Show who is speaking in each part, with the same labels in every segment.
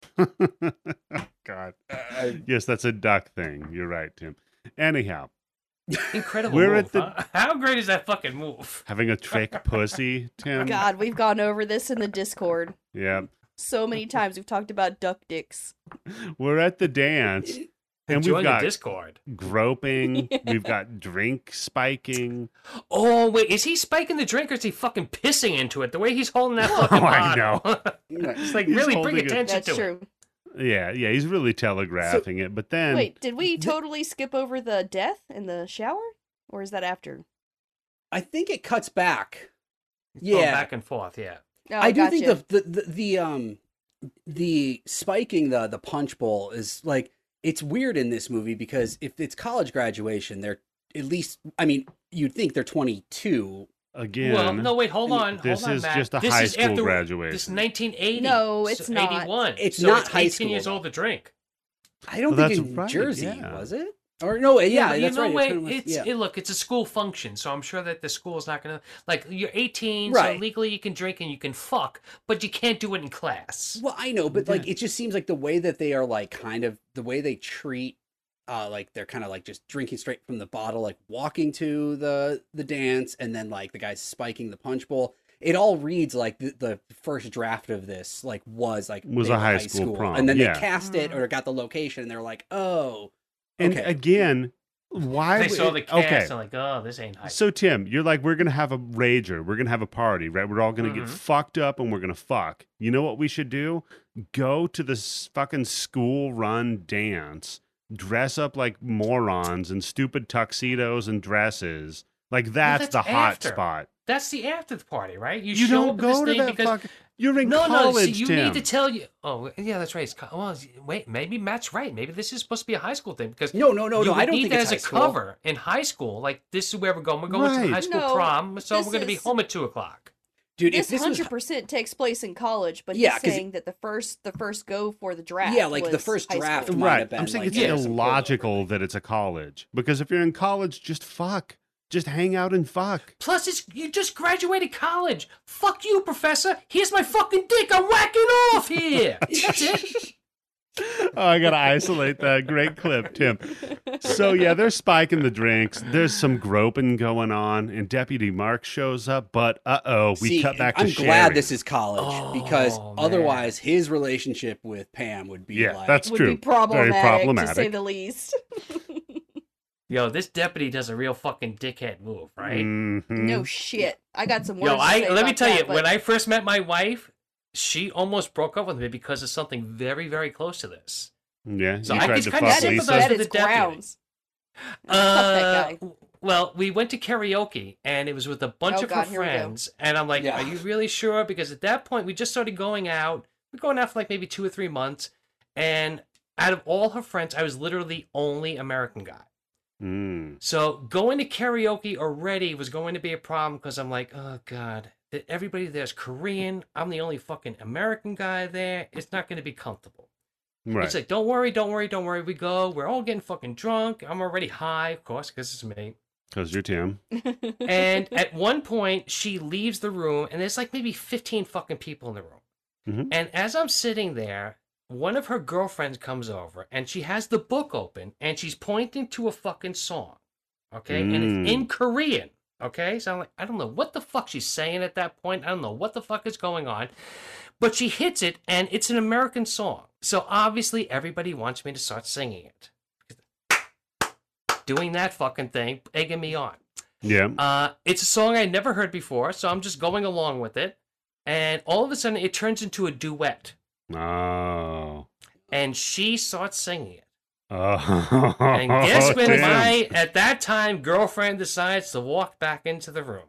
Speaker 1: God.
Speaker 2: I-
Speaker 1: Yes, that's a duck thing. You're right, Tim. Anyhow,
Speaker 3: Incredible.
Speaker 1: We're
Speaker 3: move,
Speaker 1: at the-
Speaker 3: huh? How great is that fucking move?
Speaker 1: having a trick pussy, Tim.
Speaker 4: Oh, God, we've gone over this in the Discord
Speaker 1: Yeah.
Speaker 4: so many times. We've talked about duck dicks.
Speaker 1: We're at the dance. And
Speaker 3: Join
Speaker 1: we've got
Speaker 3: the Discord.
Speaker 1: groping.
Speaker 4: Yeah.
Speaker 1: We've got drink spiking.
Speaker 3: Oh wait, is he spiking the drink or is he fucking pissing into it? The way he's holding that fucking
Speaker 1: Oh, I
Speaker 3: bottle. it's like
Speaker 1: He's
Speaker 3: really
Speaker 1: holding
Speaker 3: bring
Speaker 1: it.
Speaker 3: attention
Speaker 4: That's
Speaker 3: to it.
Speaker 4: true.
Speaker 1: Yeah, yeah, he's really telegraphing it. But then
Speaker 4: Wait, did we totally skip over the death in the shower? Or is that after?
Speaker 2: I think it cuts back.
Speaker 3: Going
Speaker 2: Yeah,
Speaker 3: back and forth. Yeah.
Speaker 4: No,
Speaker 2: I do
Speaker 4: Oh, gotcha.
Speaker 2: think the, the the the um the spiking the the punch bowl is like it's weird in this movie because if it's college graduation, they're at least I mean you'd think they're twenty two.
Speaker 1: again,
Speaker 3: Well, no, wait, hold on.
Speaker 1: this
Speaker 3: hold on,
Speaker 1: is
Speaker 3: Matt.
Speaker 1: just a
Speaker 3: This
Speaker 1: high
Speaker 3: is
Speaker 1: school
Speaker 3: after,
Speaker 1: graduation.
Speaker 3: This 1980.
Speaker 4: No, it's
Speaker 3: so
Speaker 4: not.
Speaker 3: 81.
Speaker 2: It's
Speaker 3: so
Speaker 2: not
Speaker 3: it's
Speaker 2: high
Speaker 3: 18
Speaker 2: school,
Speaker 3: years
Speaker 2: though.
Speaker 3: old to drink.
Speaker 2: I don't
Speaker 1: Well,
Speaker 2: think
Speaker 1: that's
Speaker 2: in
Speaker 1: right,
Speaker 2: Jersey
Speaker 1: yeah.
Speaker 2: was it or no? Uh, Yeah,
Speaker 3: but you
Speaker 2: that's
Speaker 3: know
Speaker 2: right.
Speaker 3: what?
Speaker 2: it could've-
Speaker 3: it's
Speaker 2: yeah.
Speaker 3: it, look, it's a school function, so I'm sure that the school's not gonna like you're 18,
Speaker 2: Right.
Speaker 3: so legally you can drink and you can fuck, but you can't do it in class.
Speaker 2: Well, I know, but like
Speaker 1: Yeah.
Speaker 2: it just seems like the way that they are like kind of the way they treat uh like they're kind of like just drinking straight from the bottle, like walking to the the dance and then like the guy's spiking the punch bowl. It all reads like the, the first draft of this like was like
Speaker 1: Was
Speaker 2: they
Speaker 1: a
Speaker 2: were
Speaker 1: high school prom,
Speaker 2: and then
Speaker 1: yeah.
Speaker 2: they cast it
Speaker 4: Mhm.
Speaker 2: or got the location and they're like, "Oh,
Speaker 1: and
Speaker 2: okay.
Speaker 1: again, why
Speaker 3: they
Speaker 1: would-
Speaker 3: saw the cast
Speaker 1: okay?
Speaker 3: and like, oh, this ain't high.
Speaker 1: So Tim, you're like, we're gonna have a rager, we're gonna have a party, right? We're all gonna
Speaker 3: Mhm.
Speaker 1: get fucked up and we're gonna fuck. You know what we should do? Go to this fucking school run dance, dress up like morons in stupid tuxedos and dresses. Like that's,
Speaker 3: that's
Speaker 1: the hot
Speaker 3: after.
Speaker 1: spot.
Speaker 3: That's the after the party, right? You,
Speaker 1: You,
Speaker 3: show
Speaker 1: don't
Speaker 3: up at this
Speaker 1: go to
Speaker 3: thing
Speaker 1: that
Speaker 3: because
Speaker 1: fucking. You're in
Speaker 3: no,
Speaker 1: college,
Speaker 3: no. See, you
Speaker 1: Tim.
Speaker 3: need to tell you. Oh, yeah, that's right. It's co- well, wait, maybe Matt's right. Maybe this is supposed to be a high school thing because
Speaker 2: no, no, no,
Speaker 3: you
Speaker 2: no,
Speaker 3: would
Speaker 2: I don't
Speaker 3: need
Speaker 2: think
Speaker 3: that
Speaker 2: it's
Speaker 3: as
Speaker 2: high
Speaker 3: a
Speaker 2: school."
Speaker 3: cover in high school. Like this is where we're going. We're going to the high
Speaker 1: Right.
Speaker 3: school
Speaker 4: No,
Speaker 3: prom, so we're
Speaker 4: this
Speaker 3: going to be
Speaker 4: is-
Speaker 3: home at two o'clock.
Speaker 2: Dude,
Speaker 4: this
Speaker 2: if this was
Speaker 4: hundred percent takes place in college, but
Speaker 2: Yeah,
Speaker 4: he's
Speaker 2: 'cause it-
Speaker 4: saying that the first the first go for the draft.
Speaker 2: Yeah, like the
Speaker 4: was
Speaker 2: first
Speaker 4: high
Speaker 2: draft
Speaker 4: school.
Speaker 2: might
Speaker 1: right.
Speaker 2: have been,
Speaker 1: I'm saying
Speaker 2: like,
Speaker 1: it's
Speaker 3: yeah,
Speaker 2: some cool-
Speaker 1: illogical that it's a college because if you're in college, just fuck, just hang out and fuck.
Speaker 3: Plus, it's you just graduated college. Fuck you, professor. Here's my fucking dick. I'm whacking off here. That's it.
Speaker 1: Oh, I gotta isolate that great clip, Tim. So yeah, they're spiking the drinks. There's some groping going on, and Deputy Mark shows up. But uh oh, we
Speaker 2: See,
Speaker 1: cut back to
Speaker 2: I'm glad
Speaker 1: Sherry.
Speaker 2: this is college because
Speaker 3: Oh, man.
Speaker 2: otherwise his relationship with Pam would be
Speaker 1: yeah,
Speaker 2: like
Speaker 1: that's
Speaker 4: would
Speaker 1: true.
Speaker 4: be problematic, to say
Speaker 1: problematic.
Speaker 4: the least.
Speaker 3: Yo, this deputy does a real fucking dickhead move, right?
Speaker 1: Mhm.
Speaker 4: No shit. I got some words.
Speaker 3: Yo, I
Speaker 4: to say
Speaker 3: let me
Speaker 4: about
Speaker 3: tell
Speaker 4: that,
Speaker 3: you,
Speaker 4: but
Speaker 3: when I first met my wife, she almost broke up with me because of something very, very close to this.
Speaker 1: yeah,
Speaker 3: So
Speaker 1: you
Speaker 3: I
Speaker 1: tried
Speaker 3: just
Speaker 1: to
Speaker 3: kinda
Speaker 1: fuck
Speaker 3: sympathize
Speaker 4: that is,
Speaker 1: Lisa.
Speaker 3: with
Speaker 4: that is
Speaker 3: the deputy.
Speaker 4: grounds.
Speaker 3: Uh,
Speaker 4: Fuck that
Speaker 3: w- Well, we went to karaoke and it was with a bunch
Speaker 4: Oh,
Speaker 3: of
Speaker 4: God,
Speaker 3: her
Speaker 4: here we go.
Speaker 3: friends. And I'm like,
Speaker 2: Yeah.
Speaker 3: are you really sure? Because at that point, we just started going out. We're going out for like maybe two or three months. And out of all her friends, I was literally only American guy.
Speaker 1: Mm.
Speaker 3: So going to karaoke already was going to be a problem because I'm like, oh god, that everybody there's Korean. I'm the only fucking American guy there. It's not going to be comfortable.
Speaker 1: Right.
Speaker 3: It's like, don't worry, don't worry, don't worry. We go. We're all getting fucking drunk. I'm already high, of course, because it's me.
Speaker 1: Cause you're Tim.
Speaker 3: And at one point, she leaves the room, and there's like maybe 15 fucking people in the room.
Speaker 1: Mhm.
Speaker 3: And as I'm sitting there, one of her girlfriends comes over, and she has the book open, and she's pointing to a fucking song. Okay. And
Speaker 1: Mm.
Speaker 3: it's in Korean. Okay. So I'm like, I don't know what the fuck she's saying at that point. I don't know what the fuck is going on. But she hits it, and it's an American song. So obviously, everybody wants me to start singing it. Doing that fucking thing, egging me on.
Speaker 1: Yeah.
Speaker 3: Uh, it's a song I never heard before, so I'm just going along with it. And all of a sudden, it turns into a duet,
Speaker 1: Oh.
Speaker 3: and she starts singing it.
Speaker 1: Oh.
Speaker 3: And guess when
Speaker 1: Tim.
Speaker 3: my at that time girlfriend decides to walk back into the room.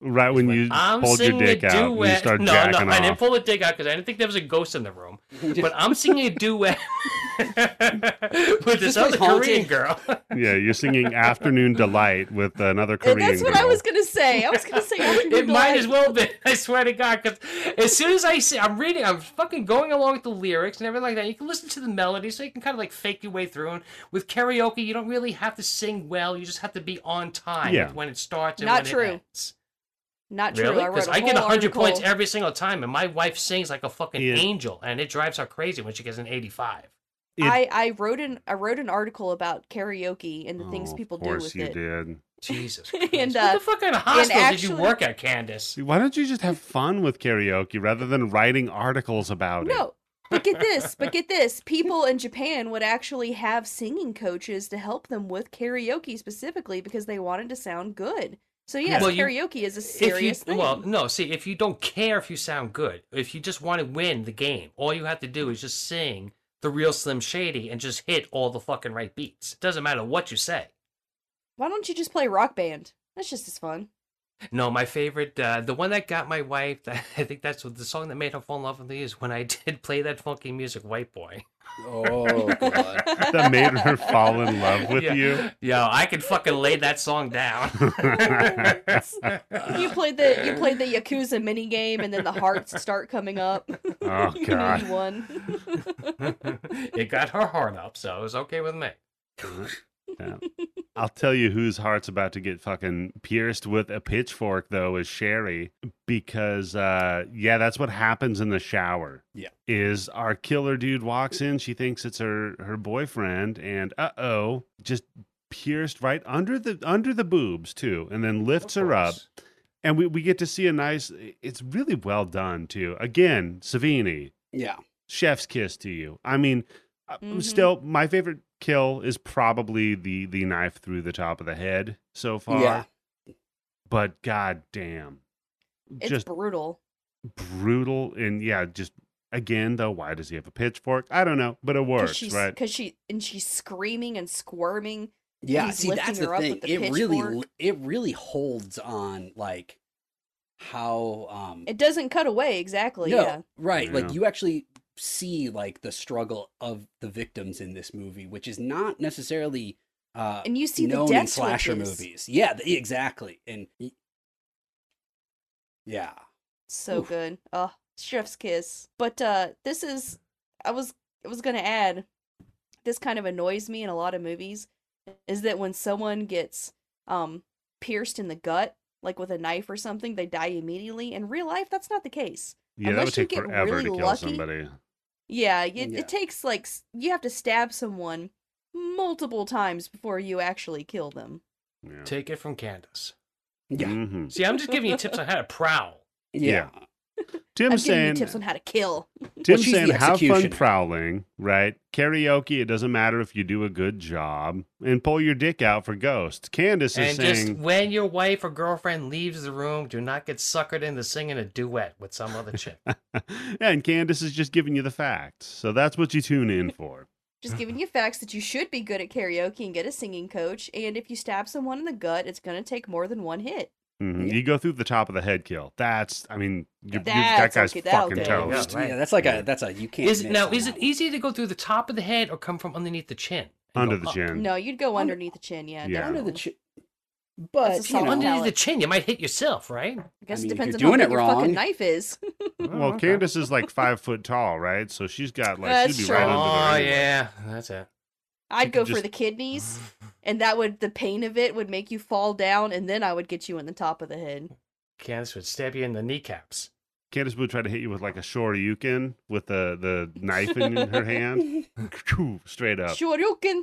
Speaker 1: right when you
Speaker 3: I'm
Speaker 1: pulled your
Speaker 3: singing
Speaker 1: dick
Speaker 3: a
Speaker 1: out, and you
Speaker 3: duet.
Speaker 1: start
Speaker 3: no, no,
Speaker 1: jacking
Speaker 3: I didn't
Speaker 1: off.
Speaker 3: pull the dick out because I didn't think there was a ghost in the room. But I'm singing a duet with
Speaker 2: This place
Speaker 3: this other Korean
Speaker 2: haunted.
Speaker 3: girl.
Speaker 1: yeah, you're singing "Afternoon Delight" with another Korean
Speaker 4: And that's what
Speaker 1: girl.
Speaker 4: I was gonna say. I was gonna say
Speaker 3: it might as well be. I swear to God, because as soon as I see, I'm reading, I'm fucking going along with the lyrics and everything like that. You can listen to the melody, so you can kind of like fake your way through. And with karaoke, you don't really have to sing well; you just have to be on time
Speaker 1: Yeah.
Speaker 3: with when it starts and
Speaker 4: Not
Speaker 3: when
Speaker 4: true.
Speaker 3: it ends.
Speaker 4: Not true.
Speaker 3: Really?
Speaker 4: I
Speaker 3: Because
Speaker 4: read a
Speaker 3: I, get
Speaker 4: whole
Speaker 3: 100 points
Speaker 4: article.
Speaker 3: every single time, and my wife sings like a fucking
Speaker 1: Yeah.
Speaker 3: angel, and it drives her crazy when she gets an 85.
Speaker 1: It-
Speaker 4: I, I wrote an I wrote an article about karaoke and the things
Speaker 1: Oh,
Speaker 4: people
Speaker 1: of
Speaker 4: do
Speaker 1: course
Speaker 4: with
Speaker 1: you
Speaker 4: it.
Speaker 1: did.
Speaker 3: Jesus
Speaker 4: And,
Speaker 3: Christ. what
Speaker 4: uh,
Speaker 3: the fuck kind of hospital did you
Speaker 4: actually-
Speaker 3: work at, Candace?
Speaker 1: See, Why don't you just have fun with karaoke rather than writing articles about it?
Speaker 4: No. But get this, but get this. People in Japan would actually have singing coaches to help them with karaoke specifically because they wanted to sound good. So yes,
Speaker 3: Well, you-
Speaker 4: karaoke is a
Speaker 3: If you,
Speaker 4: serious thing.
Speaker 3: well, no, see, if you don't care if you sound good, if you just want to win the game, all you have to do is just sing the real Slim Shady and just hit all the fucking right beats. It doesn't matter what you say.
Speaker 4: Why don't you just play rock band? That's just as fun.
Speaker 3: No, my favorite, uh, the one that got my wife, I think that's what the song that made her fall in love with me is when I did play that funky music, White Boy.
Speaker 2: Oh god.
Speaker 1: That made her fall in love with
Speaker 3: Yeah.
Speaker 1: you.
Speaker 3: Yo, I could fucking lay that song down.
Speaker 4: You played the you played the Yakuza mini game and then the hearts start coming up.
Speaker 1: Oh,
Speaker 4: you know
Speaker 1: God.
Speaker 4: you won.
Speaker 3: it got her heart up, so it was okay with me.
Speaker 1: Yeah. I'll tell you whose heart's about to get fucking pierced with a pitchfork though is Sherry because uh yeah, that's what happens in the shower.
Speaker 2: Yeah.
Speaker 1: Is our killer dude walks in, she thinks it's her her boyfriend and uh-oh, just pierced right under the under the boobs too and then lifts her up and we, we get to see a nice it's really well done too again savini
Speaker 2: Yeah.
Speaker 1: chef's kiss to you. I mean, uh,
Speaker 4: Mhm.
Speaker 1: still, my favorite kill is probably the the knife through the top of the head so far.
Speaker 2: Yeah.
Speaker 1: But god damn,
Speaker 4: It's
Speaker 1: just
Speaker 4: brutal.
Speaker 1: brutal and yeah, just again though. Why does he have a pitchfork? I don't know, but it works,
Speaker 4: she's,
Speaker 1: right?
Speaker 4: Cause she and she's screaming and squirming.
Speaker 2: Yeah,
Speaker 4: he's
Speaker 2: see
Speaker 4: lifting
Speaker 2: that's
Speaker 4: her
Speaker 2: the
Speaker 4: up
Speaker 2: thing.
Speaker 4: with the
Speaker 2: it really
Speaker 4: pitchfork.
Speaker 2: it really holds on like how um
Speaker 4: It doesn't cut away exactly.
Speaker 2: no,
Speaker 4: Yeah.
Speaker 2: right,
Speaker 1: Yeah.
Speaker 2: like you actually see like the struggle of the victims in this movie, which is not necessarily uh
Speaker 4: And you see the
Speaker 2: known in
Speaker 4: death
Speaker 2: slasher
Speaker 4: switches.
Speaker 2: movies. Yeah, th- exactly. And y- yeah.
Speaker 4: So
Speaker 2: Oof.
Speaker 4: good. Oh, chef's kiss. But uh this is I was I was gonna add, this kind of annoys me in a lot of movies, is that when someone gets um pierced in the gut, like with a knife or something, they die immediately. In real life, that's not the case.
Speaker 1: yeah, that
Speaker 4: unless
Speaker 1: would
Speaker 4: you
Speaker 1: take
Speaker 4: get
Speaker 1: forever
Speaker 4: really
Speaker 1: to kill
Speaker 4: lucky-
Speaker 1: somebody.
Speaker 4: Yeah, it,
Speaker 2: Yeah.
Speaker 4: it takes like s- you have to stab someone multiple times before you actually kill them.
Speaker 1: Yeah.
Speaker 3: Take it from Candace.
Speaker 2: Yeah.
Speaker 1: Mhm.
Speaker 3: See, I'm just giving you tips on how to prowl.
Speaker 2: Yeah.
Speaker 1: Tim
Speaker 4: I'm giving you
Speaker 1: saying,
Speaker 4: tips on how to kill.
Speaker 1: Tim
Speaker 2: she's the
Speaker 1: saying, have fun
Speaker 2: executioner."
Speaker 1: prowling, right? Karaoke, it doesn't matter if you do a good job, and pull your dick out for ghosts. Candace is
Speaker 3: and just
Speaker 1: saying,
Speaker 3: when your wife or girlfriend leaves the room, do not get suckered into singing a duet with some other chick.
Speaker 1: yeah, and Candace is just giving you the facts. So that's what you tune in for.
Speaker 4: Just giving you facts that you should be good at karaoke and get a singing coach. And if you stab someone in the gut, it's going to take more than one hit.
Speaker 1: Mhm.
Speaker 2: Yeah.
Speaker 1: You go through the top of the head kill. That's, I mean, you, you, that
Speaker 4: That's
Speaker 1: guy's
Speaker 4: okay, that'll
Speaker 1: fucking
Speaker 4: do.
Speaker 3: There you go.
Speaker 1: toast.
Speaker 3: Right.
Speaker 2: Yeah, that's like a that's a you can't
Speaker 3: Is it,
Speaker 2: miss
Speaker 3: now,
Speaker 2: on
Speaker 3: is
Speaker 2: that
Speaker 3: it
Speaker 4: e
Speaker 2: one.
Speaker 3: easy to go through the top of the head or come from underneath the chin? and
Speaker 1: Under
Speaker 3: go
Speaker 1: the
Speaker 3: up?
Speaker 1: chin.
Speaker 4: No, you'd go
Speaker 2: Under-
Speaker 4: underneath the chin. Yeah.
Speaker 1: Yeah.
Speaker 2: under the chi-
Speaker 4: definitely. That's a
Speaker 2: but you
Speaker 4: solid
Speaker 2: know,
Speaker 3: Oh, Underneath
Speaker 4: palate.
Speaker 3: the chin, you might hit yourself, right?
Speaker 4: I guess
Speaker 2: I mean, if
Speaker 4: it
Speaker 2: you're
Speaker 4: depends on
Speaker 2: doing
Speaker 4: how
Speaker 2: it
Speaker 4: big your fucking
Speaker 2: wrong-
Speaker 4: knife is.
Speaker 3: Oh,
Speaker 1: Well, Candace is like five foot tall, right? So she's got like,
Speaker 4: That's
Speaker 1: she'd be
Speaker 4: true.
Speaker 1: right
Speaker 3: oh,
Speaker 1: under there. anyway.
Speaker 3: yeah. That's it.
Speaker 4: I'd
Speaker 1: could
Speaker 4: go
Speaker 1: just-
Speaker 4: for the kidneys, and that would, the pain of it would make you fall down, and then I would get you in the top of the head.
Speaker 3: Candace would stab you in the kneecaps.
Speaker 1: Candace would try to hit you with like a shoryuken with the, the knife in her hand. Straight up.
Speaker 4: Shoryuken.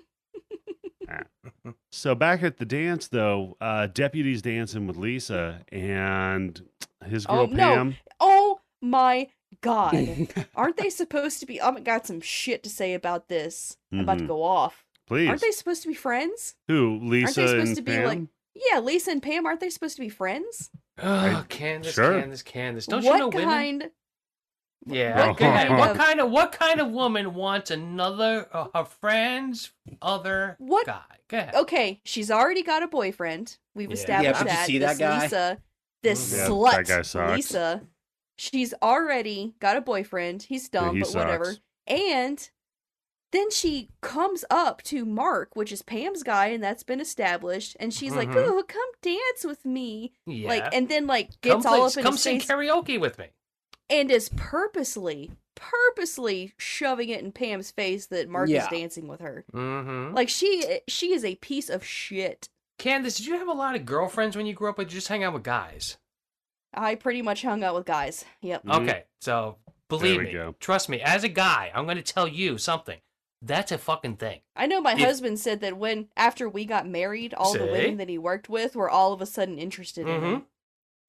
Speaker 1: So back at the dance, though, uh, Deputy's dancing with Lisa and his girl
Speaker 4: Oh, no.
Speaker 1: Pam.
Speaker 4: Oh my god. Aren't they supposed to be? I've got some shit to say about this. I'm about to
Speaker 1: Mhm.
Speaker 4: go off.
Speaker 1: Please.
Speaker 4: Aren't they supposed to be friends?
Speaker 1: Who? Lisa
Speaker 4: supposed
Speaker 1: and
Speaker 4: to be,
Speaker 1: Pam?
Speaker 4: like, Yeah, Lisa and Pam, aren't they supposed to be friends?
Speaker 3: Oh, Candace,
Speaker 1: sure.
Speaker 3: Candace, Candace. Don't
Speaker 4: what
Speaker 3: you know women?
Speaker 4: kind?
Speaker 3: Yeah.
Speaker 1: What
Speaker 3: What kind,
Speaker 1: kind
Speaker 3: what
Speaker 4: of-
Speaker 3: kind of what kind of woman wants another uh, her friend's other
Speaker 4: What-
Speaker 3: guy? Go ahead.
Speaker 4: Okay, she's already got a boyfriend. We've
Speaker 3: Yeah.
Speaker 4: established
Speaker 2: Yeah, but you
Speaker 4: that.
Speaker 2: see
Speaker 4: this
Speaker 2: that guy?
Speaker 4: Lisa, this
Speaker 3: Mhm. Yeah,
Speaker 4: slut,
Speaker 1: Mm-hmm. that guy sucks.
Speaker 4: Lisa, she's already got a boyfriend. He's
Speaker 1: Yeah,
Speaker 4: dumb,
Speaker 1: he
Speaker 4: but whatever.
Speaker 1: sucks.
Speaker 4: And then she comes up to Mark, which is Pam's guy, and that's been established. And she's
Speaker 1: Mm-hmm.
Speaker 4: like,
Speaker 3: Mhm.
Speaker 4: "Ooh, come dance with me!"
Speaker 3: Yeah.
Speaker 4: Like, and then like
Speaker 3: come
Speaker 4: gets all
Speaker 3: play-
Speaker 4: up in
Speaker 3: come
Speaker 4: his
Speaker 3: sing
Speaker 4: face
Speaker 3: karaoke with me.
Speaker 4: and is purposely, purposely shoving it in Pam's face that Mark
Speaker 2: Yeah.
Speaker 4: is dancing with her.
Speaker 3: Mm-hmm.
Speaker 4: Like she, she is a piece of shit.
Speaker 3: Candace, did you have a lot of girlfriends when you grew up, or did you just hang out with guys?
Speaker 4: I pretty much hung out with guys. Yep.
Speaker 1: Mhm.
Speaker 3: Okay, so believe
Speaker 1: we
Speaker 3: me,
Speaker 1: go.
Speaker 3: trust me, as a guy, I'm gonna tell you something. That's a fucking thing.
Speaker 4: I know my
Speaker 3: Yeah.
Speaker 4: husband said that when after we got married, all the
Speaker 3: See?
Speaker 4: women that he worked with were all of a sudden interested in him.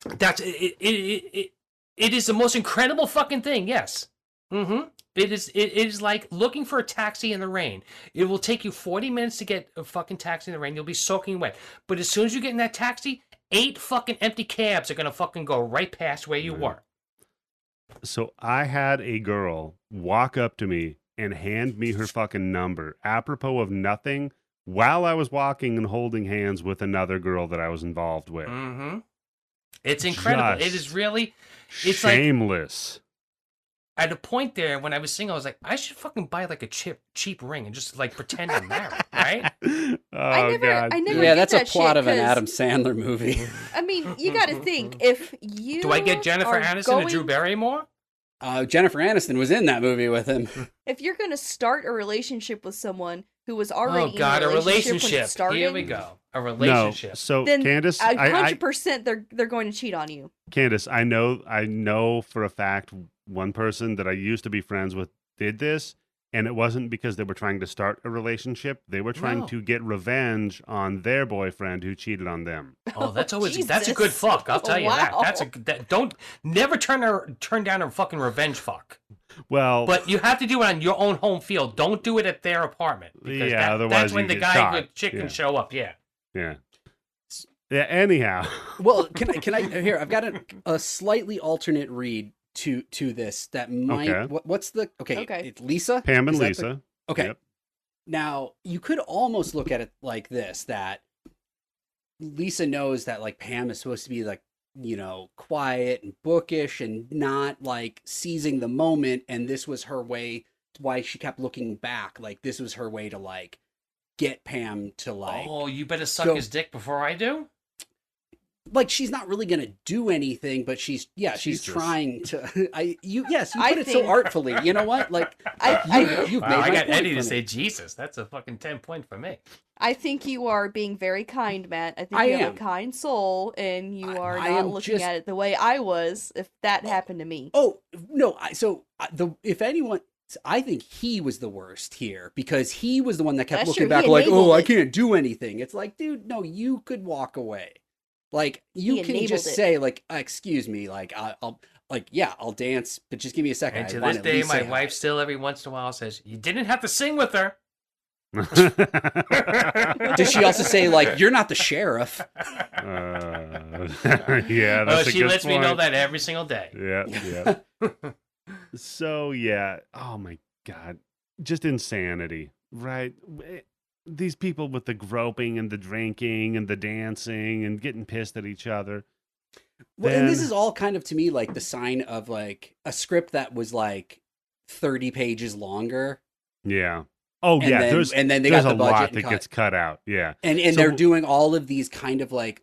Speaker 3: Mm-hmm. That's it. It, it, it, it is the most incredible fucking thing. Yes. Mm-hmm. It is. It, it is like looking for a taxi in the rain. It will take you forty minutes to get a fucking taxi in the rain. You'll be soaking wet. But as soon as you get in that taxi, eight fucking empty cabs are gonna fucking go right past where you
Speaker 1: Right.
Speaker 3: were.
Speaker 1: So I had a girl walk up to me and hand me her fucking number, apropos of nothing, while I was walking and holding hands with another girl that I was involved with.
Speaker 3: Mm-hmm. It's incredible. It is
Speaker 1: Just-
Speaker 3: really It's like-
Speaker 1: Shameless.
Speaker 3: at a point there when I was single. I was like, I should fucking buy like a cheap cheap ring and just like pretend I'm married, right?
Speaker 1: oh
Speaker 4: I never-
Speaker 1: god.
Speaker 4: I never-
Speaker 2: yeah,
Speaker 4: did
Speaker 2: that's a
Speaker 4: that shit,
Speaker 2: plot of an
Speaker 4: 'cause-
Speaker 2: Adam Sandler movie.
Speaker 4: I mean, you got to think if you
Speaker 3: Do I get Jennifer
Speaker 4: are
Speaker 3: Aniston
Speaker 4: going,
Speaker 3: and Drew Barrymore?
Speaker 2: Uh, Jennifer Aniston was in that movie with him.
Speaker 4: If you're going to start a relationship with someone who was already
Speaker 3: oh God,
Speaker 4: in
Speaker 3: a
Speaker 4: a relationship, when
Speaker 3: relationship.
Speaker 4: it started,
Speaker 3: Here we go. A
Speaker 1: No,
Speaker 3: relationship.
Speaker 1: so
Speaker 4: Then
Speaker 1: Candace,
Speaker 4: a
Speaker 1: I, I,
Speaker 4: hundred percent they're they're going to cheat on you.
Speaker 1: Candace, I know, I know for a fact one person that I used to be friends with did this, and it wasn't because they were trying to start a relationship. They were trying
Speaker 3: No.
Speaker 1: to get revenge on that boyfriend who cheated on them.
Speaker 3: Oh, that's always that's a
Speaker 4: Jesus.
Speaker 3: good fuck. I'll tell you that.
Speaker 4: Wow.
Speaker 3: That's a that, don't never turn a, turn down a fucking revenge fuck.
Speaker 1: Well,
Speaker 3: But you have to do it on your own home field. Don't do it at their apartment. because
Speaker 1: Yeah,
Speaker 3: that-
Speaker 1: otherwise
Speaker 3: that's when
Speaker 1: you
Speaker 3: the
Speaker 1: get
Speaker 3: guy
Speaker 1: shot.
Speaker 3: with chick
Speaker 1: Yeah.
Speaker 3: can show up. Yeah.
Speaker 1: yeah, yeah. Anyhow,
Speaker 2: Well, can I? Can I? Here, I've got a, a slightly alternate read to to this that might.
Speaker 1: Okay.
Speaker 2: What, what's the? Okay,
Speaker 4: Okay.
Speaker 2: it's Lisa.
Speaker 1: Pam and
Speaker 2: Is that the-
Speaker 1: Lisa.
Speaker 2: okay.
Speaker 1: Yep.
Speaker 2: Now you could almost look at it like this: that Lisa knows that like Pam is supposed to be like you know quiet and bookish and not like seizing the moment, and this was her way. Why she kept looking back, like this was her way to like get Pam to like
Speaker 3: oh, you better suck
Speaker 2: go-
Speaker 3: his dick before I do.
Speaker 2: like she's not really gonna do anything, but she's yeah, she's
Speaker 1: Jesus.
Speaker 2: trying to. I you yes, you put
Speaker 4: I
Speaker 2: it so
Speaker 4: think-
Speaker 2: artfully. You know what? Like
Speaker 4: I- I-
Speaker 2: you, you've
Speaker 3: Wow,
Speaker 2: made
Speaker 3: I
Speaker 2: my
Speaker 3: got
Speaker 2: point
Speaker 3: Eddie to
Speaker 2: for me.
Speaker 3: say Jesus. That's a fucking ten point for me.
Speaker 4: I think you are being very kind, Matt. I think
Speaker 2: I
Speaker 4: you have
Speaker 2: am.
Speaker 4: a kind soul, and you
Speaker 2: I-
Speaker 4: are
Speaker 2: I
Speaker 4: not
Speaker 2: am
Speaker 4: looking
Speaker 2: just-
Speaker 4: at it the way I was. If that happened to me,
Speaker 2: Oh no! I, so I- the if anyone, I think he was the worst here because he was the one that kept
Speaker 4: That's
Speaker 2: looking
Speaker 4: true.
Speaker 2: back,
Speaker 4: He
Speaker 2: like,
Speaker 4: enabled
Speaker 2: "Oh, I
Speaker 4: it.
Speaker 2: can't do anything." It's like, dude, no, you could walk away. Like you
Speaker 4: He
Speaker 2: can
Speaker 4: enabled
Speaker 2: just
Speaker 4: it.
Speaker 2: say, like, "Uh, "Excuse me," like I, I'll, like, yeah, I'll dance, but just give me a second.
Speaker 3: And
Speaker 2: I
Speaker 3: to
Speaker 2: wanna
Speaker 3: this
Speaker 2: at
Speaker 3: day,
Speaker 2: least
Speaker 3: my
Speaker 2: say hi."
Speaker 3: wife still every once in a while says, "You didn't have to sing with her."
Speaker 2: Does she also say, like, "You're not the sheriff"?
Speaker 1: Uh, yeah, that's
Speaker 3: oh,
Speaker 1: a
Speaker 3: she
Speaker 1: good
Speaker 3: lets me know
Speaker 1: point.
Speaker 3: that every single day.
Speaker 1: Yeah, yeah. so yeah. Oh my god. Just insanity, right? W- eh, These people with the groping and the drinking and the dancing and getting pissed at each other.
Speaker 2: Well, and this
Speaker 1: then-
Speaker 2: is all kind of to me like the sign of like a script that was like 30 pages longer.
Speaker 1: Yeah. Oh
Speaker 2: And
Speaker 1: yeah.
Speaker 2: then,
Speaker 1: there's
Speaker 2: and then they
Speaker 1: there's
Speaker 2: got the
Speaker 1: a
Speaker 2: budget
Speaker 1: lot
Speaker 2: and
Speaker 1: that
Speaker 2: cut.
Speaker 1: gets cut out. Yeah.
Speaker 2: and and
Speaker 1: so-
Speaker 2: they're doing all of these kind of like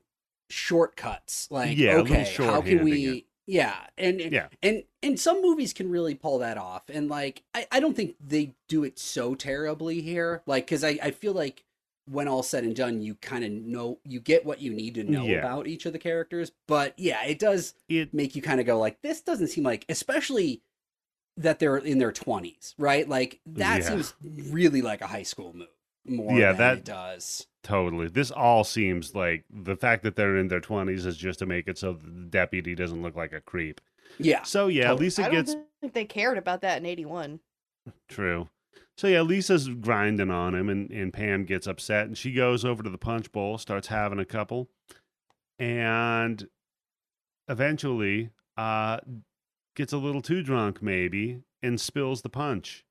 Speaker 2: shortcuts. Like
Speaker 1: Yeah, a little
Speaker 2: okay, how can
Speaker 1: shorthanding
Speaker 2: we? Yeah, and and-
Speaker 1: Yeah.
Speaker 2: and and some movies can really pull that off. And like I, I don't think they do it so terribly here. Like because I I feel like when all said and done, you kind of know you get what you need to know
Speaker 1: Yeah.
Speaker 2: about each of the characters. But yeah, it does
Speaker 1: It
Speaker 2: make you kind of go like this doesn't seem like especially that they're in their 20s right like that
Speaker 1: Yeah.
Speaker 2: seems really like a high school move more
Speaker 1: Yeah,
Speaker 2: than
Speaker 1: that-
Speaker 2: it does
Speaker 1: totally. This all seems like the fact that they're in their twenties is just to make it so the deputy doesn't look like a creep.
Speaker 2: yeah
Speaker 1: So yeah,
Speaker 2: Totally.
Speaker 1: Lisa
Speaker 4: I don't
Speaker 1: gets
Speaker 4: think they cared about that in '81.
Speaker 1: True. So yeah, Lisa's grinding on him, and, and Pam gets upset, and she goes over to the punch bowl, starts having a couple, and eventually uh, gets a little too drunk, maybe, and spills the punch.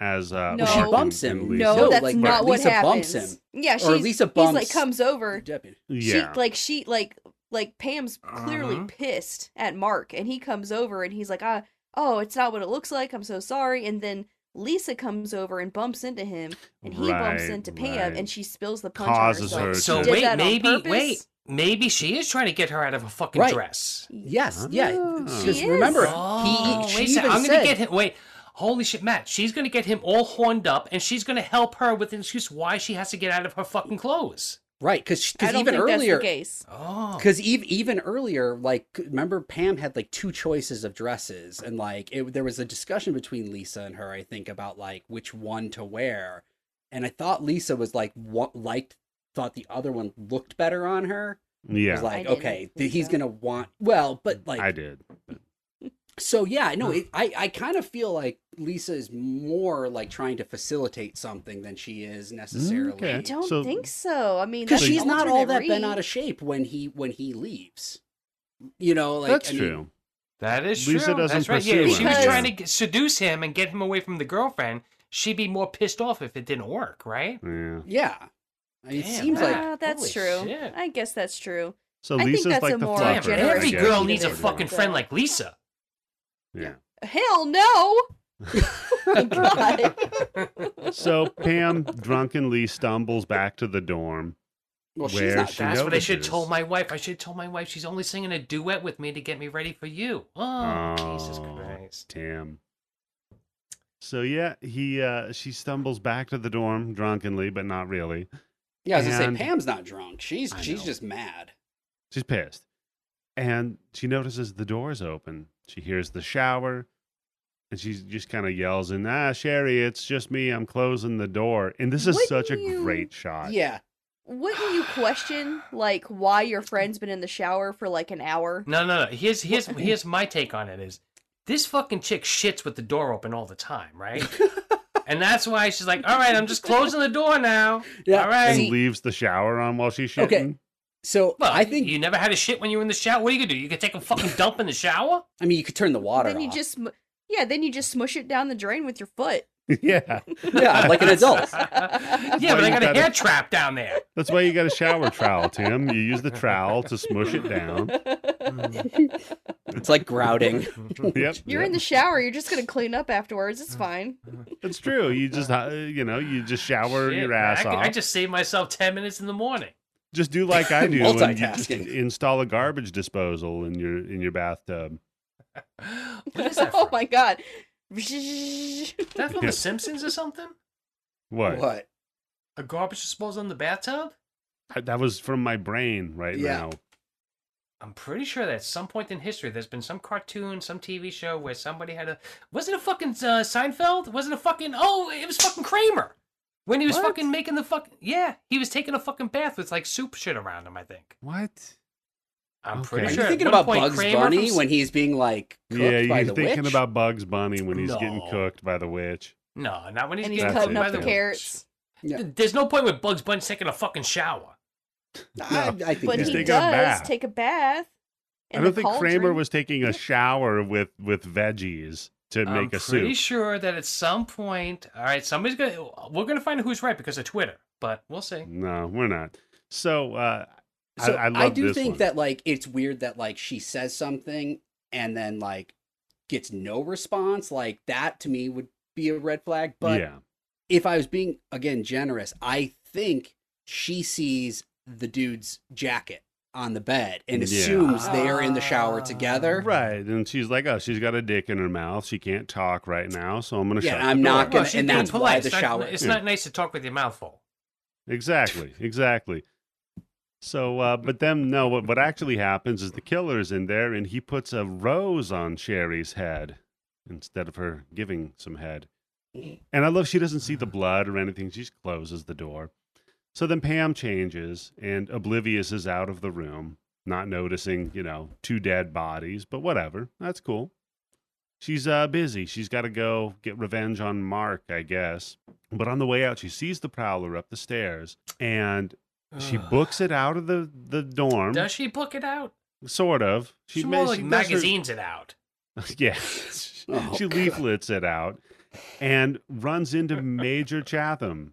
Speaker 1: As uh,
Speaker 4: No.
Speaker 1: Mark
Speaker 4: She
Speaker 1: and-
Speaker 2: bumps him.
Speaker 1: and Lisa-
Speaker 4: No,
Speaker 2: No,
Speaker 4: that's
Speaker 2: like,
Speaker 4: not what
Speaker 2: Lisa bumps
Speaker 4: happens.
Speaker 2: him.
Speaker 4: Yeah, she's
Speaker 2: or Lisa bumps
Speaker 4: he's like comes
Speaker 2: the
Speaker 4: over.
Speaker 2: deputy.
Speaker 1: yeah,
Speaker 4: She like she like like Pam's clearly
Speaker 3: Uh-huh.
Speaker 4: pissed at Mark, and he comes over and he's like, ah, oh, it's not what it looks like. I'm so sorry. And then Lisa comes over and bumps into him, and he bumps
Speaker 1: Right,
Speaker 4: into Pam,
Speaker 1: right.
Speaker 4: and she spills the punch
Speaker 1: Causes
Speaker 4: on
Speaker 1: her
Speaker 3: So
Speaker 4: herself.
Speaker 1: to-
Speaker 4: Did
Speaker 3: wait,
Speaker 4: that on
Speaker 3: maybe
Speaker 4: purpose?
Speaker 3: wait, maybe she is trying to get her out of a fucking
Speaker 2: Right.
Speaker 3: dress.
Speaker 2: Yes, yeah.
Speaker 1: Oh.
Speaker 2: Because
Speaker 1: She is.
Speaker 2: remember,
Speaker 3: Oh,
Speaker 2: he,
Speaker 3: wait
Speaker 2: she
Speaker 3: a second.
Speaker 2: even
Speaker 3: I'm
Speaker 2: said,
Speaker 3: gonna get him. Wait, holy shit, Matt! She's gonna get him all horned up, and she's gonna help her with an excuse why she has to get out of her fucking clothes.
Speaker 2: right? Because
Speaker 4: I
Speaker 2: because
Speaker 4: don't
Speaker 2: even
Speaker 4: think
Speaker 2: earlier,
Speaker 4: that's the case.
Speaker 3: Oh.
Speaker 2: because even even earlier, like remember Pam had like two choices of dresses, and like it, there was a discussion between Lisa and her, I think, about like which one to wear, and I thought Lisa was like what liked thought the other one looked better on her. It
Speaker 1: Yeah,
Speaker 2: was like
Speaker 4: I didn't
Speaker 2: okay,
Speaker 4: think
Speaker 2: th- he's
Speaker 4: so.
Speaker 2: gonna want well, but like
Speaker 1: I did. Mm.
Speaker 2: so yeah, no,
Speaker 3: Huh.
Speaker 2: it, I I kind of feel like Lisa is more like trying to facilitate something than she is necessarily.
Speaker 1: Mm, okay.
Speaker 4: I don't
Speaker 1: So-
Speaker 4: think so. I mean,
Speaker 2: because
Speaker 4: that's an
Speaker 2: she's not all
Speaker 4: alternate
Speaker 2: that bent
Speaker 4: read.
Speaker 2: out of shape when he when he leaves. You know, like
Speaker 1: That's
Speaker 2: I mean,
Speaker 1: true.
Speaker 3: That is
Speaker 1: Lisa
Speaker 3: true.
Speaker 1: doesn't
Speaker 3: That's right. Yeah,
Speaker 1: pursue
Speaker 3: if she was
Speaker 4: him.
Speaker 3: trying to get, seduce him and get him away from the girlfriend, she'd be more pissed off if it didn't work, right?
Speaker 1: Yeah.
Speaker 2: yeah, I mean, it
Speaker 3: Damn,
Speaker 2: seems like
Speaker 4: Ah, that's
Speaker 3: holy
Speaker 4: true.
Speaker 3: shit.
Speaker 4: I guess that's true.
Speaker 1: So
Speaker 4: I think
Speaker 1: Lisa's
Speaker 4: that's
Speaker 1: like
Speaker 4: a
Speaker 1: the
Speaker 4: more
Speaker 1: fluffer. I
Speaker 3: Damn,
Speaker 4: generous
Speaker 1: guess,
Speaker 3: every
Speaker 1: is
Speaker 3: girl
Speaker 1: what
Speaker 3: needs a
Speaker 1: we're doing.
Speaker 3: fucking friend like Lisa.
Speaker 1: Yeah.
Speaker 4: Hell no! My God.
Speaker 1: So Pam drunkenly stumbles back to the dorm.
Speaker 2: well, she's
Speaker 1: Where
Speaker 2: not.
Speaker 1: she
Speaker 2: that-
Speaker 3: That's what I should have
Speaker 1: notices.
Speaker 3: told my wife. I should have told my wife she's only singing a duet with me to get me ready for you. Oh, Jesus
Speaker 1: Oh.
Speaker 3: Christ.
Speaker 1: Damn. So yeah, he uh she stumbles back to the dorm drunkenly, but not really.
Speaker 2: Yeah, I was gonna
Speaker 1: And-
Speaker 2: say Pam's not drunk. She's
Speaker 3: I
Speaker 2: she's
Speaker 3: know.
Speaker 2: just mad.
Speaker 1: She's pissed. And she notices the door's open. She hears the shower. And she just kind of yells and ah, Sherry, it's just me. I'm closing the door. And this is
Speaker 4: Wouldn't
Speaker 1: such a
Speaker 4: you-
Speaker 1: great shot.
Speaker 2: Yeah,
Speaker 4: Wouldn't you question like why your friend's been in the shower for like an
Speaker 1: Mm,
Speaker 4: hour?
Speaker 3: No, no, no. Here's here's here's my take on it is this fucking chick shits with the door open all the time, right? and that's why she's like, all right, I'm just closing the door now.
Speaker 2: yeah.
Speaker 3: All right.
Speaker 1: And
Speaker 2: See,
Speaker 1: leaves the shower on while she's shitting.
Speaker 2: Okay. So
Speaker 3: Well,
Speaker 2: I think
Speaker 3: you never had a shit when you were in the shower. What are you gonna do? You could take a fucking dump in the shower?
Speaker 2: I mean you could turn the water
Speaker 4: then you
Speaker 2: off.
Speaker 4: just sm- yeah, then you just smush it down the drain with your foot.
Speaker 1: yeah.
Speaker 2: yeah, like an adult.
Speaker 1: Well,
Speaker 3: yeah, but I
Speaker 1: you
Speaker 3: got a
Speaker 1: gotta-
Speaker 3: hair trap down there.
Speaker 1: That's why you got a shower trowel, Tim. You use the trowel to smush it down.
Speaker 3: Mm.
Speaker 2: It's like grouting.
Speaker 1: Yep.
Speaker 4: You're in the shower. You're just gonna clean up afterwards.
Speaker 3: Mm.
Speaker 4: It's fine.
Speaker 1: It's true. You just uh, you know you just shower
Speaker 3: Shit,
Speaker 1: your
Speaker 3: man,
Speaker 1: ass
Speaker 3: I, could-
Speaker 1: off.
Speaker 3: I
Speaker 1: just,
Speaker 3: just saved myself ten minutes in the morning.
Speaker 1: do like I do. and you just
Speaker 2: Multitasking.
Speaker 1: install a garbage disposal in your in your bathtub.
Speaker 3: What is that?
Speaker 4: oh
Speaker 3: from?
Speaker 4: my god.
Speaker 3: Is that from
Speaker 1: Yeah.
Speaker 3: The Simpsons or something?
Speaker 1: What?
Speaker 2: what?
Speaker 3: A garbage disposal in the bathtub?
Speaker 1: I- that was from my brain right
Speaker 2: Yeah.
Speaker 1: now.
Speaker 3: I'm pretty sure that at some point in history, there's been some cartoon, some TV show where somebody had a. Was it a fucking uh, Seinfeld? Was it a fucking? Oh, it was fucking Kramer. When he was
Speaker 1: What?
Speaker 3: fucking making the fuck. Yeah, he was taking a fucking bath with like soup shit around him. I think.
Speaker 1: What?
Speaker 3: I'm
Speaker 1: Okay.
Speaker 3: pretty
Speaker 2: Are
Speaker 1: Are
Speaker 2: you
Speaker 3: sure. at
Speaker 2: thinking
Speaker 3: one
Speaker 2: about
Speaker 3: point,
Speaker 2: Bugs
Speaker 3: Kramer from
Speaker 2: Bunny
Speaker 3: S-
Speaker 2: when he's being like cooked
Speaker 1: yeah,
Speaker 2: by
Speaker 1: you're
Speaker 2: the
Speaker 1: thinking
Speaker 2: witch?
Speaker 1: about Bugs Bunny when he's getting
Speaker 3: No.
Speaker 1: cooked by the witch.
Speaker 3: No, not when he's
Speaker 4: and he's
Speaker 3: getting
Speaker 1: That's
Speaker 4: cutting
Speaker 1: it,
Speaker 3: by
Speaker 4: up
Speaker 3: the
Speaker 4: the
Speaker 1: yeah.
Speaker 4: carrots.
Speaker 2: Yeah.
Speaker 3: Th- There's no point with Bugs Bunny taking a fucking shower.
Speaker 2: I, I think
Speaker 4: But
Speaker 1: He's
Speaker 2: that's
Speaker 4: he
Speaker 1: taking a
Speaker 2: right.
Speaker 4: does
Speaker 1: bath.
Speaker 4: take a bath.
Speaker 1: I
Speaker 4: in
Speaker 1: don't
Speaker 4: the
Speaker 1: think Kramer
Speaker 4: cauldron.
Speaker 1: was taking a shower with with veggies to
Speaker 3: I'm
Speaker 1: make a
Speaker 3: pretty
Speaker 1: soup.
Speaker 3: sure that at some point, all right, somebody's gonna. We're gonna find out who's right because of Twitter, but we'll see.
Speaker 1: No, we're not. So uh, I-
Speaker 2: So
Speaker 1: I
Speaker 2: I,
Speaker 1: love
Speaker 2: do
Speaker 1: this
Speaker 2: think
Speaker 1: one.
Speaker 2: that like it's weird that like she says something and then like gets no response. Like that to me would be a red flag. But
Speaker 1: yeah,
Speaker 2: if I was being again generous, I think she sees the dude's jacket on the bed and
Speaker 1: Yeah.
Speaker 2: assumes they are in the shower
Speaker 3: Ah.
Speaker 2: together.
Speaker 1: right. And she's like, "Oh, she's got a dick in her mouth. She can't talk right now, so I'm gonna
Speaker 2: Yeah,
Speaker 1: shut
Speaker 2: I'm
Speaker 1: the
Speaker 2: not
Speaker 1: door."
Speaker 2: gonna-
Speaker 3: she's
Speaker 2: and
Speaker 3: being
Speaker 2: that's why
Speaker 3: polite.
Speaker 2: the
Speaker 3: it's not-
Speaker 2: shower-
Speaker 3: it's
Speaker 1: Yeah.
Speaker 3: not nice to talk with your mouth full.
Speaker 1: Exactly, exactly. So, uh, but then no, what what actually happens is the killer's in there, and he puts a rose on Sherry's head instead of her giving some head. And I love she doesn't see the blood or anything; she just closes the door. So then Pam changes, and oblivious is out of the room, not noticing, you know, two dead bodies. But whatever, that's cool. She's uh, busy. She's got to go get revenge on Mark, I guess. But on the way out, she sees the prowler up the stairs, and she
Speaker 3: Ugh.
Speaker 1: books it out of the, the dorm.
Speaker 3: Does she book it out?
Speaker 1: Sort of.
Speaker 3: She,
Speaker 1: ma-
Speaker 3: more
Speaker 1: does
Speaker 3: like
Speaker 1: her-
Speaker 3: magazines it out.
Speaker 1: yeah.
Speaker 2: Oh,
Speaker 1: she
Speaker 2: God.
Speaker 1: leaflets it out and runs into Major Chatham,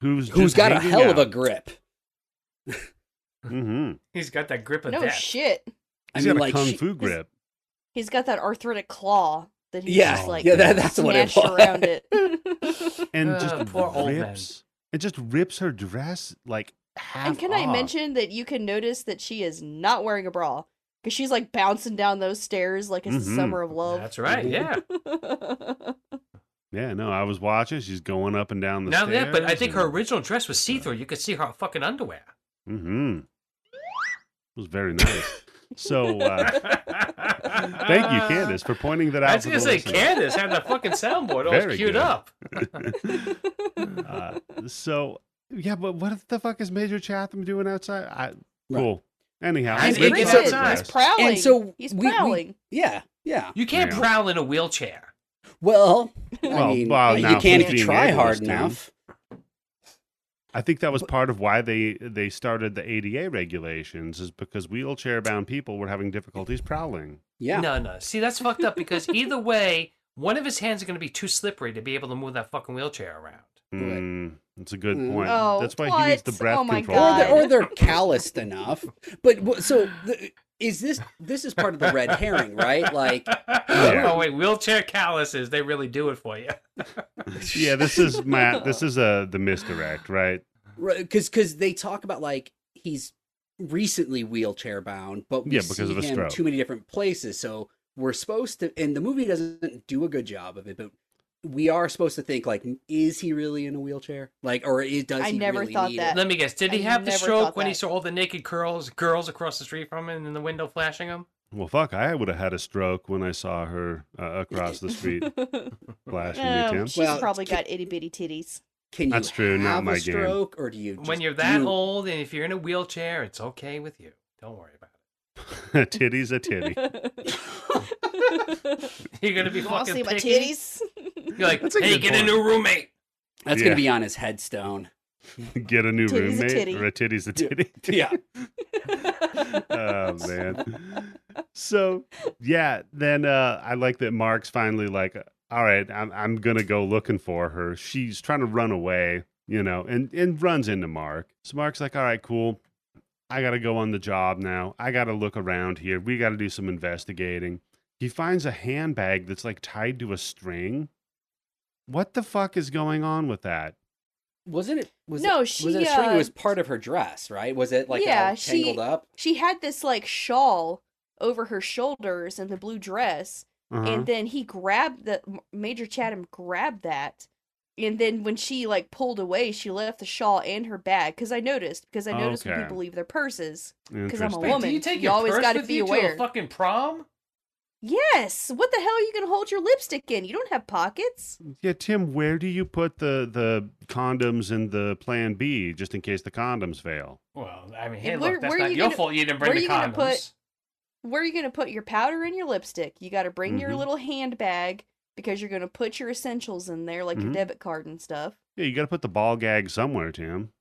Speaker 1: who's
Speaker 2: Who's
Speaker 1: just
Speaker 2: got a
Speaker 1: hanging
Speaker 2: hell of a
Speaker 1: out.
Speaker 2: grip.
Speaker 1: Mhm.
Speaker 3: He's got that grip of
Speaker 4: No
Speaker 3: death.
Speaker 4: shit.
Speaker 2: I
Speaker 1: He's
Speaker 2: mean,
Speaker 1: got a
Speaker 2: like
Speaker 1: kung
Speaker 2: she-
Speaker 1: fu grip.
Speaker 4: He's got that arthritic claw that he
Speaker 2: Yeah,
Speaker 4: just like
Speaker 2: yeah, that, that's what it
Speaker 4: smashed
Speaker 2: was.
Speaker 4: around it.
Speaker 1: and
Speaker 3: Ugh,
Speaker 1: just
Speaker 3: poor old man.
Speaker 1: rips it just rips her dress like half
Speaker 4: And can I
Speaker 1: off.
Speaker 4: mention that you can notice that she is not wearing a bra because she's like bouncing down those stairs like it's
Speaker 1: Mhm.
Speaker 4: the summer of love.
Speaker 3: That's right. Yeah.
Speaker 1: yeah no i was watching she's going up and down the
Speaker 3: now
Speaker 1: stairs
Speaker 3: yeah, but I think her
Speaker 1: and-
Speaker 3: original dress was see-through. You could see her fucking underwear.
Speaker 1: Mm-hmm. It was very nice. So uh, thank you, Candace, for pointing that out.
Speaker 3: I was
Speaker 1: to
Speaker 3: gonna
Speaker 1: the
Speaker 3: say
Speaker 1: listeners.
Speaker 3: Candace had the fucking soundboard all
Speaker 1: Very
Speaker 3: queued
Speaker 1: good.
Speaker 3: up.
Speaker 1: Uh, so yeah, but what the fuck is Major Chatham doing outside? I, Cool. Anyhow,
Speaker 3: He's
Speaker 1: lives
Speaker 3: naked
Speaker 1: off the
Speaker 3: outside.
Speaker 1: grass.
Speaker 4: He's prowling.
Speaker 2: And so
Speaker 4: he's
Speaker 2: we- we-
Speaker 4: prowling.
Speaker 2: Yeah, yeah.
Speaker 3: You can't
Speaker 1: Yeah.
Speaker 3: prowl in a wheelchair.
Speaker 2: Well, I
Speaker 1: Well,
Speaker 2: mean,
Speaker 1: well,
Speaker 2: you
Speaker 1: now
Speaker 2: can't if
Speaker 1: he's being
Speaker 2: you try
Speaker 1: able
Speaker 2: hard
Speaker 1: to.
Speaker 2: enough.
Speaker 1: I think that was part of why they they started the ADA regulations is because wheelchair bound people were having difficulties prowling.
Speaker 2: Yeah.
Speaker 3: No, no. See, that's fucked up because either way, one of his hands are going to be too slippery to be able to move that fucking wheelchair around.
Speaker 2: Right.
Speaker 1: Mm, that's a good
Speaker 2: Mm.
Speaker 1: point.
Speaker 4: Oh,
Speaker 1: That's why he needs the
Speaker 4: what?
Speaker 1: breath
Speaker 4: Oh my
Speaker 1: control.
Speaker 2: Or they're, or
Speaker 4: God.
Speaker 2: they're calloused enough. But w- so the, is this this is part of the red herring, right? Like
Speaker 3: Oh wait, wheelchair calluses, they really do it for you.
Speaker 1: yeah, this is Matt. This is uh, the misdirect, right?
Speaker 2: because because they talk about like he's recently wheelchair bound, but we
Speaker 1: Yeah, because
Speaker 2: see
Speaker 1: of a
Speaker 2: him
Speaker 1: stroke.
Speaker 2: too many different places. So we're supposed to, and the movie doesn't do a good job of it, but we are supposed to think like, is he really in a wheelchair? Like, or is, does
Speaker 4: I
Speaker 2: he
Speaker 4: never
Speaker 2: really
Speaker 4: thought
Speaker 2: need
Speaker 4: that.
Speaker 2: it?
Speaker 3: Let me guess, did he
Speaker 4: I
Speaker 3: have the
Speaker 4: never
Speaker 3: stroke
Speaker 4: thought
Speaker 3: when he
Speaker 4: that.
Speaker 3: saw all the naked curls girls across the street from him in the window flashing him?
Speaker 1: Well, fuck, I would have had a stroke when I saw her uh, across the street flashing me,
Speaker 4: Oh,
Speaker 1: Tim.
Speaker 4: Um, she's
Speaker 2: Well,
Speaker 4: probably
Speaker 2: can-
Speaker 4: got itty bitty titties.
Speaker 2: Can you
Speaker 1: That's true, not
Speaker 2: have
Speaker 1: my
Speaker 2: a
Speaker 1: game.
Speaker 2: stroke, or do you just,
Speaker 3: when you're that
Speaker 2: you-
Speaker 3: old and if you're in a wheelchair, it's okay with you. Don't worry about
Speaker 1: A titty's a titty.
Speaker 4: you
Speaker 3: it. You're gonna be
Speaker 4: want
Speaker 3: fucking
Speaker 4: to see my
Speaker 3: picky.
Speaker 4: titties?
Speaker 3: You're like,
Speaker 1: That's a
Speaker 3: hey,
Speaker 1: good
Speaker 3: get
Speaker 1: point.
Speaker 3: a new roommate.
Speaker 2: That's
Speaker 1: Yeah.
Speaker 2: gonna be on his headstone.
Speaker 1: Get a new
Speaker 4: Titty's a
Speaker 1: roommate
Speaker 4: titty.
Speaker 1: or a titty's a
Speaker 2: Yeah.
Speaker 1: titty.
Speaker 2: Yeah.
Speaker 1: oh man. So yeah, then uh, I like that Mark's finally like, uh, all right, I'm I'm gonna go looking for her. She's trying to run away, you know, and and runs into Mark. So Mark's like, all right, cool. I gotta go on the job now. I gotta look around here. We gotta do some investigating. He finds a handbag that's like tied to a string. What the fuck is going on with that?
Speaker 2: Wasn't it? Was
Speaker 4: No,
Speaker 2: it, Was it,
Speaker 4: she,
Speaker 2: a string? it
Speaker 4: uh,
Speaker 2: was part of her dress, right? Was it like
Speaker 4: Yeah,
Speaker 2: all tangled
Speaker 4: she-
Speaker 2: up?
Speaker 4: she had this like shawl over her shoulders and the blue dress,
Speaker 1: Uh-huh.
Speaker 4: and then he grabbed the M- Major Chatham grabbed that, and then when she like pulled away, she left the shawl and her bag because I noticed because I noticed when
Speaker 1: Okay.
Speaker 4: people leave their purses. I'm a
Speaker 1: Interesting.
Speaker 4: woman.
Speaker 3: do you take
Speaker 4: you
Speaker 3: your
Speaker 4: always
Speaker 3: purse
Speaker 4: gotta
Speaker 3: with
Speaker 4: be
Speaker 3: you to
Speaker 4: aware.
Speaker 3: a fucking prom?
Speaker 4: Yes, what the hell are you gonna hold your lipstick in? You don't have pockets.
Speaker 1: Yeah, Tim, where do you put the the condoms and the Plan B just in case the condoms fail?
Speaker 3: Well, I mean,
Speaker 4: And
Speaker 3: hey,
Speaker 4: where-
Speaker 3: look, that's
Speaker 4: where
Speaker 3: not
Speaker 4: you
Speaker 3: your
Speaker 4: gonna-
Speaker 3: fault. You didn't
Speaker 4: where
Speaker 3: bring the
Speaker 4: you gonna put-
Speaker 3: condoms.
Speaker 4: Where are you gonna put your powder and your lipstick? You got to bring your
Speaker 1: Mhm.
Speaker 4: little handbag because you're gonna put your essentials in there, like
Speaker 1: Mhm.
Speaker 4: your debit card and stuff.
Speaker 1: Yeah, you got to put the ball gag somewhere, Tim.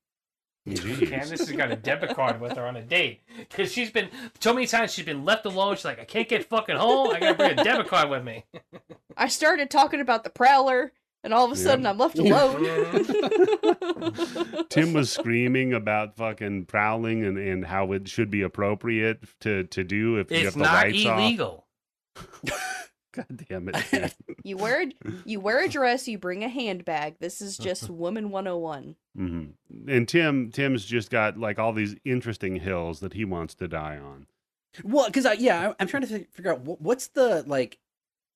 Speaker 1: Jeez.
Speaker 3: Candace has got a debit card with her on a date because she's been so many times she's been left alone. She's like, I can't get fucking home. I gotta bring a debit card with me.
Speaker 4: I started talking about the prowler, and all of a
Speaker 1: Yeah.
Speaker 4: sudden I'm left
Speaker 2: Yeah.
Speaker 4: alone.
Speaker 1: Tim was screaming about fucking prowling and, and how it should be appropriate to to do if you have
Speaker 3: It's
Speaker 1: the
Speaker 3: not
Speaker 1: lights off.
Speaker 3: illegal.
Speaker 1: God damn it! Tim.
Speaker 4: you wear a, you wear a dress, you bring a handbag. This is just woman 101.
Speaker 1: Mhm. And Tim Tim's just got like all these interesting hills that he wants to die on.
Speaker 2: Well, because I yeah, I, I'm trying to fig- figure out wh- what's the like,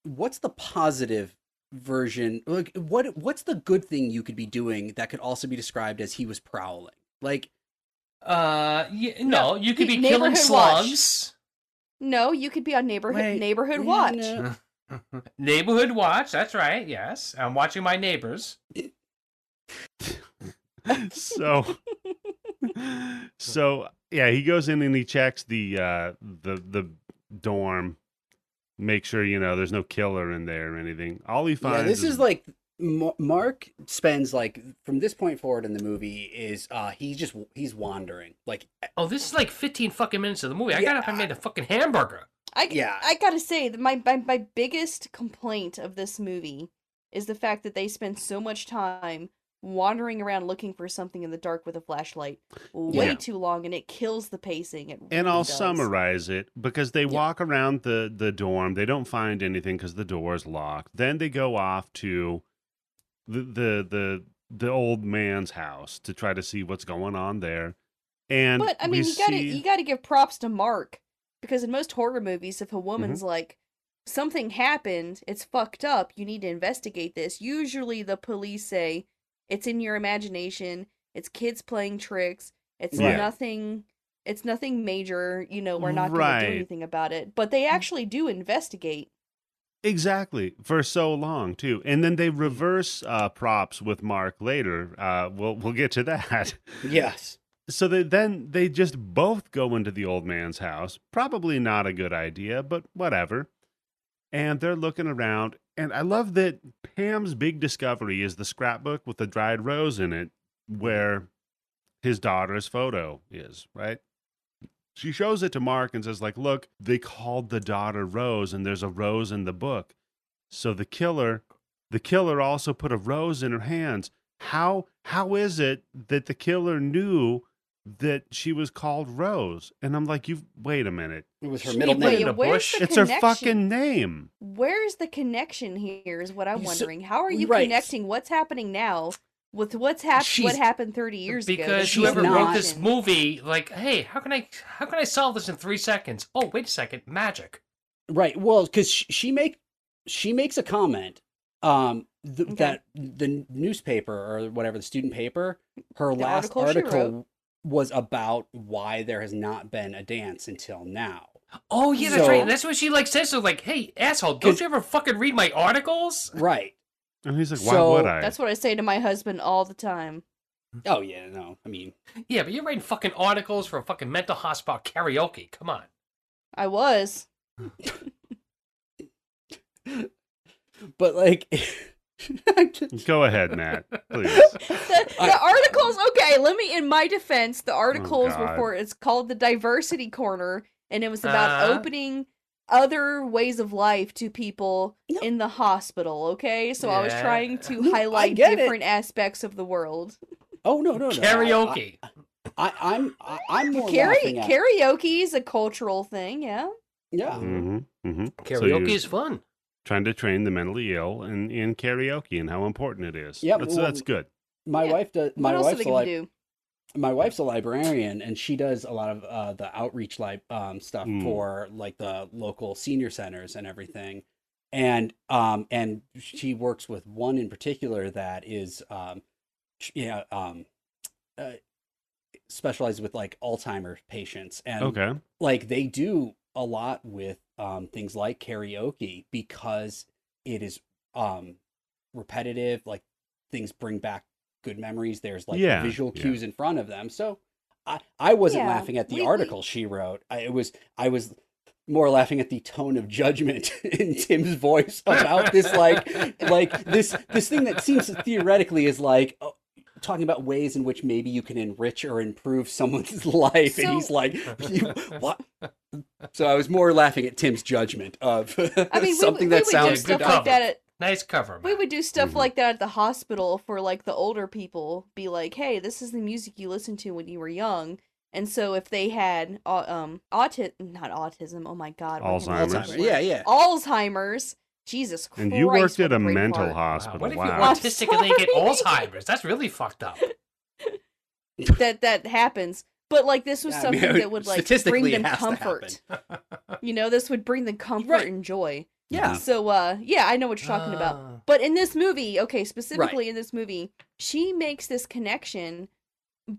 Speaker 2: what's the positive version? Like, what what's the good thing you could be doing that could also be described as he was prowling? Like,
Speaker 3: Uh, y no, you could be
Speaker 4: he-
Speaker 3: killing
Speaker 4: neighborhood watch.
Speaker 3: slugs.
Speaker 4: No, you could be on neighborhood
Speaker 2: Wait,
Speaker 4: neighborhood
Speaker 2: yeah,
Speaker 4: watch.
Speaker 2: no.
Speaker 3: Neighborhood watch. That's right. Yes, I'm watching my neighbors.
Speaker 1: so so yeah he goes in and he checks the uh the the dorm make sure you know there's no killer in there or anything all he finds
Speaker 2: yeah, this is like Ma- Mark spends like from this point forward in the movie is uh he just he's wandering like eh,
Speaker 3: Oh, this is like 15 fucking minutes of the movie. I
Speaker 2: Yeah.
Speaker 3: got up and made a fucking hamburger.
Speaker 4: I,
Speaker 2: Yeah.
Speaker 4: I gotta say that my, my my biggest complaint of this movie is the fact that they spend so much time wandering around looking for something in the dark with a flashlight way
Speaker 1: Yeah.
Speaker 4: too long and it kills the pacing it
Speaker 1: and
Speaker 4: really
Speaker 1: I'll
Speaker 4: does.
Speaker 1: summarize it because they walk around the the dorm. They don't find anything because the door is locked. Then they go off to the, the the the old man's house to try to see what's going on there. And
Speaker 4: But I
Speaker 1: we
Speaker 4: mean, you gotta
Speaker 1: see-
Speaker 4: you gotta give props to Mark because in most horror movies, if a
Speaker 1: Mm-hmm.
Speaker 4: woman's like something happened, it's fucked up. You need to investigate this. Usually, the police say it's in your imagination. It's kids playing tricks. It's
Speaker 1: Right.
Speaker 4: nothing. It's nothing major. You know, we're not going to
Speaker 1: Right. Mm.
Speaker 4: do anything about it. But they actually do investigate.
Speaker 1: Exactly for so long too, and then they reverse uh, props with Mark later. Uh, we'll we'll get to that.
Speaker 2: Yes.
Speaker 1: So they, then they just both go into the old man's house. Probably not a good idea, but whatever. And they're looking around, and I love that Pam's big discovery is the scrapbook with the dried rose in it, where his daughter's photo is. Right? She shows it to Mark and says, "Like, look, they called the daughter Rose, and there's a rose in the book. So the killer, the killer also put a rose in her hands." How how is it that the killer knew that she was called Rose. And I'm like, you wait a minute.
Speaker 2: It was her
Speaker 4: She-
Speaker 2: middle
Speaker 3: wait,
Speaker 2: name.
Speaker 3: in a
Speaker 4: where's
Speaker 3: bush.
Speaker 4: the
Speaker 1: it's her
Speaker 4: connection?
Speaker 1: fucking name.
Speaker 4: Where's the connection here? Is what I'm
Speaker 2: You s-
Speaker 4: wondering. How are you
Speaker 2: right.
Speaker 4: connecting what's happening now with what's happened? What
Speaker 3: She's-
Speaker 4: happened 30 years ago?
Speaker 3: because
Speaker 4: That's
Speaker 2: she's
Speaker 3: whoever
Speaker 4: not-
Speaker 3: wrote this
Speaker 4: connection.
Speaker 3: movie, like, hey, how can I how can I solve this in three seconds? Oh, wait a second, magic.
Speaker 2: Right. Well, because she make she makes a comment um th-
Speaker 4: Okay.
Speaker 2: that the newspaper or whatever the student paper her
Speaker 4: The
Speaker 2: last
Speaker 4: article she
Speaker 2: article,
Speaker 4: wrote.
Speaker 2: was about why there has not been a dance until now.
Speaker 3: Oh yeah, that's
Speaker 2: So-
Speaker 3: right. That's what she like says. So like, hey, asshole, don't
Speaker 2: Cause-
Speaker 3: you ever fucking read my articles?
Speaker 2: Right.
Speaker 1: And he's like, why
Speaker 2: So-
Speaker 1: would I?
Speaker 4: That's what I say to my husband all the time.
Speaker 2: Oh yeah. No. I mean.
Speaker 3: Yeah, but you're writing fucking articles for a fucking mental hospital karaoke. Come on.
Speaker 4: I was.
Speaker 2: But like. I just-
Speaker 1: Go ahead, Matt. Please.
Speaker 4: The,
Speaker 2: I-
Speaker 4: the articles, okay, let me, in my defense,
Speaker 3: Oh,
Speaker 4: the articles were
Speaker 1: God.
Speaker 4: for, it's called the Diversity Corner, and it was about
Speaker 3: Uh-huh.
Speaker 4: opening other ways of life to people
Speaker 2: No.
Speaker 4: in the hospital, okay? So I was
Speaker 3: Yeah.
Speaker 4: trying to
Speaker 2: No, I
Speaker 4: highlight
Speaker 2: get it.
Speaker 4: different aspects of the world.
Speaker 2: oh no no no.
Speaker 3: karaoke.
Speaker 2: I, I, am I, I'm more
Speaker 4: Karaoke,
Speaker 2: laughing at-
Speaker 4: karaoke is a cultural thing, yeah?
Speaker 2: yeah.
Speaker 1: hmm hmm So
Speaker 3: Karaoke
Speaker 1: you-
Speaker 3: is fun.
Speaker 1: Trying to train the mentally ill in, in karaoke and how important it is.
Speaker 2: Yeah,
Speaker 1: That's,
Speaker 2: well-
Speaker 1: that's good.
Speaker 2: My
Speaker 4: Yeah.
Speaker 2: wife does. My
Speaker 4: what else are
Speaker 2: wife's
Speaker 4: they
Speaker 2: a
Speaker 4: going
Speaker 2: li-
Speaker 4: to do?
Speaker 2: my wife's a librarian and she does a lot of uh, the outreach like um, stuff
Speaker 1: Mm.
Speaker 2: for like the local senior centers and everything and um and she works with one in particular that is um sh- yeah um uh, specialized with like alzheimer's patients and
Speaker 1: Okay.
Speaker 2: like they do a lot with um, things like karaoke because it is um, repetitive. Like things bring back good memories. There's like
Speaker 1: Yeah,
Speaker 2: visual
Speaker 1: yeah.
Speaker 2: cues in front of them. So I, I wasn't
Speaker 4: Yeah,
Speaker 2: laughing at the
Speaker 4: we- we-
Speaker 2: article she wrote. I, it was I was more laughing at the tone of judgment in Tim's voice about this like like this this thing that seems theoretically is like oh, talking about ways in which maybe you can enrich or improve someone's life and he's
Speaker 4: So-
Speaker 2: like you, what so i was more laughing at tim's judgment of
Speaker 4: I mean, we,
Speaker 2: something that
Speaker 4: would- we would do
Speaker 2: sounds
Speaker 4: stuff
Speaker 3: good
Speaker 4: like
Speaker 3: cover.
Speaker 4: that at,
Speaker 3: Nice cover.
Speaker 4: We
Speaker 3: Matt.
Speaker 4: would do stuff
Speaker 2: Mm-hmm.
Speaker 1: Mhm.
Speaker 4: like that at the hospital for like the older people. Be like, hey, this is the music you listened to when you were young. And so if they had au- um autism, not autism. Oh my god, what kind of
Speaker 1: Alzheimer's.
Speaker 4: mental
Speaker 2: Alzheimer's.
Speaker 4: illness?
Speaker 2: yeah yeah
Speaker 4: Alzheimer's. Jesus Christ.
Speaker 1: And you worked
Speaker 4: what
Speaker 1: at a
Speaker 4: brain
Speaker 1: mental
Speaker 4: fart.
Speaker 1: hospital.
Speaker 3: What if
Speaker 1: Wow.
Speaker 3: you're
Speaker 4: I'm
Speaker 3: autistic and they get
Speaker 4: sorry.
Speaker 3: Alzheimer's? That's really fucked up.
Speaker 4: That that happens. But like this was
Speaker 2: Yeah, I mean,
Speaker 4: something that would like bring
Speaker 2: statistically, it
Speaker 4: them
Speaker 2: has to
Speaker 4: comfort. You know, this would bring them comfort
Speaker 2: Right.
Speaker 4: and joy.
Speaker 2: yeah
Speaker 4: So uh yeah, I know what you're talking about.
Speaker 1: Oh.
Speaker 4: But in this movie, okay, specifically in this movie, she makes this connection,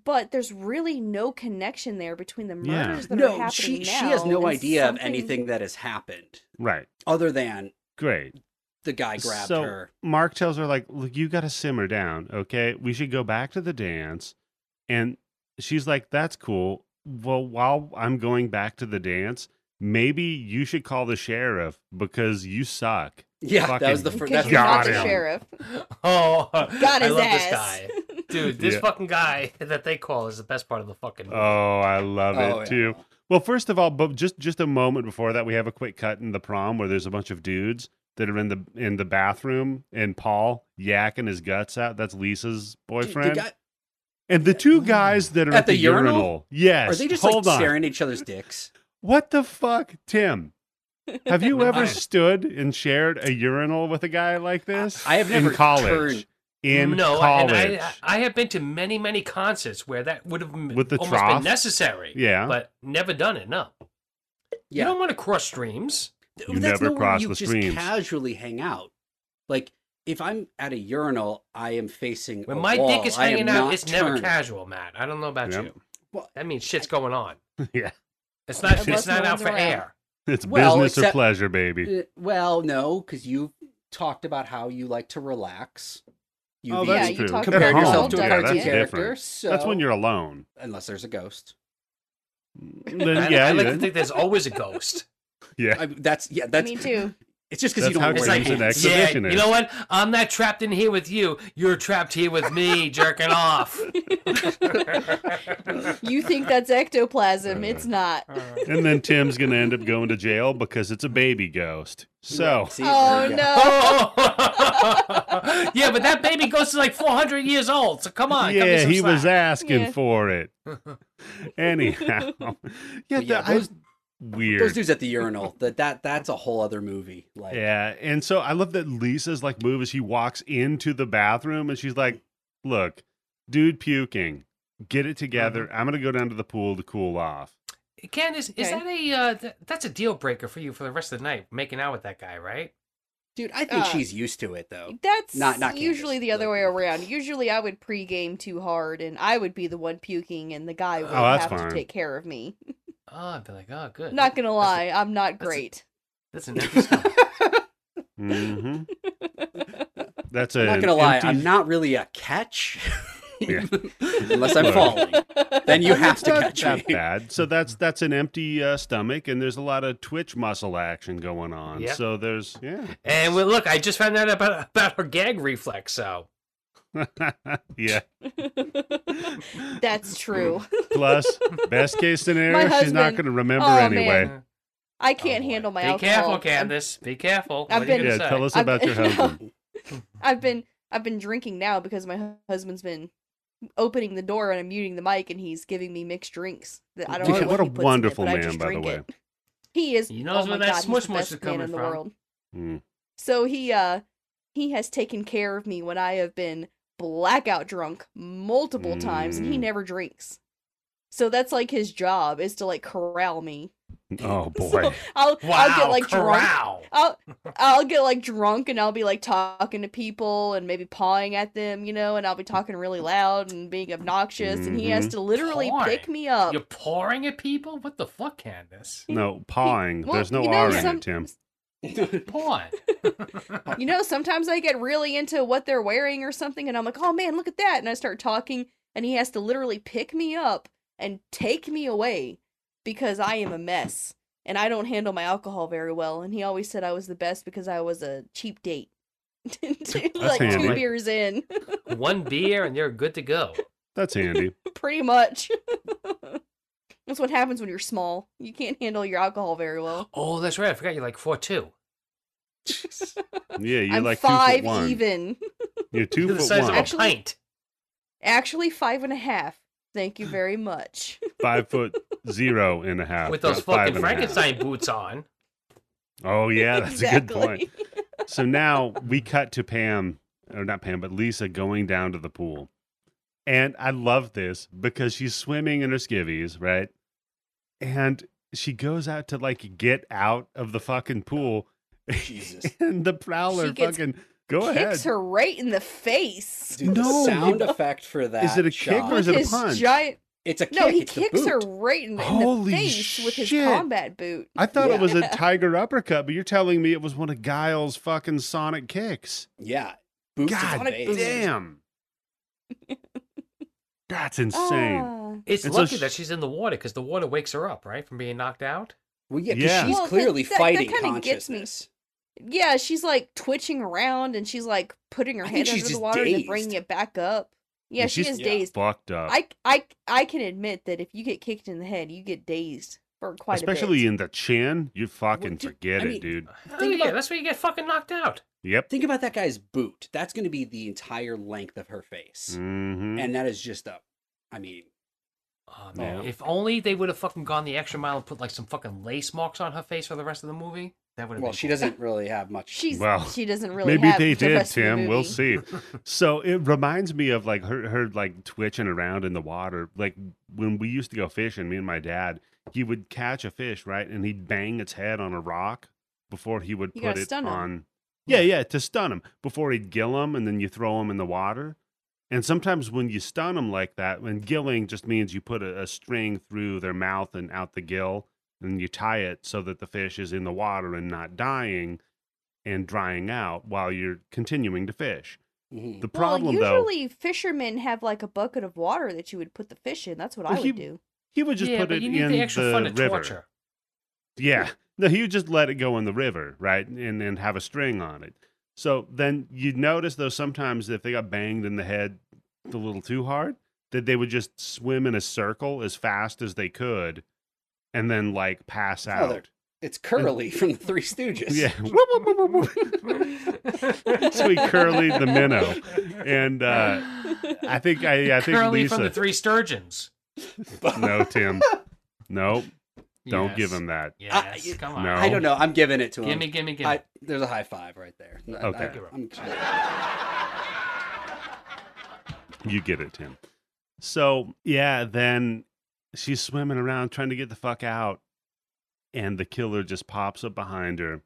Speaker 4: but there's really no connection there between the
Speaker 1: Yeah.
Speaker 4: murders that are
Speaker 2: no
Speaker 4: happening
Speaker 2: she
Speaker 4: now.
Speaker 2: she has no
Speaker 4: and
Speaker 2: idea of
Speaker 4: something-
Speaker 2: anything that has happened
Speaker 1: Right.
Speaker 2: other than
Speaker 1: Great.
Speaker 2: the guy grabbed
Speaker 1: So-
Speaker 2: her
Speaker 1: Mark tells her, like, look, you got to simmer down. Okay. We should go back to the dance. And she's like, that's cool. Well, while I'm going back to the dance, maybe you should call the sheriff because you suck.
Speaker 2: yeah that was
Speaker 1: fucking
Speaker 2: the first
Speaker 4: Because
Speaker 2: that's
Speaker 4: you're not
Speaker 1: Got
Speaker 4: the
Speaker 1: him.
Speaker 4: sheriff.
Speaker 3: Oh,
Speaker 4: Got
Speaker 3: I
Speaker 4: his
Speaker 3: love this
Speaker 4: ass.
Speaker 3: guy. Dude, this
Speaker 1: Yeah.
Speaker 3: fucking guy that they call is the best part of the fucking movie.
Speaker 1: Oh, I love it
Speaker 2: Oh, yeah.
Speaker 1: too. Well, first of all, but just just a moment before that, we have a quick cut in the prom where there's a bunch of dudes that are in the in the bathroom, and Paul yakking his guts out. That's Lisa's
Speaker 2: Dude, the
Speaker 1: boyfriend,
Speaker 2: guy-
Speaker 1: and the two guys that are at,
Speaker 2: At the urinal?
Speaker 1: Yes,
Speaker 2: are they just
Speaker 1: hold
Speaker 2: like
Speaker 1: on.
Speaker 2: staring at each other's dicks
Speaker 1: What the fuck, Tim? Have you ever
Speaker 3: I-
Speaker 1: stood and shared a urinal with a guy like this?
Speaker 2: I have never
Speaker 1: in college.
Speaker 2: turned-
Speaker 1: In
Speaker 3: no,
Speaker 1: college,
Speaker 3: and I, I have been to many, many concerts where that would have been-
Speaker 1: With the
Speaker 3: almost
Speaker 1: trough?
Speaker 3: been necessary.
Speaker 1: yeah.
Speaker 3: But never done it, no. You
Speaker 2: yeah
Speaker 3: don't want to cross streams.
Speaker 1: You
Speaker 2: that's
Speaker 1: never
Speaker 2: nowhere
Speaker 1: cross
Speaker 2: you
Speaker 1: the
Speaker 2: just
Speaker 1: streams.
Speaker 2: casually hang out. Like if I'm at a urinal, I am facing
Speaker 3: When
Speaker 2: a
Speaker 3: my
Speaker 2: wall.
Speaker 3: dick is
Speaker 2: Oh, I am
Speaker 3: hanging out,
Speaker 2: not
Speaker 3: it's never
Speaker 2: turned.
Speaker 3: casual, Matt. I don't know about
Speaker 1: Yep.
Speaker 3: you. That means shit's going on.
Speaker 1: Yeah.
Speaker 3: It's not.
Speaker 1: Unless
Speaker 3: It's
Speaker 4: no
Speaker 3: not out
Speaker 4: one's
Speaker 3: for
Speaker 4: around.
Speaker 3: air.
Speaker 1: It's
Speaker 2: Well,
Speaker 1: business or
Speaker 2: except-
Speaker 1: pleasure, baby.
Speaker 2: Uh, Well, no, because you talked about how you like to relax. You
Speaker 1: Oh,
Speaker 2: be-
Speaker 1: that's
Speaker 4: Yeah, you
Speaker 1: true.
Speaker 4: talk
Speaker 2: compared
Speaker 4: about
Speaker 2: yourself
Speaker 4: home.
Speaker 2: to a
Speaker 4: Yeah,
Speaker 2: cartoon
Speaker 4: that's
Speaker 2: character.
Speaker 1: different.
Speaker 2: So,
Speaker 1: That's when you're alone.
Speaker 2: unless there's a ghost.
Speaker 1: Then,
Speaker 3: I,
Speaker 1: yeah,
Speaker 3: I like
Speaker 1: yeah,
Speaker 3: to think there's always a ghost.
Speaker 1: yeah.
Speaker 2: I, that's yeah. That's
Speaker 4: Me too.
Speaker 2: It's just because you
Speaker 1: That's
Speaker 2: don't
Speaker 1: how
Speaker 2: wear
Speaker 1: it
Speaker 3: It's
Speaker 1: Where
Speaker 3: like,
Speaker 1: he's an ex-
Speaker 2: pants.
Speaker 3: yeah,
Speaker 1: exhibitionist.
Speaker 3: you know what? I'm not trapped in here with you. You're trapped here with me, jerking off. Oh,
Speaker 4: You think that's ectoplasm?
Speaker 1: Uh.
Speaker 4: It's not.
Speaker 1: And then Tim's gonna end up going to jail because it's a baby ghost. So
Speaker 2: See, there
Speaker 4: Oh
Speaker 2: you go.
Speaker 4: no.
Speaker 3: Oh! yeah, but that baby ghost is like 400 years old. So come on. cut me
Speaker 1: yeah,
Speaker 3: some
Speaker 1: he was
Speaker 3: slack.
Speaker 1: asking
Speaker 4: Yeah.
Speaker 1: for it. Anyhow, yeah,
Speaker 2: But yeah,
Speaker 1: that was
Speaker 2: those-
Speaker 1: weird.
Speaker 2: Those dudes at the urinal. That that that's a whole other movie. Like
Speaker 1: Yeah, and so I love that Lisa's like move as she walks into the bathroom and she's like, "Look, dude, puking. Get it together.
Speaker 2: Mm-hmm.
Speaker 1: I'm gonna go down to the pool to cool off."
Speaker 3: Candace, is
Speaker 4: Okay.
Speaker 3: that a uh, th- that's a deal breaker for you for the rest of the night? Making out with that guy, right?
Speaker 2: dude, I think
Speaker 4: Uh,
Speaker 2: she's used to it though.
Speaker 4: That's
Speaker 2: Not- not
Speaker 4: usually
Speaker 2: Candace,
Speaker 4: the other
Speaker 2: like-
Speaker 4: way around. Usually I would pregame too hard and I would be the one puking and the guy would
Speaker 1: Oh, that's
Speaker 4: have
Speaker 1: fine.
Speaker 4: to take care of me.
Speaker 3: Oh, I'd be like, oh, good.
Speaker 4: Not gonna lie, I'm not
Speaker 3: that's a-
Speaker 4: great.
Speaker 3: That's an empty stomach.
Speaker 1: hmm That's a.
Speaker 2: I'm not gonna lie, I'm not really a catch.
Speaker 1: Yeah.
Speaker 2: Unless I'm
Speaker 1: Look.
Speaker 2: falling. Then you have to
Speaker 1: Not
Speaker 2: catch
Speaker 1: that
Speaker 2: me.
Speaker 1: bad. So that's that's an empty uh, stomach, and there's a lot of twitch muscle action going on.
Speaker 3: Yep.
Speaker 1: So there's yeah,
Speaker 3: And well, look, I just found out about about her gag reflex. So
Speaker 1: yeah.
Speaker 4: That's true.
Speaker 1: Plus, best case scenario,
Speaker 4: My
Speaker 1: she's not
Speaker 4: husband-
Speaker 1: going to remember
Speaker 4: Oh,
Speaker 1: anyway.
Speaker 4: man. I can't
Speaker 3: Oh, boy.
Speaker 4: handle my
Speaker 3: Be
Speaker 4: alcohol.
Speaker 3: careful,
Speaker 4: I'm-
Speaker 3: Candace. Be careful.
Speaker 4: I've
Speaker 3: what are you
Speaker 4: been-
Speaker 1: Yeah,
Speaker 3: gonna
Speaker 1: tell
Speaker 3: say?
Speaker 1: us about your
Speaker 4: I've-
Speaker 1: husband.
Speaker 4: I've been I've been drinking now because my hu- husband's been opening the door and I'm muting the mic and he's giving me mixed drinks that I don't
Speaker 1: Yeah,
Speaker 4: know
Speaker 1: what
Speaker 4: what,
Speaker 1: a
Speaker 4: he puts in it,
Speaker 1: wonderful
Speaker 4: but I
Speaker 1: man,
Speaker 4: just
Speaker 1: by the
Speaker 4: drink
Speaker 1: way.
Speaker 4: it. He is
Speaker 3: He knows
Speaker 4: oh
Speaker 3: where
Speaker 4: my
Speaker 3: that
Speaker 4: God, he's
Speaker 3: smush
Speaker 4: the
Speaker 3: must
Speaker 4: best
Speaker 3: is
Speaker 4: man
Speaker 3: coming
Speaker 4: in the
Speaker 3: from.
Speaker 4: world.
Speaker 1: Mm.
Speaker 4: So he uh he has taken care of me when I have been blackout drunk multiple times and he
Speaker 1: Mm.
Speaker 4: never drinks. So that's like his job is to like corral me.
Speaker 1: Oh boy.
Speaker 4: So I'll
Speaker 3: Wow,
Speaker 4: I'll get like drunk
Speaker 3: corral.
Speaker 4: I'll I'll get like drunk and I'll be like talking to people and maybe pawing at them, you know, and I'll be talking really loud and being obnoxious and he has
Speaker 1: Mhm.
Speaker 4: to literally pick
Speaker 3: Pawing.
Speaker 4: me up.
Speaker 3: Mm-hmm. You're pouring at people? What the fuck, Candace?
Speaker 1: No, pawing.
Speaker 4: Well,
Speaker 1: There's no
Speaker 4: you know,
Speaker 1: R in
Speaker 4: some-
Speaker 1: it, Tim.
Speaker 3: Porn.
Speaker 4: You know, sometimes I get really into what they're wearing or something and I'm like, "Oh man, look at that." And I start talking and he has to literally pick me up and take me away because I am a mess and I don't handle my alcohol very well and he always said I was the best because I was a cheap date. like two
Speaker 1: handy.
Speaker 4: beers in,
Speaker 3: One beer and you're good to go.
Speaker 1: That's handy.
Speaker 4: pretty much. That's what happens when you're small. You can't handle your alcohol very well.
Speaker 3: Oh, that's right. I forgot you're like four two.
Speaker 1: Yeah, you're
Speaker 4: I'm
Speaker 1: like two
Speaker 4: five
Speaker 1: foot one.
Speaker 4: even.
Speaker 1: You're two
Speaker 3: You're the
Speaker 1: foot
Speaker 3: size
Speaker 1: one,
Speaker 3: of a
Speaker 4: Actually-
Speaker 3: pint.
Speaker 4: Actually, five and a half. Thank you very much.
Speaker 1: five foot zero and a half.
Speaker 3: with those
Speaker 1: not five
Speaker 3: fucking
Speaker 1: and a half.
Speaker 3: Frankenstein boots on.
Speaker 1: Oh yeah, that's a
Speaker 4: exactly.
Speaker 1: good point. So now we cut to Pam, or not Pam, but Lisa going down to the pool, and I love this because she's swimming in her skivvies, right? And she goes out to like get out of the fucking pool,
Speaker 2: Jesus.
Speaker 1: and the prowler
Speaker 4: She gets-
Speaker 1: fucking go ahead.
Speaker 4: Kicks her right in the face.
Speaker 2: Dude,
Speaker 1: No,
Speaker 2: the sound
Speaker 1: it-
Speaker 2: effect for that.
Speaker 1: it a kick
Speaker 2: shot.
Speaker 1: or is it a
Speaker 4: his
Speaker 1: punch?
Speaker 4: giant.
Speaker 2: It's a kick.
Speaker 4: No, he
Speaker 2: it's the
Speaker 4: kicks her
Speaker 2: boot.
Speaker 4: right in the, in the
Speaker 1: Holy
Speaker 4: face with his
Speaker 1: shit.
Speaker 4: combat boot.
Speaker 1: I thought it
Speaker 2: Yeah.
Speaker 1: was a tiger uppercut, but you're telling me it was one of Guile's fucking sonic kicks.
Speaker 2: Yeah. Boot to the
Speaker 1: God
Speaker 4: Sonic
Speaker 2: face.
Speaker 4: boot.
Speaker 1: damn. That's insane.
Speaker 4: Ah.
Speaker 3: It's
Speaker 1: And so
Speaker 3: lucky
Speaker 1: sh-
Speaker 3: that she's in the water because the water wakes her up, right, from being knocked out.
Speaker 2: Well, yeah, 'cause
Speaker 1: Yeah.
Speaker 2: she's
Speaker 4: Well, that-
Speaker 2: clearly
Speaker 4: that- that
Speaker 2: fighting
Speaker 4: kinda gets me.
Speaker 2: consciousness.
Speaker 4: Yeah, she's like twitching around and she's like putting her
Speaker 2: I
Speaker 4: head
Speaker 2: think she's
Speaker 4: under the
Speaker 2: just
Speaker 4: water and then
Speaker 2: dazed.
Speaker 4: bringing it back up. Yeah, she
Speaker 1: she's-
Speaker 4: is
Speaker 2: yeah.
Speaker 4: dazed.
Speaker 1: Fucked up.
Speaker 4: Ah. I, I, I can admit that if you get kicked in the head, you get dazed for quite
Speaker 1: Especially
Speaker 4: a bit.
Speaker 1: in the chin, you fucking
Speaker 2: Well, dude,
Speaker 1: forget
Speaker 2: I
Speaker 1: it,
Speaker 2: mean-
Speaker 1: dude.
Speaker 3: Oh, yeah,
Speaker 2: about-
Speaker 3: that's where you get fucking knocked out.
Speaker 1: Yep.
Speaker 2: Think about that guy's boot. That's going to be the entire length of her face.
Speaker 1: hmm
Speaker 2: And that is just a, I mean,
Speaker 3: Oh, man.
Speaker 1: Yeah.
Speaker 3: If only they would have fucking gone the extra mile and put like some fucking lace marks on her face for the rest of the movie. That would have
Speaker 2: well,
Speaker 3: been
Speaker 2: she
Speaker 3: cool.
Speaker 2: doesn't really have much.
Speaker 4: She's
Speaker 1: Well,
Speaker 4: she doesn't really.
Speaker 1: Maybe
Speaker 4: have
Speaker 1: they
Speaker 4: the
Speaker 1: did,
Speaker 4: rest of the
Speaker 1: Tim. We'll
Speaker 4: movie.
Speaker 1: see. So it reminds me of like her, her like twitching around in the water. Like when we used to go fishing, me and my dad, he would catch a fish, right? And he'd bang its head on a rock before he would
Speaker 4: You
Speaker 1: put
Speaker 4: gotta
Speaker 1: it
Speaker 4: stun 'em.
Speaker 1: on. Yeah, yeah, to stun him before he'd gill him and then you throw him in the water. And sometimes when you stun them like that, when gilling just means you put a, a string through their mouth and out the gill, and you tie it so that the fish is in the water and not dying and drying out while you're continuing to fish.
Speaker 2: Mhm.
Speaker 1: The problem,
Speaker 4: well,
Speaker 1: though,
Speaker 4: usually fishermen have like a bucket of water that you would put the fish in. That's what I
Speaker 1: Well,
Speaker 4: would
Speaker 1: he-
Speaker 4: do.
Speaker 1: he would just
Speaker 3: yeah,
Speaker 1: put
Speaker 3: but
Speaker 1: it
Speaker 3: you need
Speaker 1: in
Speaker 3: the extra fun of
Speaker 1: river.
Speaker 3: torture.
Speaker 1: Yeah. No, he would just let it go in the river, right? And and have a string on it. So then you'd notice though sometimes if they got banged in the head a little too hard, that they would just swim in a circle as fast as they could and then like pass
Speaker 2: Oh,
Speaker 1: out.
Speaker 2: they're- It's Curly from the Three Stooges.
Speaker 1: yeah. Whoop, whoop, whoop, whoop, whoop. so he curly the minnow. And uh I think I I think
Speaker 3: curly
Speaker 1: Lisa
Speaker 3: from the three sturgeons.
Speaker 1: No, Tim. Nope. Don't give
Speaker 3: Yes.
Speaker 1: him that.
Speaker 3: Yes,
Speaker 2: I-
Speaker 3: come on.
Speaker 1: No.
Speaker 2: I don't know. I'm giving it to him.
Speaker 3: Gimme, gimme, gimme.
Speaker 2: I, there's a high five right there. I- I-
Speaker 1: Okay.
Speaker 2: I'm-
Speaker 1: You get it, Tim. So yeah, then she's swimming around trying to get the fuck out, and the killer just pops up behind her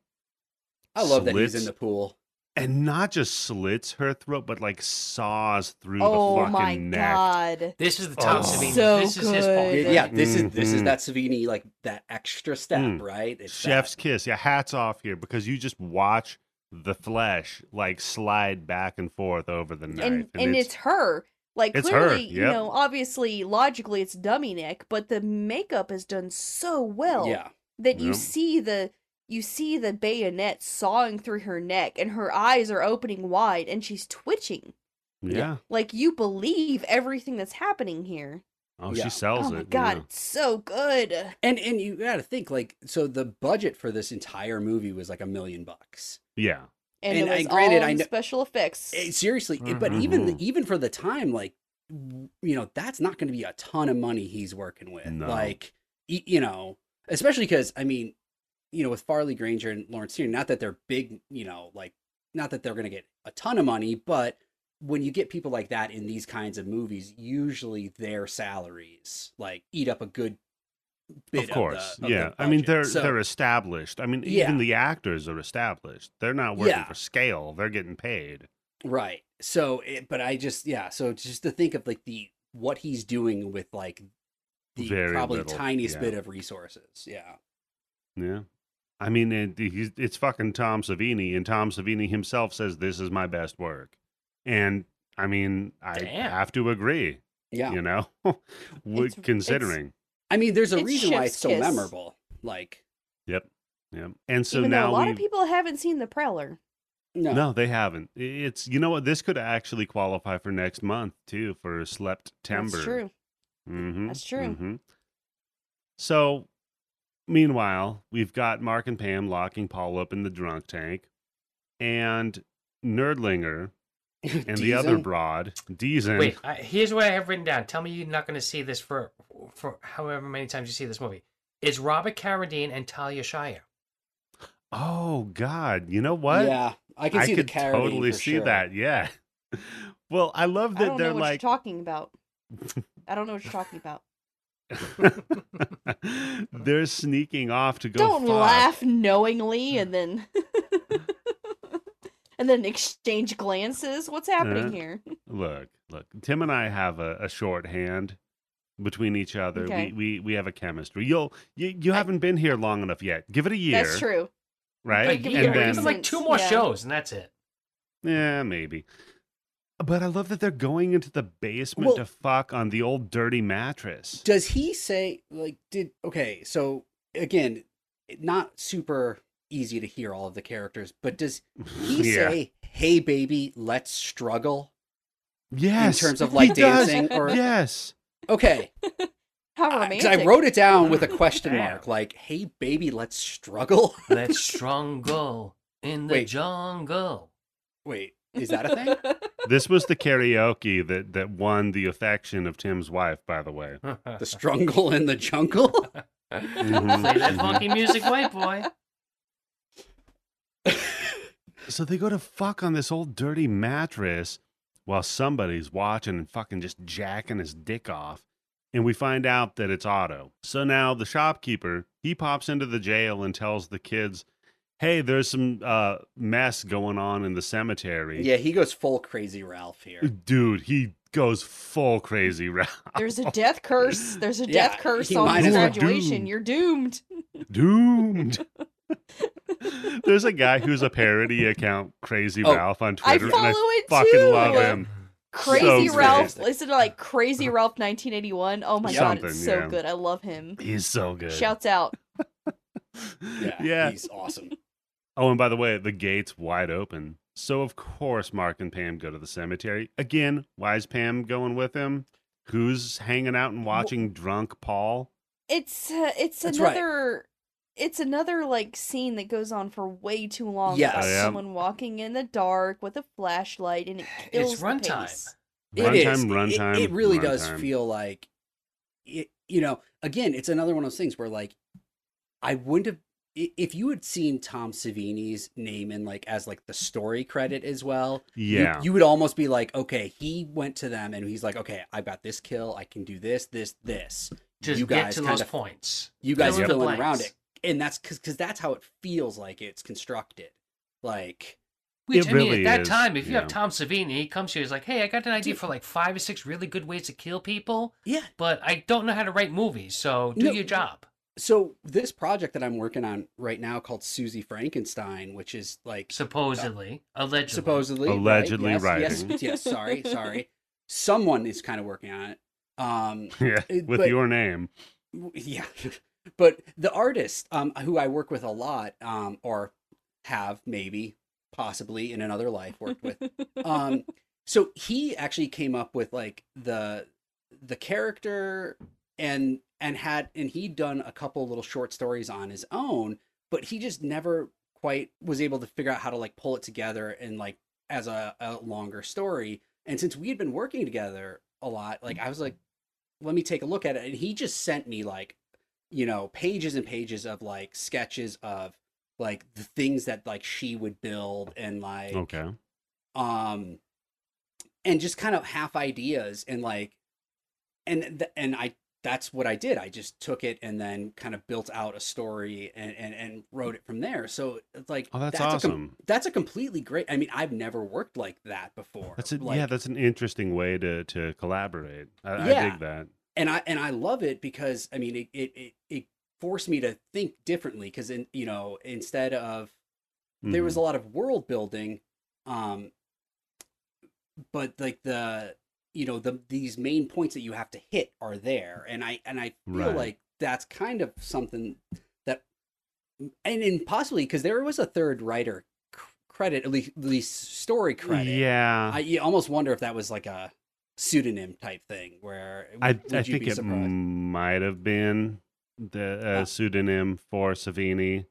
Speaker 2: I love that he's
Speaker 1: Slits.
Speaker 2: in the pool.
Speaker 1: and not just slits her throat, but like saws through the
Speaker 4: Oh
Speaker 1: fucking
Speaker 4: my
Speaker 1: neck.
Speaker 4: god.
Speaker 3: This is the Tom
Speaker 1: Oh.
Speaker 3: Savini.
Speaker 4: So
Speaker 3: this is his fault.
Speaker 2: Yeah,
Speaker 4: good.
Speaker 2: yeah, this is this is
Speaker 1: Mhm.
Speaker 2: that Savini like that extra step,
Speaker 1: Mm.
Speaker 2: right? It's
Speaker 1: Chef's
Speaker 2: that.
Speaker 1: kiss. Yeah, hats off here because you just watch the flesh like slide back and forth over the knife,
Speaker 4: and and it's, her. Like
Speaker 1: It's her,
Speaker 4: clearly, you
Speaker 1: yep.
Speaker 4: know, obviously logically it's dummy neck, but the makeup is done so well
Speaker 2: Yeah,
Speaker 4: that you
Speaker 1: Yep.
Speaker 4: see the you see the bayonet sawing through her neck and her eyes are opening wide and she's twitching.
Speaker 1: yeah.
Speaker 4: Like you believe everything that's happening here.
Speaker 1: Oh,
Speaker 2: Yeah.
Speaker 1: she sells
Speaker 4: oh
Speaker 1: it.
Speaker 4: my god,
Speaker 1: yeah.
Speaker 4: it's so good.
Speaker 2: and and you gotta think like so the budget for this entire movie was like a million bucks.
Speaker 1: Yeah.
Speaker 4: And,
Speaker 2: And
Speaker 4: it
Speaker 2: I-
Speaker 4: was
Speaker 2: granted,
Speaker 4: all
Speaker 2: I
Speaker 4: in
Speaker 2: kn-
Speaker 4: special effects.
Speaker 2: Eh, seriously, it- but even
Speaker 1: Mm-hmm.
Speaker 2: the, even for the time, like w- you know, that's not going to be a ton of money he's working with.
Speaker 1: No.
Speaker 2: Like y- you know, especially because I mean, you know, with Farley Granger and Lawrence Tierney, not that they're big, you know, like not that they're going to get a ton of money, but when you get people like that in these kinds of movies, usually their salaries like eat up a good bit.
Speaker 1: of course
Speaker 2: the- of the
Speaker 1: yeah i mean
Speaker 2: budget.
Speaker 1: they're
Speaker 2: So-
Speaker 1: they're established i mean
Speaker 2: Yeah.
Speaker 1: even the actors are established they're not working
Speaker 2: Yeah.
Speaker 1: for scale they're getting paid
Speaker 2: Right. So, it, but I just yeah. So just to think of like the what he's doing with like the
Speaker 1: Very
Speaker 2: probably
Speaker 1: little,
Speaker 2: tiniest
Speaker 1: yeah.
Speaker 2: bit of resources. Yeah.
Speaker 1: yeah i mean it, he's, it's fucking tom savini and tom savini himself says this is my best work and i mean i
Speaker 3: Damn.
Speaker 1: have to agree
Speaker 2: Yeah.
Speaker 1: you know Would-
Speaker 4: It's- it's-
Speaker 1: considering
Speaker 2: I mean, there's a
Speaker 4: It's
Speaker 2: reason why
Speaker 4: chef's
Speaker 2: it's so
Speaker 4: kiss.
Speaker 2: memorable. Like
Speaker 1: yeah and so
Speaker 4: even
Speaker 1: now
Speaker 4: though a lot
Speaker 1: we
Speaker 4: of people haven't seen the Prowler.
Speaker 2: no.
Speaker 1: no they haven't I- it's you know what this could actually qualify for next month too for slept timber
Speaker 4: That's true.
Speaker 1: Mm-hmm.
Speaker 4: That's true.
Speaker 1: So, meanwhile, we've got Mark and Pam locking Paul up in the drunk tank, and Nerdlinger and the other
Speaker 2: Deezin?
Speaker 1: broad, Deezin.
Speaker 3: Wait, I, here's what I have written down. Tell me you're not going to see this for for however many times you see this movie. It's Robert Carradine and Talia Shire.
Speaker 1: Oh God! You know what?
Speaker 2: Yeah, I can
Speaker 1: I
Speaker 2: see
Speaker 1: could
Speaker 2: the carrying
Speaker 1: totally
Speaker 2: for
Speaker 1: see
Speaker 2: sure.
Speaker 1: that. Yeah. Well, I love
Speaker 4: I
Speaker 1: that
Speaker 4: don't
Speaker 1: they're
Speaker 4: know what
Speaker 1: like
Speaker 4: you're talking about. I don't know what you're talking about.
Speaker 1: they're sneaking off to go.
Speaker 4: don't
Speaker 1: fuck.
Speaker 4: laugh knowingly and then and then exchange glances. What's happening
Speaker 1: Uh,
Speaker 4: here?
Speaker 1: Look, look. Tim and I have a, a shorthand between each other. We,
Speaker 4: Okay.
Speaker 1: we we have a chemistry. You'll you, you haven't been here long enough yet. Give it a year.
Speaker 4: That's true.
Speaker 1: Right?
Speaker 3: Like,
Speaker 4: give
Speaker 1: And
Speaker 4: it a
Speaker 3: yeah,
Speaker 4: year.
Speaker 1: then
Speaker 3: even like two
Speaker 4: Since-
Speaker 3: more
Speaker 4: yeah.
Speaker 3: shows and that's it.
Speaker 1: yeah, maybe. But I love that they're going into the basement
Speaker 2: Well-
Speaker 1: to fuck on the old dirty mattress.
Speaker 2: Does he say like did okay? So again, it- not super easy to hear all of the characters, but does he
Speaker 1: yeah.
Speaker 2: say, "Hey, baby, let's struggle"?
Speaker 1: yes.
Speaker 2: in terms of
Speaker 1: he
Speaker 2: like
Speaker 1: does.
Speaker 2: dancing or
Speaker 1: Yes.
Speaker 2: okay I,
Speaker 4: How
Speaker 2: 'cause
Speaker 4: romantic.
Speaker 2: I wrote it down with a question
Speaker 1: Damn.
Speaker 2: mark like hey baby let's struggle
Speaker 3: Let's struggle in the
Speaker 2: Wait.
Speaker 3: jungle.
Speaker 2: wait is that a thing
Speaker 1: This was the karaoke that that won the affection of Tim's wife, by the way.
Speaker 2: the struggle in the jungle
Speaker 1: Mm-hmm.
Speaker 3: Play
Speaker 2: Mm.
Speaker 3: that funky music, white boy.
Speaker 1: So they go to fuck on this old dirty mattress while somebody's watching and fucking just jacking his dick off. And we find out that it's Otto. So now the shopkeeper, he pops into the jail and tells the kids, hey, there's some uh, mess going on in the cemetery.
Speaker 2: Yeah, he goes full crazy Ralph here.
Speaker 1: Dude, he goes full crazy. Ralph.
Speaker 4: There's a death curse. There's a death
Speaker 2: Yeah,
Speaker 4: curse
Speaker 2: he
Speaker 4: on
Speaker 2: might
Speaker 4: this
Speaker 1: as well-
Speaker 4: graduation.
Speaker 1: Doomed.
Speaker 4: You're doomed.
Speaker 1: doomed. There's a guy who's a parody account, Crazy
Speaker 2: Oh,
Speaker 1: Ralph, on
Speaker 4: I
Speaker 1: Twitter,
Speaker 4: follow
Speaker 1: and I
Speaker 4: it
Speaker 1: fucking
Speaker 4: too.
Speaker 1: love him.
Speaker 4: Crazy
Speaker 1: So
Speaker 4: Ralph.
Speaker 2: good.
Speaker 4: Listen to like Crazy Ralph 1981. Oh my god, it's
Speaker 1: Something,
Speaker 4: so
Speaker 1: yeah.
Speaker 4: good. I love him.
Speaker 1: He's so good.
Speaker 4: Shouts out.
Speaker 2: Yeah,
Speaker 1: yeah.
Speaker 2: he's awesome.
Speaker 1: Oh, and by the way, the gate's wide open. So of course Mark and Pam go to the cemetery. Again, why is Pam going with him? Who's hanging out and watching drunk Paul?
Speaker 4: It's uh, it's
Speaker 2: That's right.
Speaker 4: another it's another like scene that goes on for way too long.
Speaker 2: Yes.
Speaker 4: about
Speaker 1: Oh, yeah.
Speaker 4: someone walking in the dark with a flashlight and it kills
Speaker 3: It's
Speaker 4: the
Speaker 3: runtime.
Speaker 4: pace.
Speaker 2: It is.
Speaker 1: Runtime,
Speaker 2: It-
Speaker 1: runtime.
Speaker 2: It, really
Speaker 1: runtime.
Speaker 2: does feel like, it, you know, again, it's another one of those things where like, I wouldn't have i- if you had seen Tom Savini's name in like as like the story credit as well. you-
Speaker 1: Yeah.
Speaker 2: You, would almost be like, okay, he went to them and he's like, okay, I got this kill. I can do this, this, this.
Speaker 3: Just
Speaker 2: you
Speaker 3: get
Speaker 2: guys
Speaker 3: to those
Speaker 2: kinda-
Speaker 3: points.
Speaker 2: You guys
Speaker 3: Fill in the
Speaker 2: fill in around
Speaker 3: blanks.
Speaker 2: it. And that's because that's how it feels like it's constructed. Like,
Speaker 3: Which
Speaker 1: It
Speaker 3: I mean,
Speaker 1: really
Speaker 3: at that
Speaker 1: is,
Speaker 3: time, if you
Speaker 1: yeah.
Speaker 3: have Tom Savini, he comes here, he's like, "Hey, I got an idea for like five or six really good ways to kill people,
Speaker 2: yeah.
Speaker 3: but I don't know how to write movies, so do
Speaker 2: No.
Speaker 3: your job."
Speaker 2: So this project that I'm working on right now called Susie Frankenstein, which is like
Speaker 3: Supposedly, allegedly,
Speaker 2: supposedly
Speaker 1: Allegedly
Speaker 2: right? Yes,
Speaker 1: writing.
Speaker 2: yes, yes, sorry, sorry. Someone is kind of working on it. Um,
Speaker 1: yeah.
Speaker 2: it-
Speaker 1: With
Speaker 2: but-
Speaker 1: your name.
Speaker 2: w- yeah, but the artist um, who I work with a lot, um, or have maybe possibly in another life worked with, um, so he actually came up with like the the character and and had and he'd done a couple little short stories on his own but he just never quite was able to figure out how to like pull it together and like as a, a longer story and since we had been working together a lot like i was like let me take a look at it and he just sent me like you know pages and pages of like sketches of like the things that like she would build and like
Speaker 1: Okay.
Speaker 2: um and just kind of half ideas and like and th- and I that's what I did. I just took it and then kind of built out a story and and, and wrote it from there. So it's like
Speaker 1: Oh, that's,
Speaker 2: a com-
Speaker 1: awesome.
Speaker 2: that's a completely great. I mean, I've never worked like that before.
Speaker 1: That's a,
Speaker 2: like,
Speaker 1: yeah, that's an interesting way to to collaborate. I, I
Speaker 2: Yeah.
Speaker 1: dig that.
Speaker 2: and I and I love it because I mean it it it, it forced me to think differently because in you know instead of
Speaker 1: Mm-hmm.
Speaker 2: there was a lot of world building um but like the you know the these main points that you have to hit are there and i and i feel
Speaker 1: Right.
Speaker 2: like that's kind of something that and, and possibly because there was a third writer c- credit at least, at least story credit
Speaker 1: Yeah.
Speaker 2: i you almost wonder if that was like a pseudonym type thing where
Speaker 1: I,
Speaker 2: would, would
Speaker 1: I
Speaker 2: you
Speaker 1: think
Speaker 2: be
Speaker 1: it
Speaker 2: surprised?
Speaker 1: might have been the uh,
Speaker 2: Ah.
Speaker 1: pseudonym for Savini.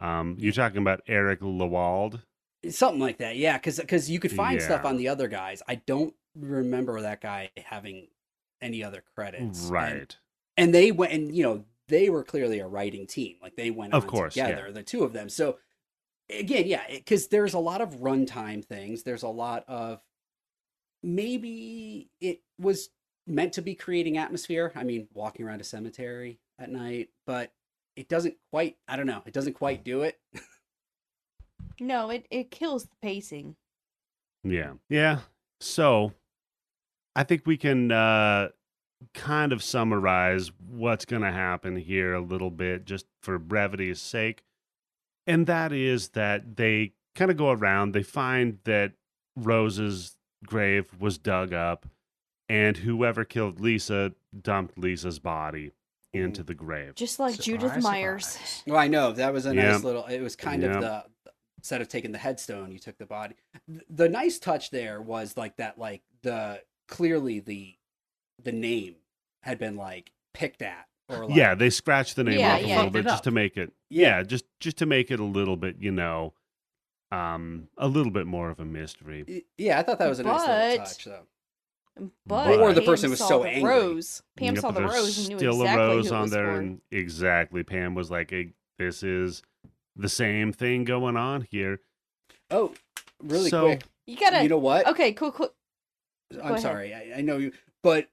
Speaker 1: Um, you're talking about Eric Lewald.
Speaker 2: something like that yeah because you could find stuff
Speaker 1: Yeah.
Speaker 2: on the other guys i don't remember that guy having any other credits And-
Speaker 1: Right.
Speaker 2: and, they went and you know they were clearly a writing team like they went
Speaker 1: Of
Speaker 2: on
Speaker 1: course, yeah.
Speaker 2: together the two of them so again yeah because there's a lot of runtime things there's a lot of maybe it was meant to be creating atmosphere i mean walking around a cemetery at night but it doesn't quite i don't know it doesn't quite do it
Speaker 4: No, it, it kills the pacing.
Speaker 1: Yeah. Yeah. So I think we can uh, kind of summarize what's going to happen here a little bit just for brevity's sake. And that is that they kind of go around, they find that Rose's grave was dug up, and whoever killed Lisa dumped Lisa's body into the grave.
Speaker 4: Just like Judith
Speaker 3: Surprise,
Speaker 4: Myers.
Speaker 3: surprise.
Speaker 2: Well, I know that was a
Speaker 1: Yeah.
Speaker 2: nice little. It was kind of
Speaker 1: Yeah.
Speaker 2: the instead of taking the headstone, you took the body. Th- The nice touch there was like that, like the clearly the the name had been like picked at or like,
Speaker 1: yeah, they scratched the name
Speaker 4: Yeah,
Speaker 1: off a
Speaker 4: yeah.
Speaker 1: little
Speaker 3: Fucked it
Speaker 1: bit just
Speaker 3: up.
Speaker 1: to make it yeah, just just to make it a little bit, you know, um, a little bit more of a mystery.
Speaker 2: Y- yeah. I thought that was a nice
Speaker 4: But-
Speaker 2: little touch though.
Speaker 4: But
Speaker 1: Or the
Speaker 4: Pam
Speaker 2: person was
Speaker 4: saw
Speaker 2: so
Speaker 4: the
Speaker 2: angry.
Speaker 4: Rose. Pam
Speaker 1: Yep,
Speaker 4: saw the
Speaker 1: there's
Speaker 4: rose and knew
Speaker 1: still
Speaker 4: exactly
Speaker 1: a rose
Speaker 4: who it
Speaker 1: on
Speaker 4: was
Speaker 1: there,
Speaker 4: for.
Speaker 1: and exactly, Pam was like, "Hey, "This is the same thing going on here."
Speaker 2: Oh, really
Speaker 1: So-
Speaker 2: quick.
Speaker 4: You gotta.
Speaker 2: you know what?
Speaker 4: okay, cool, cool.
Speaker 2: I'm
Speaker 4: Oh, ahead.
Speaker 2: sorry. I, I know you, but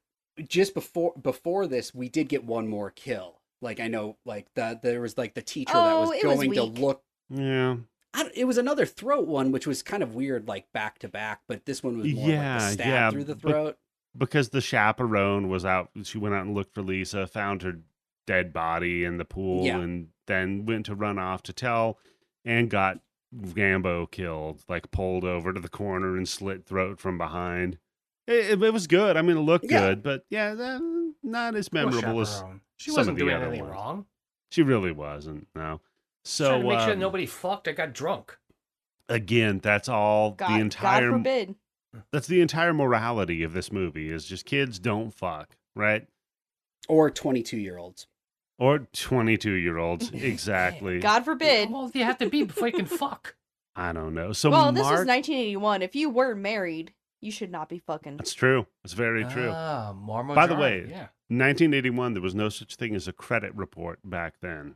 Speaker 2: just before before this, we did get one more kill. Like I know, like the there was like the teacher that
Speaker 4: Oh,
Speaker 2: was
Speaker 4: it was
Speaker 2: going to
Speaker 4: weak.
Speaker 2: look.
Speaker 1: Yeah.
Speaker 2: I don't- it was another throat one, which was kind of weird, like back to back. But this one was more like
Speaker 1: Yeah,
Speaker 2: a stab
Speaker 1: yeah,
Speaker 2: through the
Speaker 1: but-
Speaker 2: throat.
Speaker 1: Because the chaperone was out. She went out and looked for Lisa, found her dead body in the pool,
Speaker 2: Yeah.
Speaker 1: and then went to run off to tell and got Rambo killed, like pulled over to the corner and slit throat from behind. It, it, it was good. I mean, it looked
Speaker 2: Yeah.
Speaker 1: good, but yeah, that, not as
Speaker 3: Poor
Speaker 1: memorable as
Speaker 3: chaperone. she
Speaker 1: some of
Speaker 3: wasn't
Speaker 1: the
Speaker 3: doing
Speaker 1: other
Speaker 3: anything
Speaker 1: ones.
Speaker 3: wrong.
Speaker 1: she really wasn't. No. So
Speaker 3: Trying to make sure
Speaker 1: um,
Speaker 3: nobody fucked or got drunk.
Speaker 1: again, that's all
Speaker 4: God,
Speaker 1: the entire
Speaker 4: God forbid.
Speaker 1: that's the entire morality of this movie is just kids don't fuck, right?
Speaker 2: Or twenty-two year olds.
Speaker 1: Or 22 year olds. Exactly.
Speaker 4: God forbid.
Speaker 3: Well, you have to be before you can fuck.
Speaker 1: I don't know. So,
Speaker 4: well,
Speaker 1: Mark,
Speaker 4: this was 1981. If you were married, you should not be fucking.
Speaker 1: that's true. It's very true.
Speaker 4: Oh.
Speaker 3: Ah, Marmo
Speaker 1: By the
Speaker 3: John,
Speaker 1: way-
Speaker 3: yeah.
Speaker 1: 1981, there was no such thing as a credit report back then.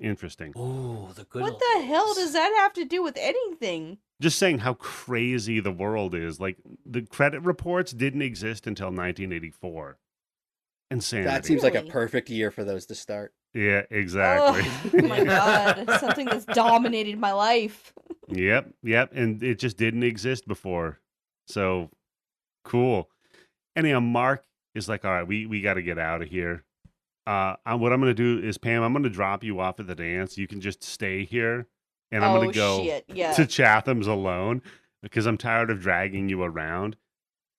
Speaker 1: Interesting.
Speaker 3: Ooh, the good.
Speaker 4: What
Speaker 3: old
Speaker 4: the hell
Speaker 3: days.
Speaker 4: does that have to do with anything?
Speaker 1: Just saying how crazy the world is. Like, the credit reports didn't exist until 1984. Insanity.
Speaker 2: That seems like a
Speaker 4: Really?
Speaker 2: perfect year for those to start.
Speaker 1: yeah, exactly.
Speaker 4: Oh my god, something that's dominated my life.
Speaker 1: Yep, yep, and it just didn't exist before. So cool. Anyhow, Mark is like, all right, we we got to get out of here. Uh, I, what I'm gonna do is, Pam, I'm gonna drop you off at the dance. You can just stay here, and I'm
Speaker 4: oh
Speaker 1: gonna go
Speaker 4: shit, yeah.
Speaker 1: to Chatham's alone because I'm tired of dragging you around.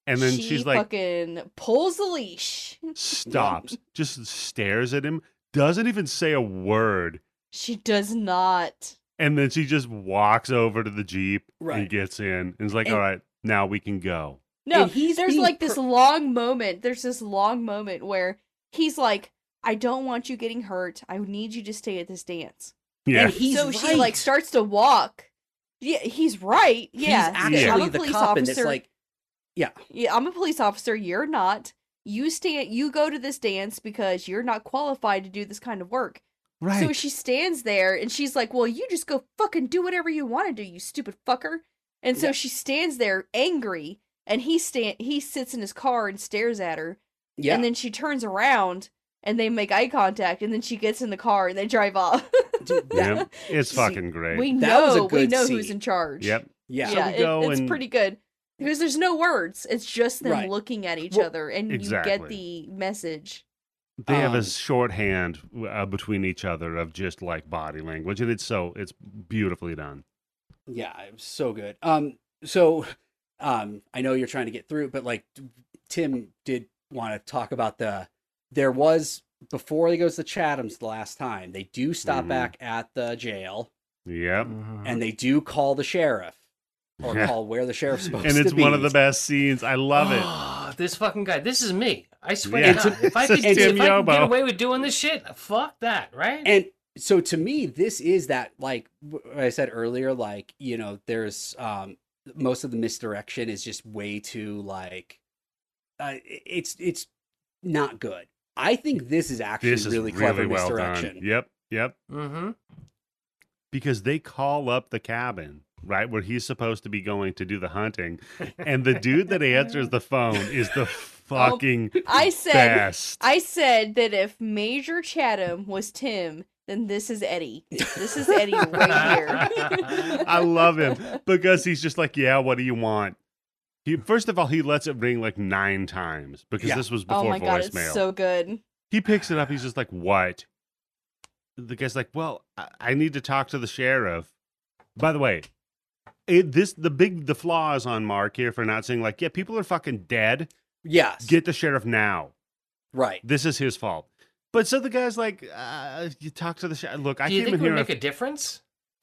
Speaker 1: And then
Speaker 4: she
Speaker 1: she's like,
Speaker 4: fucking pulls the leash.
Speaker 1: stops, just stares at him, doesn't even say a word,
Speaker 4: She does not.
Speaker 1: and then she just walks over to the jeep and
Speaker 2: Right.
Speaker 1: gets in and is like,
Speaker 2: And-
Speaker 1: all right, now we can go.
Speaker 4: No,
Speaker 2: And he's
Speaker 4: there's
Speaker 2: being
Speaker 4: like this
Speaker 2: per-
Speaker 4: long moment. There's this long moment where he's like, "I don't want you getting hurt. I need you to stay at this dance."
Speaker 1: Yeah.
Speaker 2: And he's
Speaker 4: so she like
Speaker 2: right.
Speaker 4: starts to walk. Yeah, he's right. Yeah,
Speaker 2: He's actually
Speaker 1: Yeah.
Speaker 4: I'm a
Speaker 2: the
Speaker 4: police
Speaker 2: cop, and it's
Speaker 4: officer.
Speaker 2: like, yeah,
Speaker 4: yeah, I'm a police officer. You're not. You stay. You go to this dance because you're not qualified to do this kind of work.
Speaker 1: right.
Speaker 4: So she stands there and she's like, "Well, you just go fucking do whatever you want to do, you stupid fucker." And so
Speaker 2: Yeah.
Speaker 4: she stands there angry, and he stand he sits in his car and stares at her.
Speaker 2: yeah.
Speaker 4: And then she turns around and they make eye contact, and then she gets in the car and they drive off.
Speaker 2: Dude, that-
Speaker 1: Yep. It's
Speaker 4: See,
Speaker 1: fucking great.
Speaker 4: we
Speaker 2: That was a
Speaker 4: know we
Speaker 2: good
Speaker 4: know who's
Speaker 2: scene.
Speaker 4: in charge.
Speaker 1: yep.
Speaker 2: yeah.
Speaker 1: So
Speaker 4: Yeah,
Speaker 1: we
Speaker 4: it-
Speaker 1: go
Speaker 4: it's
Speaker 1: and-
Speaker 4: pretty good because there's no words. It's just them
Speaker 2: Right.
Speaker 4: looking at each
Speaker 2: Well,
Speaker 4: other, and you get
Speaker 1: exactly.
Speaker 4: the message.
Speaker 1: They have a
Speaker 2: um,
Speaker 1: shorthand uh, between each other of just like body language, and it's so it's beautifully done.
Speaker 2: Yeah, it was so good. Um, so, um, I know you're trying to get through, but like Tim did want to talk about the there was before he goes to Chatham's the last time they do stop
Speaker 1: Mhm.
Speaker 2: back at the jail
Speaker 1: Yep.
Speaker 3: Mm-hmm.
Speaker 2: and they do call the sheriff or
Speaker 1: Mm-hmm. Yeah.
Speaker 2: call where the sheriff's supposed
Speaker 1: And
Speaker 2: to
Speaker 1: it's one of
Speaker 2: be.
Speaker 1: the best scenes. I love it.
Speaker 3: Oh, this fucking guy. This is me. I swear
Speaker 1: Yeah.
Speaker 3: to God. If I
Speaker 1: This
Speaker 3: could,
Speaker 1: is
Speaker 3: if
Speaker 1: Tim
Speaker 3: I could get
Speaker 1: Yobo.
Speaker 3: away with doing this shit, fuck that, right?
Speaker 2: And so to me, this is that like what I said earlier, like you know, there's um most of the misdirection is just way too like uh, it's it's not good. I think this is actually
Speaker 1: This is really,
Speaker 2: really clever
Speaker 1: well done.
Speaker 2: misdirection.
Speaker 1: Yep. Yep.
Speaker 3: mm-hmm.
Speaker 1: Because they call up the cabin, right, where he's supposed to be going to do the hunting, and the dude that answers the phone is the
Speaker 2: Oh,
Speaker 1: fucking
Speaker 4: I said,
Speaker 1: best.
Speaker 4: I said that if Major Chatham was Tim, then this is Eddie. This is Eddie right here.
Speaker 1: I love him because he's just like, yeah, what do you want? He first of all, he lets it ring like nine times because
Speaker 2: Yeah.
Speaker 1: this was before
Speaker 4: Oh my
Speaker 1: voicemail.
Speaker 4: god, it's so good.
Speaker 1: he picks it up. He's just like, what? The guy's like, well, I, I need to talk to the sheriff. By the way, it, this the big the flaw is on Mark here for not saying like, yeah, people are fucking dead.
Speaker 2: Yes,
Speaker 1: Get the sheriff now.
Speaker 2: right.
Speaker 1: This is his fault. But so the guy's like, uh, you talk to the sheriff. Look, I
Speaker 3: Do you
Speaker 1: came
Speaker 3: think
Speaker 1: in
Speaker 3: it would
Speaker 1: here.
Speaker 3: make
Speaker 1: if-
Speaker 3: a difference?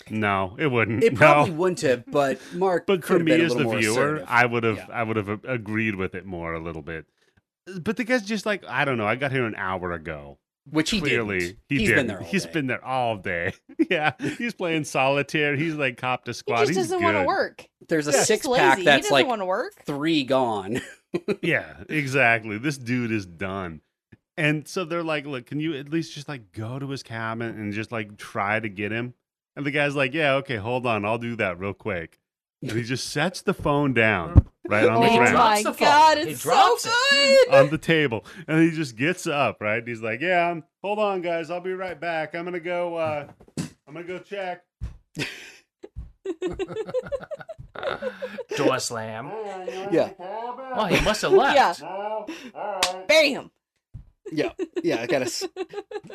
Speaker 1: No, it wouldn't.
Speaker 2: It
Speaker 1: no.
Speaker 2: probably wouldn't have, but Mark.
Speaker 1: but for
Speaker 2: could have
Speaker 1: me
Speaker 2: been a
Speaker 1: as the
Speaker 2: little
Speaker 1: viewer,
Speaker 2: more assertive.
Speaker 1: I would have
Speaker 2: Yeah.
Speaker 1: I would have a- agreed with it more a little bit. But the guy's just like I don't know. I got here an hour ago.
Speaker 2: which he
Speaker 1: Clearly,
Speaker 2: didn't.
Speaker 1: he
Speaker 2: He's
Speaker 1: did.
Speaker 2: been there. All
Speaker 1: He's
Speaker 2: day.
Speaker 1: been there all day. yeah, he's playing solitaire. He's like copped a
Speaker 4: He
Speaker 1: squad.
Speaker 4: just
Speaker 1: he's
Speaker 4: doesn't
Speaker 1: want
Speaker 4: want to work.
Speaker 2: There's a
Speaker 4: He's
Speaker 2: six
Speaker 4: just
Speaker 2: pack
Speaker 4: lazy. he
Speaker 2: that's
Speaker 4: doesn't
Speaker 2: like
Speaker 4: want to work.
Speaker 2: three gone.
Speaker 1: yeah, exactly. This dude is done. And so they're like, look, can you at least just like go to his cabin and just like try to get him? And the guy's like, yeah, okay, hold on, I'll do that real quick. And he just sets the phone down right on
Speaker 4: Oh
Speaker 1: the
Speaker 3: He
Speaker 1: ground.
Speaker 3: drops
Speaker 4: my
Speaker 3: the phone.
Speaker 4: god,
Speaker 3: He
Speaker 4: it's so
Speaker 3: drops it.
Speaker 4: good.
Speaker 1: on the table and he just gets up right and he's like yeah I'm, hold on guys i'll be right back i'm gonna go uh i'm gonna go check
Speaker 3: Door slam.
Speaker 2: Yeah.
Speaker 3: Oh, he must have left.
Speaker 4: Bury him.
Speaker 2: Yeah, yeah. I gotta s-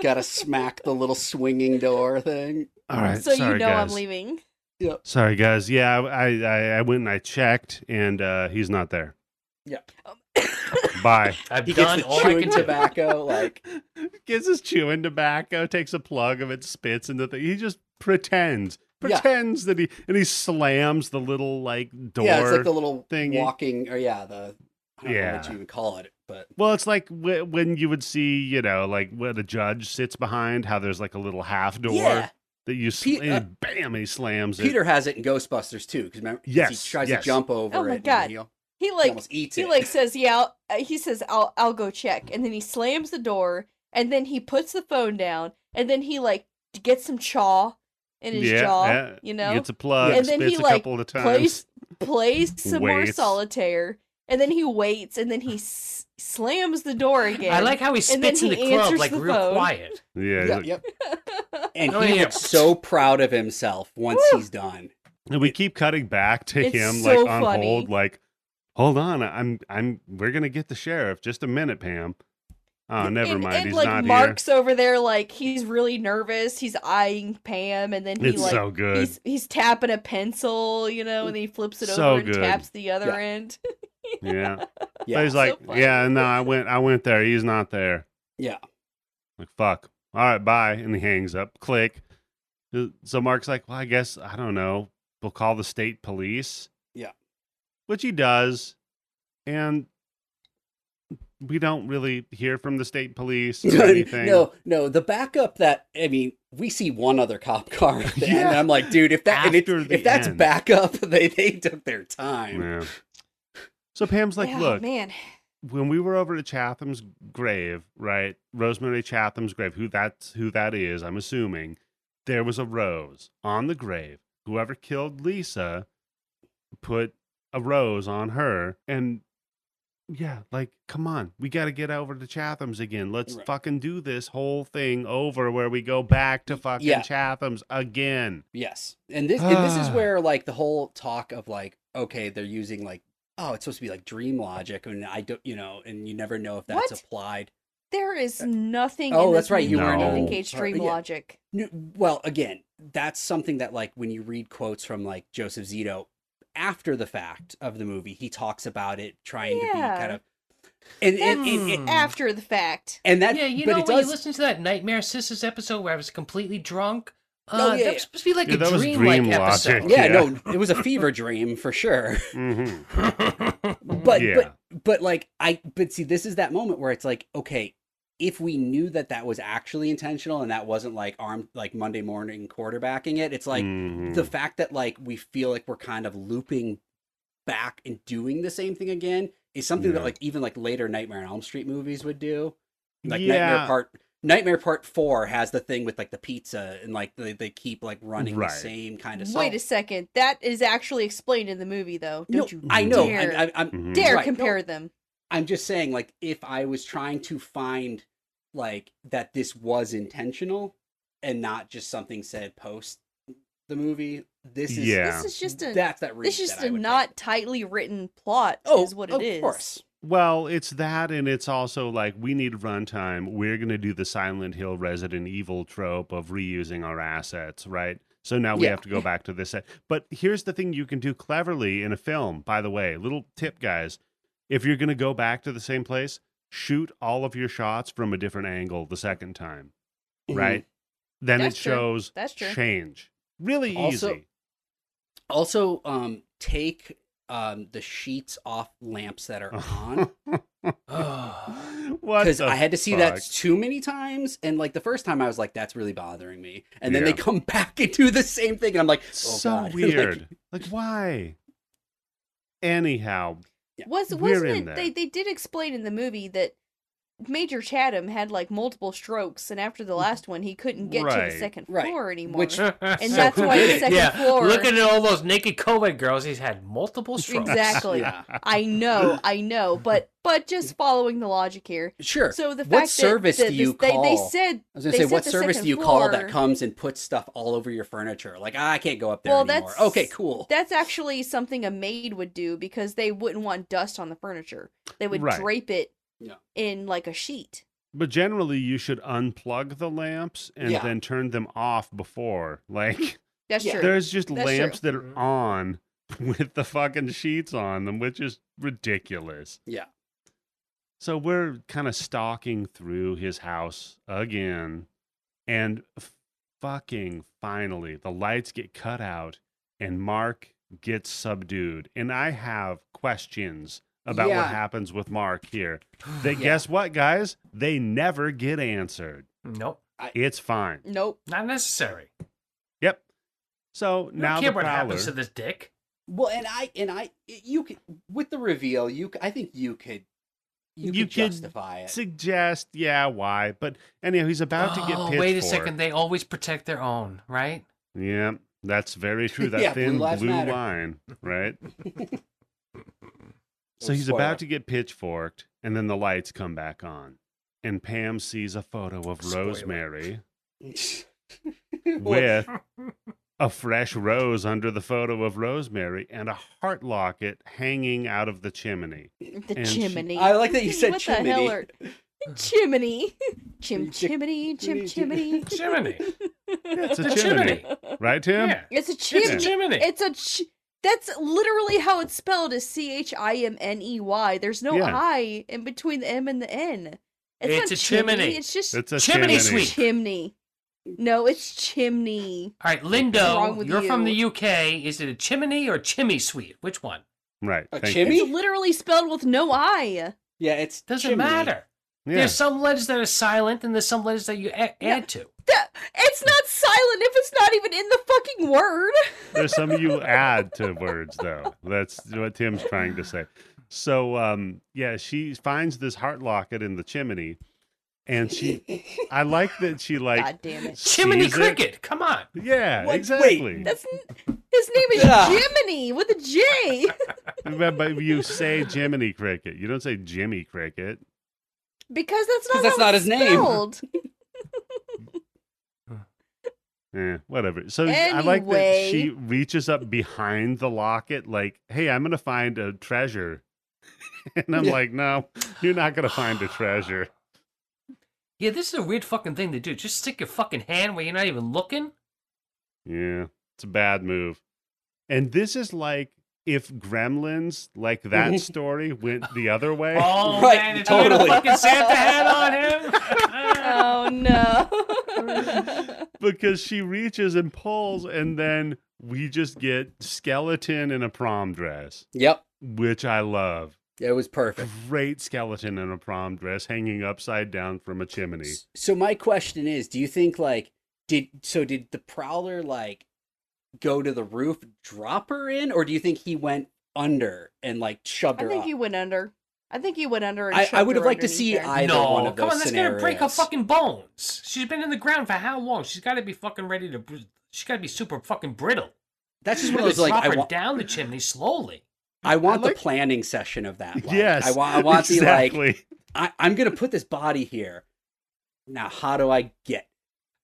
Speaker 2: gotta smack the little swinging door thing.
Speaker 1: All right.
Speaker 4: so
Speaker 1: sorry,
Speaker 4: you know
Speaker 1: guys.
Speaker 4: I'm leaving.
Speaker 1: Sorry, guys. Yeah, I, I, I went and I checked, and uh, he's not there. Bye.
Speaker 3: I've
Speaker 2: He gets
Speaker 3: done
Speaker 2: the
Speaker 3: all I
Speaker 2: chewing
Speaker 3: can do.
Speaker 2: tobacco. Like
Speaker 1: Gives his chewing tobacco, takes a plug of it, spits into the. He just pretends, pretends that he, and he slams the little like door.
Speaker 2: yeah, it's like the little
Speaker 1: thingy.
Speaker 2: walking, or yeah, the I don't know what
Speaker 1: Yeah.
Speaker 2: you would call it, but
Speaker 1: well, it's like w- when you would see, you know, like where the judge sits behind, how there's like a little half door
Speaker 2: Yeah.
Speaker 1: that you sl-
Speaker 2: Pe- uh,
Speaker 1: and bam, he slams it.
Speaker 2: Peter has it in Ghostbusters too because remember 'cause
Speaker 1: Yes,
Speaker 2: he tries
Speaker 1: yes.
Speaker 2: to jump over
Speaker 4: Oh my
Speaker 2: it and
Speaker 4: God.
Speaker 2: he, he
Speaker 4: He like
Speaker 2: almost eats
Speaker 4: he
Speaker 2: it.
Speaker 4: like says yeah I'll, uh, he says I'll I'll go check and then he slams the door and then he puts the phone down and then he like gets some chaw in his
Speaker 1: yeah,
Speaker 4: jaw
Speaker 1: yeah.
Speaker 4: you know
Speaker 1: gets a plug,
Speaker 4: And then
Speaker 1: spits
Speaker 4: he,
Speaker 1: a
Speaker 4: like,
Speaker 1: couple of times.
Speaker 4: plays plays some more
Speaker 1: Waits.
Speaker 4: solitaire and then he waits and then he s- slams the door again
Speaker 3: I like how he
Speaker 4: And then
Speaker 3: spits in the
Speaker 4: he
Speaker 3: club
Speaker 4: answers
Speaker 3: like
Speaker 4: the
Speaker 3: real
Speaker 4: phone.
Speaker 3: quiet.
Speaker 1: yeah, he's
Speaker 2: Yeah,
Speaker 1: like-
Speaker 2: yep. And
Speaker 3: Oh,
Speaker 2: he
Speaker 3: yeah.
Speaker 2: looks so proud of himself once
Speaker 4: Woo.
Speaker 2: he's done.
Speaker 1: And we keep cutting back to
Speaker 4: It's
Speaker 1: him
Speaker 4: so
Speaker 1: like on
Speaker 4: funny.
Speaker 1: hold, like, hold on, I'm I'm we're gonna get the sheriff. Just a minute, Pam. Oh, never
Speaker 4: and,
Speaker 1: mind,
Speaker 4: and
Speaker 1: he's
Speaker 4: like
Speaker 1: not
Speaker 4: marks over there like he's really nervous he's eyeing pam and then
Speaker 1: here.
Speaker 4: he
Speaker 1: It's
Speaker 4: like
Speaker 1: so good.
Speaker 4: he's he's tapping a pencil you know and he flips it
Speaker 1: So
Speaker 4: over and
Speaker 1: good.
Speaker 4: taps the other
Speaker 2: Yeah.
Speaker 4: end
Speaker 1: yeah. But
Speaker 2: Yeah,
Speaker 1: he's like,
Speaker 4: funny.
Speaker 1: Yeah, no, I went I went there, he's not there.
Speaker 2: Yeah.
Speaker 1: Like, fuck. All right, bye. And he hangs up. Click. Uh, So Mark's like, Well, I guess I don't know. We'll call the state police.
Speaker 2: Yeah.
Speaker 1: Which he does. And we don't really hear from the state police or anything.
Speaker 2: no, no. The backup that I mean, we see one other cop car, at the end, and
Speaker 1: Yeah.
Speaker 2: I'm like, dude, if that and it,
Speaker 1: After the
Speaker 2: if that's
Speaker 1: end.
Speaker 2: backup, they they took their time.
Speaker 1: Yeah. So Pam's like,
Speaker 4: Yeah,
Speaker 1: look,
Speaker 4: man
Speaker 1: when we were over to Chatham's grave, right? Rosemary Chatham's grave, who that's who that is, I'm assuming, there was a rose on the grave. Whoever killed Lisa put a rose on her and yeah, like come on, we got to get over to Chatham's again. Let's
Speaker 2: Right.
Speaker 1: fucking do this whole thing over where we go back to fucking
Speaker 2: Yeah.
Speaker 1: Chatham's again.
Speaker 2: Yes, and this and this is
Speaker 1: Ah.
Speaker 2: where like the whole talk of like, okay, they're using like, oh, it's supposed to be like dream logic, and I don't, you know, and you never know if that's
Speaker 4: What?
Speaker 2: applied.
Speaker 4: there is nothing
Speaker 2: Oh,
Speaker 4: in
Speaker 2: that's
Speaker 4: this
Speaker 2: right,
Speaker 1: you
Speaker 4: movie
Speaker 1: weren't
Speaker 4: that
Speaker 1: in-
Speaker 4: engaged dream
Speaker 2: Yeah.
Speaker 4: logic
Speaker 2: No, Well, again, that's something that like when you read quotes from like Joseph Zito after the fact of the movie, he talks about it trying to be
Speaker 4: Yeah.
Speaker 2: kind of, and and, and,
Speaker 3: That's-
Speaker 2: and,
Speaker 3: Hmm.
Speaker 4: after the fact
Speaker 2: and that,
Speaker 3: yeah, you
Speaker 2: but
Speaker 3: know
Speaker 2: it
Speaker 3: when
Speaker 2: does.
Speaker 3: you listen to that Nightmare Sisters episode where I was completely drunk.
Speaker 2: Oh, yeah,
Speaker 3: Uh, that
Speaker 2: yeah.
Speaker 3: was supposed to be like
Speaker 1: Yeah, that
Speaker 3: a
Speaker 1: was
Speaker 3: dream-like
Speaker 1: dream logic.
Speaker 3: episode.
Speaker 2: yeah,
Speaker 1: Oh, Yeah.
Speaker 2: no, it was a fever dream for sure.
Speaker 1: Mhm.
Speaker 2: But
Speaker 1: Yeah.
Speaker 2: but but like I but see this is that moment where it's like okay if we knew that that was actually intentional and that wasn't like armed like Monday morning quarterbacking it it's like
Speaker 1: Mhm.
Speaker 2: the fact that like we feel like we're kind of looping back and doing the same thing again is something that
Speaker 1: Yeah.
Speaker 2: like even like later Nightmare on Elm Street movies would do like
Speaker 1: Yeah.
Speaker 2: Nightmare Part Nightmare Part Four has the thing with like the pizza and like they, they keep like running
Speaker 1: Right.
Speaker 2: the same kind of
Speaker 4: wait
Speaker 2: song.
Speaker 4: a second that is actually explained in the movie though
Speaker 2: No,
Speaker 4: don't you
Speaker 2: I know
Speaker 4: dare,
Speaker 2: I, I, I'm
Speaker 1: Mhm.
Speaker 4: dare
Speaker 2: Mm. Right, no.
Speaker 4: compare them
Speaker 2: I'm just saying, like, if I was trying to find, like, that this was intentional and not just something said post the movie, this is
Speaker 1: Yeah.
Speaker 4: this is just a
Speaker 2: that's that reason.
Speaker 4: It's just
Speaker 2: that I
Speaker 4: a
Speaker 2: would
Speaker 4: not
Speaker 2: make.
Speaker 4: tightly written plot
Speaker 2: Oh,
Speaker 4: is what
Speaker 2: of
Speaker 4: it is.
Speaker 2: course.
Speaker 1: Well, it's that, and it's also like we need runtime. We're going to do the Silent Hill Resident Evil trope of reusing our assets, right? So now we
Speaker 2: Yeah.
Speaker 1: have to go back to this. set. But here's the thing you can do cleverly in a film, by the way. Little tip, guys. If you're going to go back to the same place, shoot all of your shots from a different angle the second time,
Speaker 2: Mhm.
Speaker 1: right? Then
Speaker 4: That's
Speaker 1: it
Speaker 4: true.
Speaker 1: shows
Speaker 4: That's true.
Speaker 1: change. Really
Speaker 2: Also-
Speaker 1: easy.
Speaker 2: Also, um, take um the sheets off lamps that are on
Speaker 3: Oh.
Speaker 1: what?
Speaker 2: because
Speaker 1: the
Speaker 2: I had to see that
Speaker 1: fuck?
Speaker 2: too many times, and like the first time I was like, "That's really bothering me," and then
Speaker 1: Yeah.
Speaker 2: they come back and do the same thing, and I'm like, oh,
Speaker 1: so
Speaker 2: God. Like,
Speaker 1: weird. like why? Anyhow,
Speaker 4: Was
Speaker 1: We're
Speaker 4: wasn't
Speaker 1: in
Speaker 4: it
Speaker 1: there.
Speaker 4: they they did explain in the movie that Major Chatham had like multiple strokes, and after the last one, he couldn't get to
Speaker 1: Right.
Speaker 4: the second
Speaker 2: Mm. Right.
Speaker 4: floor anymore.
Speaker 2: Which-
Speaker 3: and
Speaker 4: that's
Speaker 2: why the
Speaker 4: second floor-
Speaker 3: Looking at all those naked COVID girls, he's had multiple strokes.
Speaker 4: exactly.
Speaker 2: Yeah.
Speaker 4: I know, I know, but but just following the logic here.
Speaker 2: Sure.
Speaker 4: So the fact
Speaker 2: What
Speaker 4: that-
Speaker 2: service
Speaker 4: that
Speaker 2: do you
Speaker 4: this- they, they
Speaker 2: call?
Speaker 4: said
Speaker 2: I was gonna
Speaker 4: They
Speaker 2: say,
Speaker 4: said
Speaker 2: what
Speaker 4: the
Speaker 2: service
Speaker 4: second
Speaker 2: do you call
Speaker 4: floor-
Speaker 2: that comes and puts stuff all over your furniture? Like, ah, I can't go up there
Speaker 4: Well,
Speaker 2: anymore.
Speaker 4: that's-
Speaker 2: Okay, cool.
Speaker 4: that's actually something a maid would do because they wouldn't want dust on the furniture. They would
Speaker 1: Right.
Speaker 4: drape it
Speaker 2: Yeah.
Speaker 4: in like a sheet.
Speaker 1: But generally, you should unplug the lamps and
Speaker 2: Yeah.
Speaker 1: then turn them off before. Like,
Speaker 4: That's
Speaker 2: Yeah.
Speaker 4: true.
Speaker 1: there's just
Speaker 4: That's
Speaker 1: lamps that
Speaker 3: Mhm.
Speaker 1: are on with the fucking sheets on them, which is ridiculous.
Speaker 2: Yeah.
Speaker 1: So we're kind of stalking through his house again. And f- fucking finally, the lights get cut out and Mark gets subdued. And I have questions about
Speaker 2: Yeah.
Speaker 1: what happens with Mark here. They
Speaker 2: Yeah.
Speaker 1: guess what, guys? They never get answered.
Speaker 3: Nope,
Speaker 1: It's fine.
Speaker 4: Nope.
Speaker 3: not necessary.
Speaker 1: Yep. So
Speaker 3: We
Speaker 1: now
Speaker 3: don't care
Speaker 1: the
Speaker 3: what happens to
Speaker 1: prowler-
Speaker 3: this dick.
Speaker 2: Well, and I and I you could with the reveal, you c- I think you could you,
Speaker 1: You
Speaker 2: could,
Speaker 1: could
Speaker 2: justify it.
Speaker 1: suggest, yeah, why? But anyhow, he's about to get
Speaker 3: Oh,
Speaker 1: pitched
Speaker 3: wait a
Speaker 1: for
Speaker 3: second. They always protect their own, right?
Speaker 1: it. Yeah, that's very true. That
Speaker 2: Yeah, blue
Speaker 1: thin blue,
Speaker 2: lives matter.
Speaker 1: line, right? so
Speaker 2: Oh,
Speaker 1: he's
Speaker 2: spoiler.
Speaker 1: about to get pitchforked, and then the lights come back on, and Pam sees a photo of
Speaker 3: Spoiler.
Speaker 1: Rosemary
Speaker 2: Well,
Speaker 1: with a fresh rose under the photo of Rosemary and a heart locket hanging out of the chimney.
Speaker 4: The
Speaker 1: And she-
Speaker 4: chimney.
Speaker 2: I like that you said
Speaker 4: what
Speaker 2: chimney.
Speaker 4: the hell are chimney? Chim
Speaker 2: Chick-
Speaker 4: chimney, chim
Speaker 2: chimney,
Speaker 4: chimney.
Speaker 3: Chimney.
Speaker 1: It's a
Speaker 3: The
Speaker 1: chimney,
Speaker 3: chimney.
Speaker 1: right, Tim?
Speaker 3: Yeah.
Speaker 4: It's a
Speaker 3: It's
Speaker 4: chimney.
Speaker 3: a chimney.
Speaker 4: It's a ch- that's literally how it's spelled is C H I M N E Y. There's no
Speaker 1: Yeah.
Speaker 4: I in between the M and the N. It's,
Speaker 3: It's
Speaker 4: not
Speaker 3: a chimney.
Speaker 4: It's just
Speaker 1: It's a
Speaker 3: Chimney
Speaker 1: chimney,
Speaker 3: sweep.
Speaker 4: chimney. No, it's chimney.
Speaker 3: All right,
Speaker 4: wrong
Speaker 3: Lindo,
Speaker 4: with
Speaker 3: you're from the
Speaker 4: you?
Speaker 3: UK. Is it a chimney or chimney sweet? Which one?
Speaker 1: Right.
Speaker 2: A
Speaker 1: thank you.
Speaker 2: chimney?
Speaker 4: It's literally spelled with no I.
Speaker 2: Yeah, it's
Speaker 3: Doesn't
Speaker 2: chimney.
Speaker 3: matter.
Speaker 1: Yeah.
Speaker 3: There's some letters that are silent, and there's some letters that you a-
Speaker 4: Yeah.
Speaker 3: add to.
Speaker 4: That- it's not silent if it's not even in the fucking word.
Speaker 1: There's some you add to words, though. That's what Tim's trying to say. So, um, yeah, she finds this heart locket in the chimney, and she, I like that she like
Speaker 4: God damn it.
Speaker 3: Chimney
Speaker 1: sees it.
Speaker 3: cricket. Come on.
Speaker 1: Yeah,
Speaker 2: What? Wait.
Speaker 1: exactly.
Speaker 4: That's n- his name is
Speaker 2: Yeah.
Speaker 4: Jiminy with a J.
Speaker 1: Remember, you say Jiminy Cricket. You don't say Jimmy Cricket.
Speaker 4: Because that's not
Speaker 2: 'Cause that's
Speaker 4: how
Speaker 2: not
Speaker 4: it's
Speaker 2: his name.
Speaker 4: spelled.
Speaker 1: Eh, whatever. So I like that
Speaker 4: Anyway.
Speaker 1: she reaches up behind the locket, like, "Hey, I'm gonna find a treasure," and I'm
Speaker 2: Yeah.
Speaker 1: like, "No, you're not gonna find a treasure."
Speaker 3: Yeah, this is a weird fucking thing to do. Just stick your fucking hand where you're not even looking.
Speaker 1: Yeah, it's a bad move. And this is like if Gremlins, like that story, went the other way.
Speaker 3: Oh
Speaker 2: Right,
Speaker 3: man, it's totally.
Speaker 2: totally.
Speaker 3: a fucking Santa hat on him.
Speaker 4: Oh no.
Speaker 1: because she reaches and pulls, and then we just get skeleton in a prom dress,
Speaker 2: Yep.
Speaker 1: which I love.
Speaker 2: It was perfect.
Speaker 1: Great skeleton in a prom dress hanging upside down from a chimney.
Speaker 2: S- So my question is, do you think like did so did the prowler like go to the roof, drop her in, or do you think he went under and like shoved
Speaker 4: I
Speaker 2: her
Speaker 4: think
Speaker 2: up?
Speaker 4: he went under. I think he went under. And
Speaker 2: I, I
Speaker 4: shoved
Speaker 2: would
Speaker 4: her
Speaker 2: have liked to
Speaker 4: underneath
Speaker 2: see
Speaker 4: there.
Speaker 2: either
Speaker 3: no,
Speaker 2: one of
Speaker 3: come
Speaker 2: those
Speaker 3: on, that's gonna break her
Speaker 2: scenarios.
Speaker 3: fucking bones. She's been in the ground for how long? She's got to be fucking ready to. She's got to be super fucking brittle.
Speaker 2: That's just
Speaker 3: Really
Speaker 2: one of those like
Speaker 3: drop
Speaker 2: I
Speaker 3: her
Speaker 2: want.
Speaker 3: down the chimney slowly.
Speaker 2: I want
Speaker 1: like-
Speaker 2: the planning session of that. Like,
Speaker 1: yes.
Speaker 2: I want. I want the like.
Speaker 1: exactly.
Speaker 2: I, I'm gonna put this body here. Now, how do I get?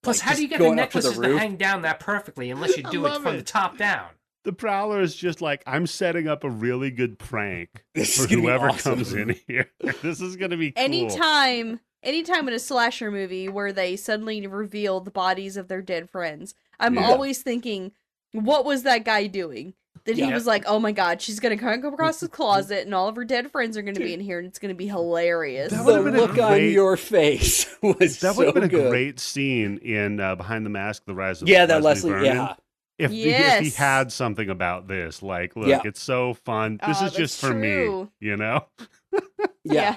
Speaker 3: Plus,
Speaker 2: like,
Speaker 3: how do
Speaker 2: just
Speaker 3: you get the
Speaker 2: going up to
Speaker 3: necklaces to
Speaker 2: roof?
Speaker 3: hang down that perfectly unless you
Speaker 1: I
Speaker 3: do it
Speaker 1: love
Speaker 3: from
Speaker 1: it.
Speaker 3: the top down?
Speaker 1: The Prowler is just like, I'm setting up a really good prank
Speaker 2: This
Speaker 1: for
Speaker 2: is gonna be
Speaker 1: whoever
Speaker 2: awesome.
Speaker 1: comes in here. this is going to be cool.
Speaker 4: Anytime, anytime in a slasher movie where they suddenly reveal the bodies of their dead friends, I'm
Speaker 1: Yeah.
Speaker 4: always thinking, what was that guy doing? That he
Speaker 2: Yeah.
Speaker 4: was like, oh my god, she's gonna come across the closet and all of her dead friends are gonna be in here and it's gonna be hilarious.
Speaker 1: That
Speaker 2: the
Speaker 1: would've been a
Speaker 2: look on
Speaker 1: great-
Speaker 2: your face was
Speaker 1: That
Speaker 2: so
Speaker 1: would have been a
Speaker 2: good.
Speaker 1: great scene in uh, Behind the Mask: The Rise of
Speaker 2: yeah, that Leslie.
Speaker 1: Vernon.
Speaker 2: yeah,
Speaker 1: If, he- if he
Speaker 4: Yes.
Speaker 1: had something about this, like, look,
Speaker 2: Yeah.
Speaker 1: it's so fun. This
Speaker 4: Aw,
Speaker 1: is just
Speaker 4: Ah, Oh, that's
Speaker 1: for me,
Speaker 4: true.
Speaker 1: you know.
Speaker 2: yeah,
Speaker 4: Yeah.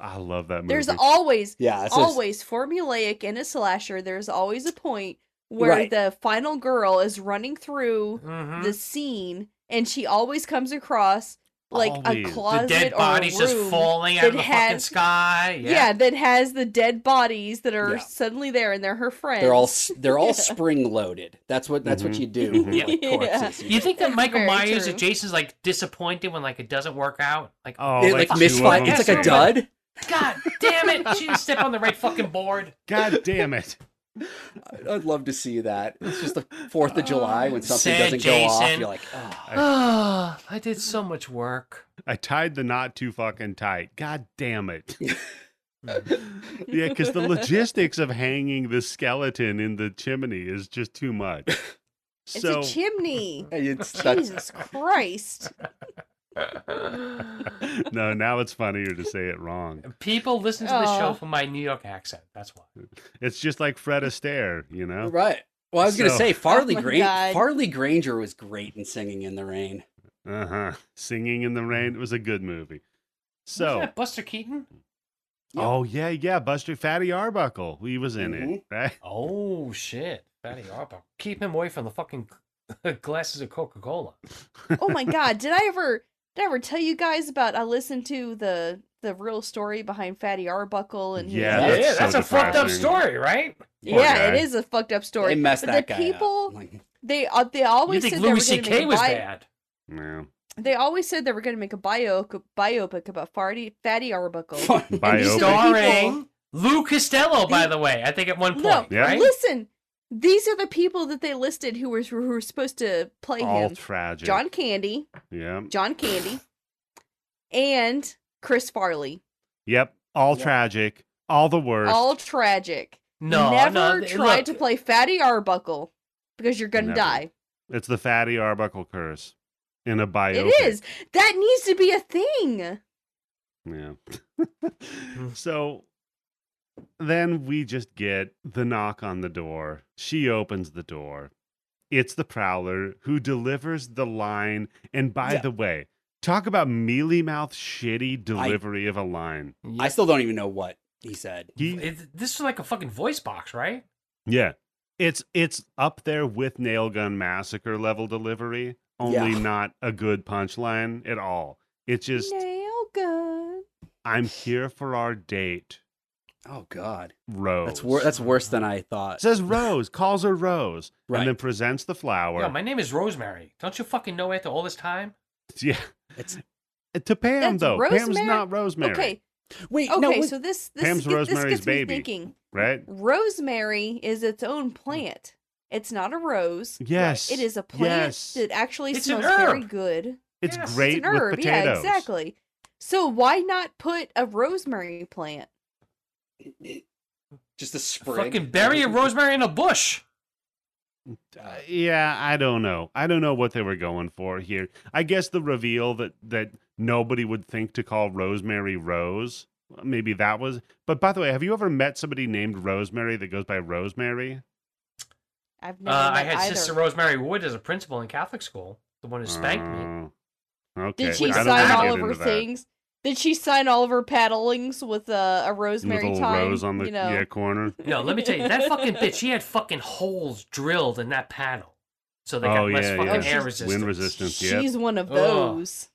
Speaker 1: I love that movie.
Speaker 4: There's always
Speaker 2: yeah. it's just-
Speaker 4: always formulaic in a slasher, there's always a point where
Speaker 2: Right.
Speaker 4: the final girl is running through
Speaker 3: Mm-hmm.
Speaker 4: the scene and she always comes across like
Speaker 1: Always.
Speaker 4: a
Speaker 1: The
Speaker 3: the
Speaker 4: closet
Speaker 3: dead
Speaker 4: or
Speaker 3: bodies
Speaker 4: a
Speaker 3: just
Speaker 4: room
Speaker 3: falling out of
Speaker 4: that
Speaker 3: the fucking
Speaker 4: has-
Speaker 3: sky.
Speaker 4: yeah. that has the dead bodies that are
Speaker 2: Yeah.
Speaker 4: suddenly there and they're her friends.
Speaker 2: They're all s- they're all
Speaker 4: Yeah.
Speaker 2: spring loaded. That's what that's
Speaker 1: Mhm.
Speaker 2: what you do.
Speaker 4: Mhm.
Speaker 2: With, like,
Speaker 4: Yeah.
Speaker 2: corpses.
Speaker 3: You think that Michael
Speaker 4: Very
Speaker 3: Myers
Speaker 4: true.
Speaker 3: and Jason's like disappointed when like it doesn't work out? Like,
Speaker 1: Oh,
Speaker 2: It,
Speaker 1: like,
Speaker 2: like
Speaker 1: two of
Speaker 2: misfire.
Speaker 1: them
Speaker 2: It's like
Speaker 1: say-
Speaker 2: a dud.
Speaker 3: God damn it! She didn't step on the right fucking board.
Speaker 1: God damn it.
Speaker 2: I'd- I'd love to see that. It's just the Fourth of July when something
Speaker 3: Mm-hmm. Sad
Speaker 2: doesn't go off.
Speaker 3: Jason.
Speaker 2: You're like, oh,
Speaker 3: Ah, I did so much work.
Speaker 1: I tied the knot too fucking tight. God damn it. yeah, because the logistics of hanging the skeleton in the chimney is just too much.
Speaker 4: It's
Speaker 1: So
Speaker 4: a chimney.
Speaker 2: it's that's
Speaker 4: Jesus Christ. Oh
Speaker 1: no, now it's funnier to say it wrong.
Speaker 3: People listen to the show
Speaker 4: Aw.
Speaker 3: for my New York accent. That's why.
Speaker 1: It's just like Fred Astaire, you know.
Speaker 2: right. Well, I was gonna
Speaker 1: So-
Speaker 2: say Farley
Speaker 4: Oh my
Speaker 2: Granger.
Speaker 4: God.
Speaker 2: Farley Granger was great in Singing in the Rain.
Speaker 1: Uh huh. Singing in the rain. It was a good movie.
Speaker 3: Isn't
Speaker 1: So,
Speaker 3: that Buster Keaton.
Speaker 2: Yeah.
Speaker 1: oh yeah, yeah, Buster Fatty Arbuckle, he was in it,
Speaker 2: Mhm.
Speaker 4: Mm-hmm.
Speaker 1: right?
Speaker 3: Oh shit, Fatty Arbuckle. Keep him away from the fucking glasses of Coca Cola.
Speaker 4: Oh my god, did I ever did I ever tell you guys about I listened to the the real story behind Fatty Arbuckle and he was
Speaker 1: Yeah,
Speaker 4: like-
Speaker 1: that's
Speaker 3: yeah,
Speaker 1: so
Speaker 3: that's a fucked up
Speaker 1: depressing.
Speaker 3: story, right?
Speaker 2: Poor
Speaker 4: yeah,
Speaker 1: guy.
Speaker 4: it is a fucked up story.
Speaker 2: They messed
Speaker 4: but
Speaker 2: that
Speaker 4: the
Speaker 2: guy
Speaker 4: people
Speaker 2: up. Like,
Speaker 4: they uh, they always
Speaker 3: you think
Speaker 4: said
Speaker 3: Louis
Speaker 4: they were going to
Speaker 3: C.K.
Speaker 4: make a
Speaker 3: was
Speaker 4: bio-
Speaker 3: bad?
Speaker 1: Yeah.
Speaker 4: they always said they were going to make a bio biopic about Farty Fatty Arbuckle.
Speaker 1: Biopic.
Speaker 4: These are
Speaker 3: Starring Lou Costello, by the way. I think at one
Speaker 4: No,
Speaker 3: point,
Speaker 1: Yeah.
Speaker 3: right?
Speaker 4: listen, these are the people that they listed who were who were supposed to play
Speaker 1: All
Speaker 4: him:
Speaker 1: tragic.
Speaker 4: John Candy,
Speaker 1: Yeah.
Speaker 4: John Candy, and Chris Farley.
Speaker 1: Yep. All
Speaker 2: Yeah.
Speaker 1: tragic. All the worst.
Speaker 4: All tragic.
Speaker 3: No,
Speaker 4: never
Speaker 3: no,
Speaker 4: try
Speaker 3: look,
Speaker 4: to play Fatty Arbuckle because you're gonna
Speaker 1: Never.
Speaker 4: die.
Speaker 1: It's the Fatty Arbuckle curse in a
Speaker 4: It
Speaker 1: biopic.
Speaker 4: is. That needs to be a thing.
Speaker 1: Yeah.
Speaker 2: Mm.
Speaker 1: so then we just get the knock on the door. She opens the door. It's the Prowler who delivers the line. And by
Speaker 2: Yeah.
Speaker 1: the way, talk about mealy mouth shitty delivery of a line.
Speaker 2: I still don't even know what he said.
Speaker 1: He,
Speaker 3: It- this is like a fucking voice box, right?
Speaker 1: yeah. It's it's up there with Nail Gun Massacre level delivery, only
Speaker 2: Yeah.
Speaker 1: not a good punchline at all. It's just
Speaker 4: Nail gun.
Speaker 1: I'm here for our date,
Speaker 2: Oh God,
Speaker 1: Rose.
Speaker 2: that's wor- that's worse than I thought.
Speaker 1: says Rose, calls her Rose,
Speaker 2: Right.
Speaker 1: and then presents the flower.
Speaker 3: Yo, my name is Rosemary. Don't you fucking know after all this time?
Speaker 1: yeah.
Speaker 2: It's-
Speaker 1: to Pam
Speaker 4: That's
Speaker 1: though. Pam's
Speaker 4: Rosemary?
Speaker 1: not Rosemary,
Speaker 4: Okay.
Speaker 2: Wait,
Speaker 4: Okay.
Speaker 2: no, wait-
Speaker 4: so this this,
Speaker 1: Pam's
Speaker 4: get- this
Speaker 1: Rosemary's
Speaker 4: gets me
Speaker 1: baby.
Speaker 4: thinking.
Speaker 1: right?
Speaker 4: Rosemary is its own plant. It's not a rose.
Speaker 1: Hmm. Yes.
Speaker 4: It is a plant
Speaker 1: Yes.
Speaker 4: that actually
Speaker 3: It's an
Speaker 4: smells very
Speaker 3: herb.
Speaker 4: good.
Speaker 1: It's
Speaker 3: Yes. It's an
Speaker 1: great
Speaker 4: it's an herb.
Speaker 1: with potatoes.
Speaker 4: Yeah, exactly. So why not put a rosemary plant?
Speaker 2: just a sprig.
Speaker 3: Fucking bury a rosemary in a bush.
Speaker 1: Uh, yeah, I don't know. I don't know what they were going for here. I guess the reveal that that nobody would think to call Rosemary Rose. Maybe that was. But by the way, have you ever met somebody named Rosemary that goes by Rosemary?
Speaker 4: I've never
Speaker 3: Uh, I
Speaker 4: met
Speaker 3: had
Speaker 4: either.
Speaker 3: Sister Rosemary Wood as a principal in Catholic school, the one who spanked
Speaker 4: Uh.
Speaker 3: me.
Speaker 1: Oh, Okay.
Speaker 4: Did she
Speaker 1: I don't
Speaker 4: sign
Speaker 1: wanna
Speaker 3: think
Speaker 4: all
Speaker 1: get
Speaker 4: of her
Speaker 1: into that.
Speaker 4: things? Did she sign all of her paddlings with a, a rosemary
Speaker 1: Little
Speaker 4: thyme?
Speaker 1: Rose on the
Speaker 4: you know,
Speaker 1: yeah, corner.
Speaker 3: No, let me tell you, that fucking bitch, she had fucking holes drilled in that paddle. So they got
Speaker 1: Oh,
Speaker 3: less
Speaker 1: yeah,
Speaker 3: fucking
Speaker 1: yeah.
Speaker 4: Oh,
Speaker 3: air
Speaker 4: she's-
Speaker 3: resistance.
Speaker 1: Wind resistance. Yeah.
Speaker 4: she's one of
Speaker 3: Ugh.
Speaker 4: those.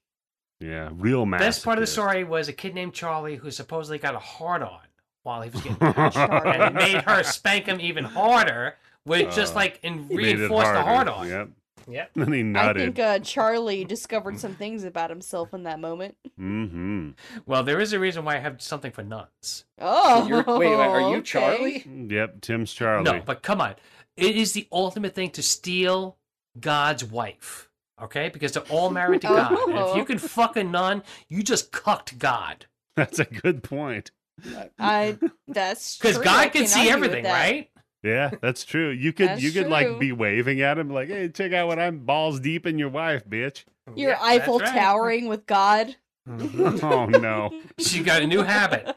Speaker 1: Yeah, real master.
Speaker 3: Best part of the story was a kid named Charlie who supposedly got a hard on while he was getting punched. and it
Speaker 1: Charlie.
Speaker 3: made her spank him even harder, which just
Speaker 1: Uh,
Speaker 3: like in- reinforced the hard on.
Speaker 1: Yep.
Speaker 3: Yep.
Speaker 1: Then he
Speaker 4: I
Speaker 1: nodded.
Speaker 4: think uh, Charlie discovered some things about himself in that moment.
Speaker 1: mm-hmm.
Speaker 3: Well, there is a reason why I have something for nuns.
Speaker 4: Oh,
Speaker 2: You're- wait, wait, are you
Speaker 4: okay.
Speaker 2: Charlie?
Speaker 1: Yep. Tim's Charlie.
Speaker 3: No, but come on. It is the ultimate thing to steal God's wife. Okay? Because they're all married to God. And if you
Speaker 4: Oh.
Speaker 3: can fuck a nun, you just cucked God.
Speaker 1: That's a good point.
Speaker 2: Uh,
Speaker 4: I. That's
Speaker 3: Because
Speaker 4: true, I
Speaker 3: God can
Speaker 4: can't
Speaker 3: see
Speaker 4: argue with
Speaker 3: everything,
Speaker 4: that.
Speaker 3: right?
Speaker 1: Yeah, that's true. You could
Speaker 4: That's
Speaker 1: you could like
Speaker 4: true.
Speaker 1: be waving at him like, "Hey, check out what I'm balls deep in your wife, bitch."
Speaker 4: You're
Speaker 3: Yeah, that's
Speaker 4: Eiffel
Speaker 3: right.
Speaker 4: towering with God.
Speaker 3: Mhm.
Speaker 1: oh no.
Speaker 3: She got a new habit.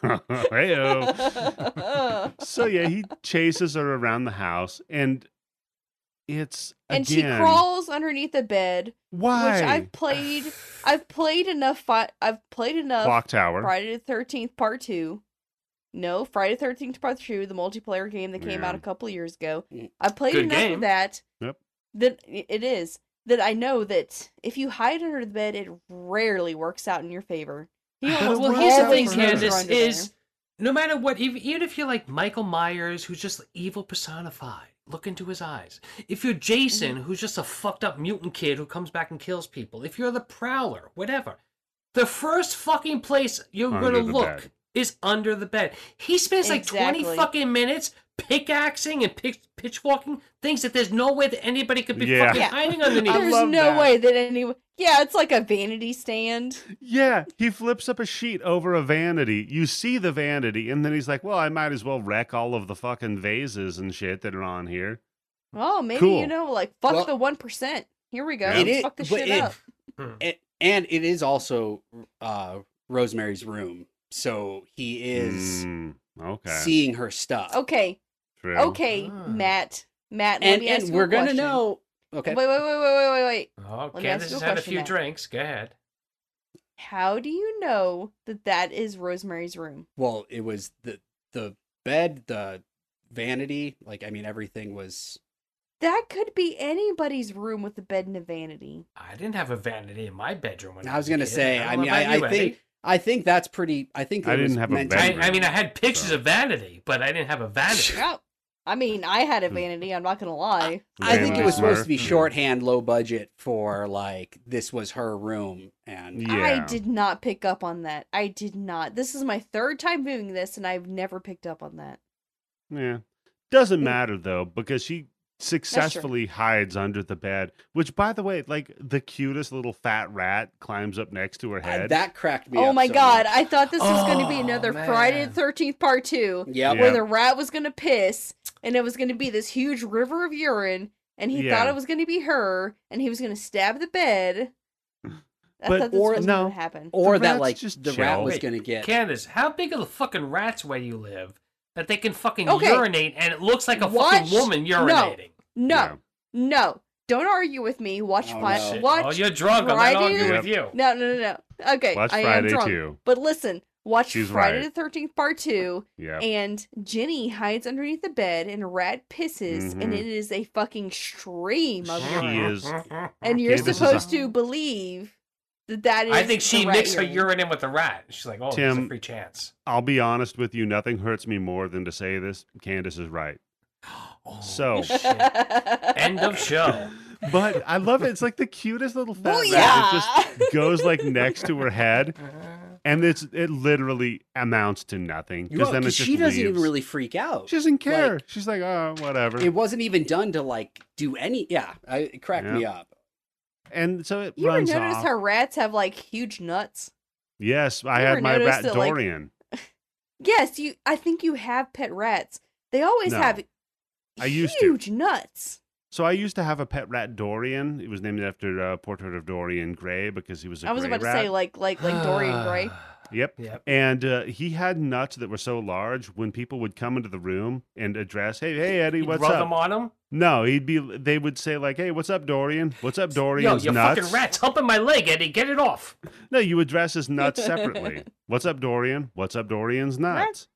Speaker 1: Heyo. So yeah, he chases her around the house, and it's
Speaker 4: and she
Speaker 1: again,
Speaker 4: crawls underneath the bed,
Speaker 1: Why?
Speaker 4: which I've played. I've played enough. Fi- I've played enough.
Speaker 1: Clock tower.
Speaker 4: Friday the Thirteenth Part Two. No, Friday the Thirteenth Part Two, the multiplayer game that came
Speaker 1: Yeah.
Speaker 4: out a couple of years ago.
Speaker 2: Mm.
Speaker 4: I played
Speaker 3: Good
Speaker 4: enough
Speaker 3: game.
Speaker 4: of that.
Speaker 1: Yep.
Speaker 4: That it is that I know that if you hide under the bed, it rarely works out in your favor. He almost
Speaker 3: well, here's the
Speaker 4: always
Speaker 3: thing,
Speaker 4: knows you're
Speaker 3: Candace,
Speaker 4: under there.
Speaker 3: is no matter what, even, even if you're like Michael Myers, who's just evil personified, look into his eyes. If you're Jason,
Speaker 4: Mm-hmm.
Speaker 3: who's just a fucked up mutant kid who comes back and kills people. If you're the Prowler, whatever. The first fucking place you're
Speaker 1: Under
Speaker 3: gonna
Speaker 1: the
Speaker 3: look
Speaker 1: bed.
Speaker 3: is under the bed. He spends like 20
Speaker 4: Exactly.
Speaker 3: fucking minutes pickaxing and pick, pitchforking things that there's no way that anybody could be
Speaker 1: Yeah.
Speaker 3: fucking
Speaker 4: Yeah.
Speaker 3: hiding underneath.
Speaker 1: I
Speaker 4: There's
Speaker 1: love
Speaker 4: no
Speaker 1: that.
Speaker 4: way that anyone. Yeah, it's like a vanity stand.
Speaker 1: Yeah, he flips up a sheet over a vanity. You see the vanity, and then he's like, "Well, I might as well wreck all of the fucking vases and shit that are on here."
Speaker 4: Oh, maybe
Speaker 1: Cool.
Speaker 4: you know, like fuck
Speaker 2: Well-
Speaker 4: the one percent. Here we go.
Speaker 1: Yeah.
Speaker 2: It is-
Speaker 4: fuck this
Speaker 2: but
Speaker 4: shit
Speaker 2: it-
Speaker 4: up.
Speaker 3: Hmm.
Speaker 2: A- and it is also uh, Rosemary's room, so he is
Speaker 1: Mm, okay?
Speaker 2: seeing her stuff.
Speaker 4: Okay,
Speaker 1: true.
Speaker 4: okay,
Speaker 3: Ah.
Speaker 4: Matt, Matt, let
Speaker 2: and
Speaker 4: me ask
Speaker 2: and
Speaker 4: you a
Speaker 2: we're gonna
Speaker 4: question.
Speaker 2: know. Okay,
Speaker 4: Wait, wait, wait, wait, wait, wait, wait.
Speaker 3: Oh,
Speaker 4: me ask
Speaker 3: Candace
Speaker 4: you
Speaker 3: has had
Speaker 4: a
Speaker 3: a
Speaker 4: question,
Speaker 3: few
Speaker 4: Matt.
Speaker 3: drinks. Go ahead.
Speaker 4: How do you know that that is Rosemary's room?
Speaker 2: well, it was the the bed, the vanity. Like, I mean, everything was.
Speaker 4: That could be anybody's room with a bed and a vanity.
Speaker 3: I didn't have a vanity in my bedroom when I,
Speaker 2: I was
Speaker 3: a
Speaker 2: gonna
Speaker 3: kid.
Speaker 2: say,
Speaker 3: don't
Speaker 2: I
Speaker 3: know
Speaker 2: mean,
Speaker 3: about
Speaker 2: I-
Speaker 3: you,
Speaker 2: I think- I think that's pretty. I think
Speaker 1: I
Speaker 2: it was
Speaker 1: didn't have a
Speaker 2: meant to-
Speaker 1: bed.
Speaker 3: Eddie. I, I mean, I had pictures
Speaker 1: So-
Speaker 3: of vanity, but I didn't have a vanity.
Speaker 4: Yep. I mean, I had a vanity. I'm not gonna lie.
Speaker 2: I think it
Speaker 1: Vanity
Speaker 2: was supposed to be
Speaker 1: Smurf.
Speaker 2: shorthand, low budget for like this was her room, and
Speaker 1: Yeah.
Speaker 4: I did not pick up on that. I did not. This is my third time viewing this, and I've never picked up on that.
Speaker 1: Yeah.
Speaker 4: Hmm.
Speaker 1: Doesn't matter though, because she successfully hides under the bed, which by the way, like the cutest little fat rat climbs up next
Speaker 4: Uh,
Speaker 1: to her
Speaker 2: I-
Speaker 1: head.
Speaker 2: that cracked me.
Speaker 4: Oh
Speaker 2: up
Speaker 4: my
Speaker 2: so
Speaker 4: god,
Speaker 2: much.
Speaker 4: I thought this was going to be
Speaker 3: Oh,
Speaker 4: another Friday the
Speaker 3: man.
Speaker 4: 13th part 2
Speaker 2: Yep.
Speaker 1: Yeah.
Speaker 4: where the rat was going to piss and it was going to be this huge river of urine and he thought
Speaker 1: Yeah.
Speaker 4: it was going to be her and he was going to stab the bed. I
Speaker 1: But-
Speaker 4: thought this
Speaker 2: or-
Speaker 4: was
Speaker 1: no.
Speaker 4: going to happen.
Speaker 2: Or
Speaker 1: The
Speaker 2: that
Speaker 1: rat's
Speaker 2: like
Speaker 1: just
Speaker 2: the rat
Speaker 1: chill.
Speaker 2: was
Speaker 1: Wait,
Speaker 2: gonna get.
Speaker 3: Candace, how big are the fucking rats where you live that they can fucking
Speaker 4: Okay.
Speaker 3: urinate and it looks like a
Speaker 4: Watch-
Speaker 3: fucking woman
Speaker 4: no.
Speaker 3: urinating?
Speaker 4: No. No. Don't argue with me. Watch
Speaker 2: Oh,
Speaker 4: fi-
Speaker 2: no.
Speaker 3: Shit.
Speaker 4: watch
Speaker 3: oh, you're drunk. I'm
Speaker 4: Friday
Speaker 3: not arguing
Speaker 1: or-
Speaker 3: with you.
Speaker 4: No, no, no, no. Okay,
Speaker 1: Yeah. Watch
Speaker 4: I
Speaker 1: Friday
Speaker 4: am drunk.
Speaker 1: too.
Speaker 4: But listen, watch
Speaker 1: She's
Speaker 4: Friday
Speaker 1: right.
Speaker 4: the 13th part 2
Speaker 1: Yeah.
Speaker 4: and Jenny hides underneath the bed and Rat pisses and
Speaker 1: Mhm.
Speaker 4: it is a fucking stream of
Speaker 1: She
Speaker 4: urine.
Speaker 1: is-
Speaker 4: And you're
Speaker 1: Candace is a-
Speaker 4: supposed to believe that that is
Speaker 3: I think she
Speaker 4: the rat
Speaker 3: mixed her
Speaker 4: urine.
Speaker 3: urine in with the rat. She's like, oh, there's a
Speaker 1: Tim.
Speaker 3: free chance.
Speaker 1: I'll be honest with you, nothing hurts me more than to say this. Candace is right.
Speaker 3: Oh,
Speaker 1: So-
Speaker 3: shit. End of show.
Speaker 1: But I love it. It's like the cutest little fat rat. It just
Speaker 4: Booyah!
Speaker 1: goes like next to her head and it's it literally amounts to nothing.
Speaker 2: You're
Speaker 1: Because
Speaker 2: right,
Speaker 1: then it
Speaker 2: 'cause
Speaker 1: just
Speaker 2: she doesn't
Speaker 1: leaves.
Speaker 2: even really freak out.
Speaker 1: She doesn't care.
Speaker 2: like-
Speaker 1: She's like, oh, whatever.
Speaker 2: It wasn't even done to like do any. Yeah, I, it cracked me up.
Speaker 1: and so it
Speaker 4: You ever
Speaker 1: runs
Speaker 4: notice
Speaker 1: off.
Speaker 4: how rats have like huge nuts?
Speaker 1: Yes, I
Speaker 4: You ever
Speaker 1: had my
Speaker 4: notice
Speaker 1: rat
Speaker 4: that, like-
Speaker 1: Dorian.
Speaker 4: Yes, you. I think you have pet rats. They always
Speaker 1: No.
Speaker 4: have
Speaker 1: I used to.
Speaker 4: huge nuts.
Speaker 1: So I used to have a pet rat Dorian. It was named after uh, portrait of Dorian Gray because he was a
Speaker 4: I was
Speaker 1: gray
Speaker 4: about
Speaker 1: rat.
Speaker 4: to say like like like Dorian Gray.
Speaker 1: Yep.
Speaker 3: Yep.
Speaker 1: And uh, he had nuts that were so large when people would come into the room and address, "Hey, hey, Eddie,
Speaker 3: You'd
Speaker 1: what's
Speaker 3: rub
Speaker 1: up?"
Speaker 3: them on him?
Speaker 1: No, he'd be. They would say like, "Hey, what's up, Dorian? What's up,
Speaker 3: Yo,
Speaker 1: Dorian's
Speaker 3: you
Speaker 1: nuts?"
Speaker 3: fucking rat's humping my leg, Eddie. Get it off.
Speaker 1: No, you address his nuts separately. what's up, Dorian? What's up, Dorian's nuts?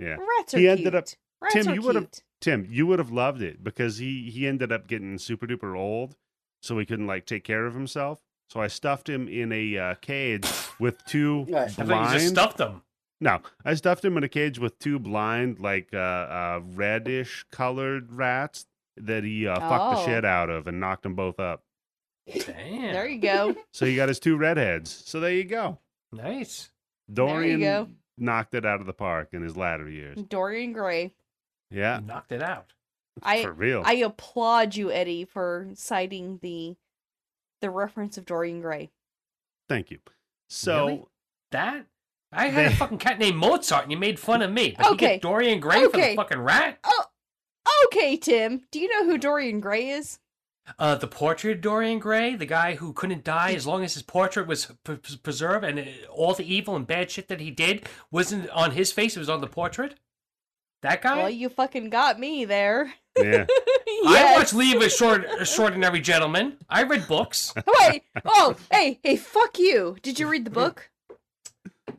Speaker 1: Yeah,
Speaker 4: Rats are
Speaker 1: He
Speaker 4: cute.
Speaker 1: ended up-
Speaker 4: Rats
Speaker 1: Tim,
Speaker 4: are
Speaker 1: you would've-
Speaker 4: cute.
Speaker 1: Tim, you would have loved it because he he ended up getting super duper old, so he couldn't like take care of himself. So I stuffed him in a uh, cage with two
Speaker 2: Yeah, I thought
Speaker 3: I thought you just
Speaker 1: blind.
Speaker 3: stuffed them.
Speaker 1: no, I stuffed him in a cage with two blind, like uh, uh, reddish colored rats that he uh, fucked the
Speaker 4: Oh.
Speaker 1: shit out of and knocked them both up.
Speaker 3: Damn.
Speaker 4: There you go.
Speaker 1: So he got his two redheads. So there you go.
Speaker 3: Nice.
Speaker 1: Dorian
Speaker 4: go. Mm.
Speaker 1: knocked it out of the park in his latter years.
Speaker 4: Dorian Gray.
Speaker 1: Yeah,
Speaker 3: Knocked it out.
Speaker 4: I
Speaker 1: for real.
Speaker 4: I applaud you, Eddie, for citing the the reference of Dorian Gray.
Speaker 1: Thank you. So.
Speaker 3: Really? That? I had a
Speaker 1: They-
Speaker 3: fucking cat named Mozart and you made fun of me. But you
Speaker 4: Okay.
Speaker 3: get Dorian Gray for the
Speaker 4: Okay.
Speaker 3: fucking rat?
Speaker 4: Oh, okay, Tim. Do you know who Dorian Gray is?
Speaker 3: Uh, the portrait of Dorian Gray, the guy who couldn't die as long as his portrait was pre- pre- preserved and uh, all the evil and bad shit that he did wasn't on his face, it was on the portrait? That guy?
Speaker 4: Well, you fucking got me there.
Speaker 1: Yeah.
Speaker 3: I
Speaker 4: Yes.
Speaker 3: watched Leave a Short Extraordinary Gentleman. I read books.
Speaker 4: Wait. Oh, hey, hey, fuck you. Did you read the book?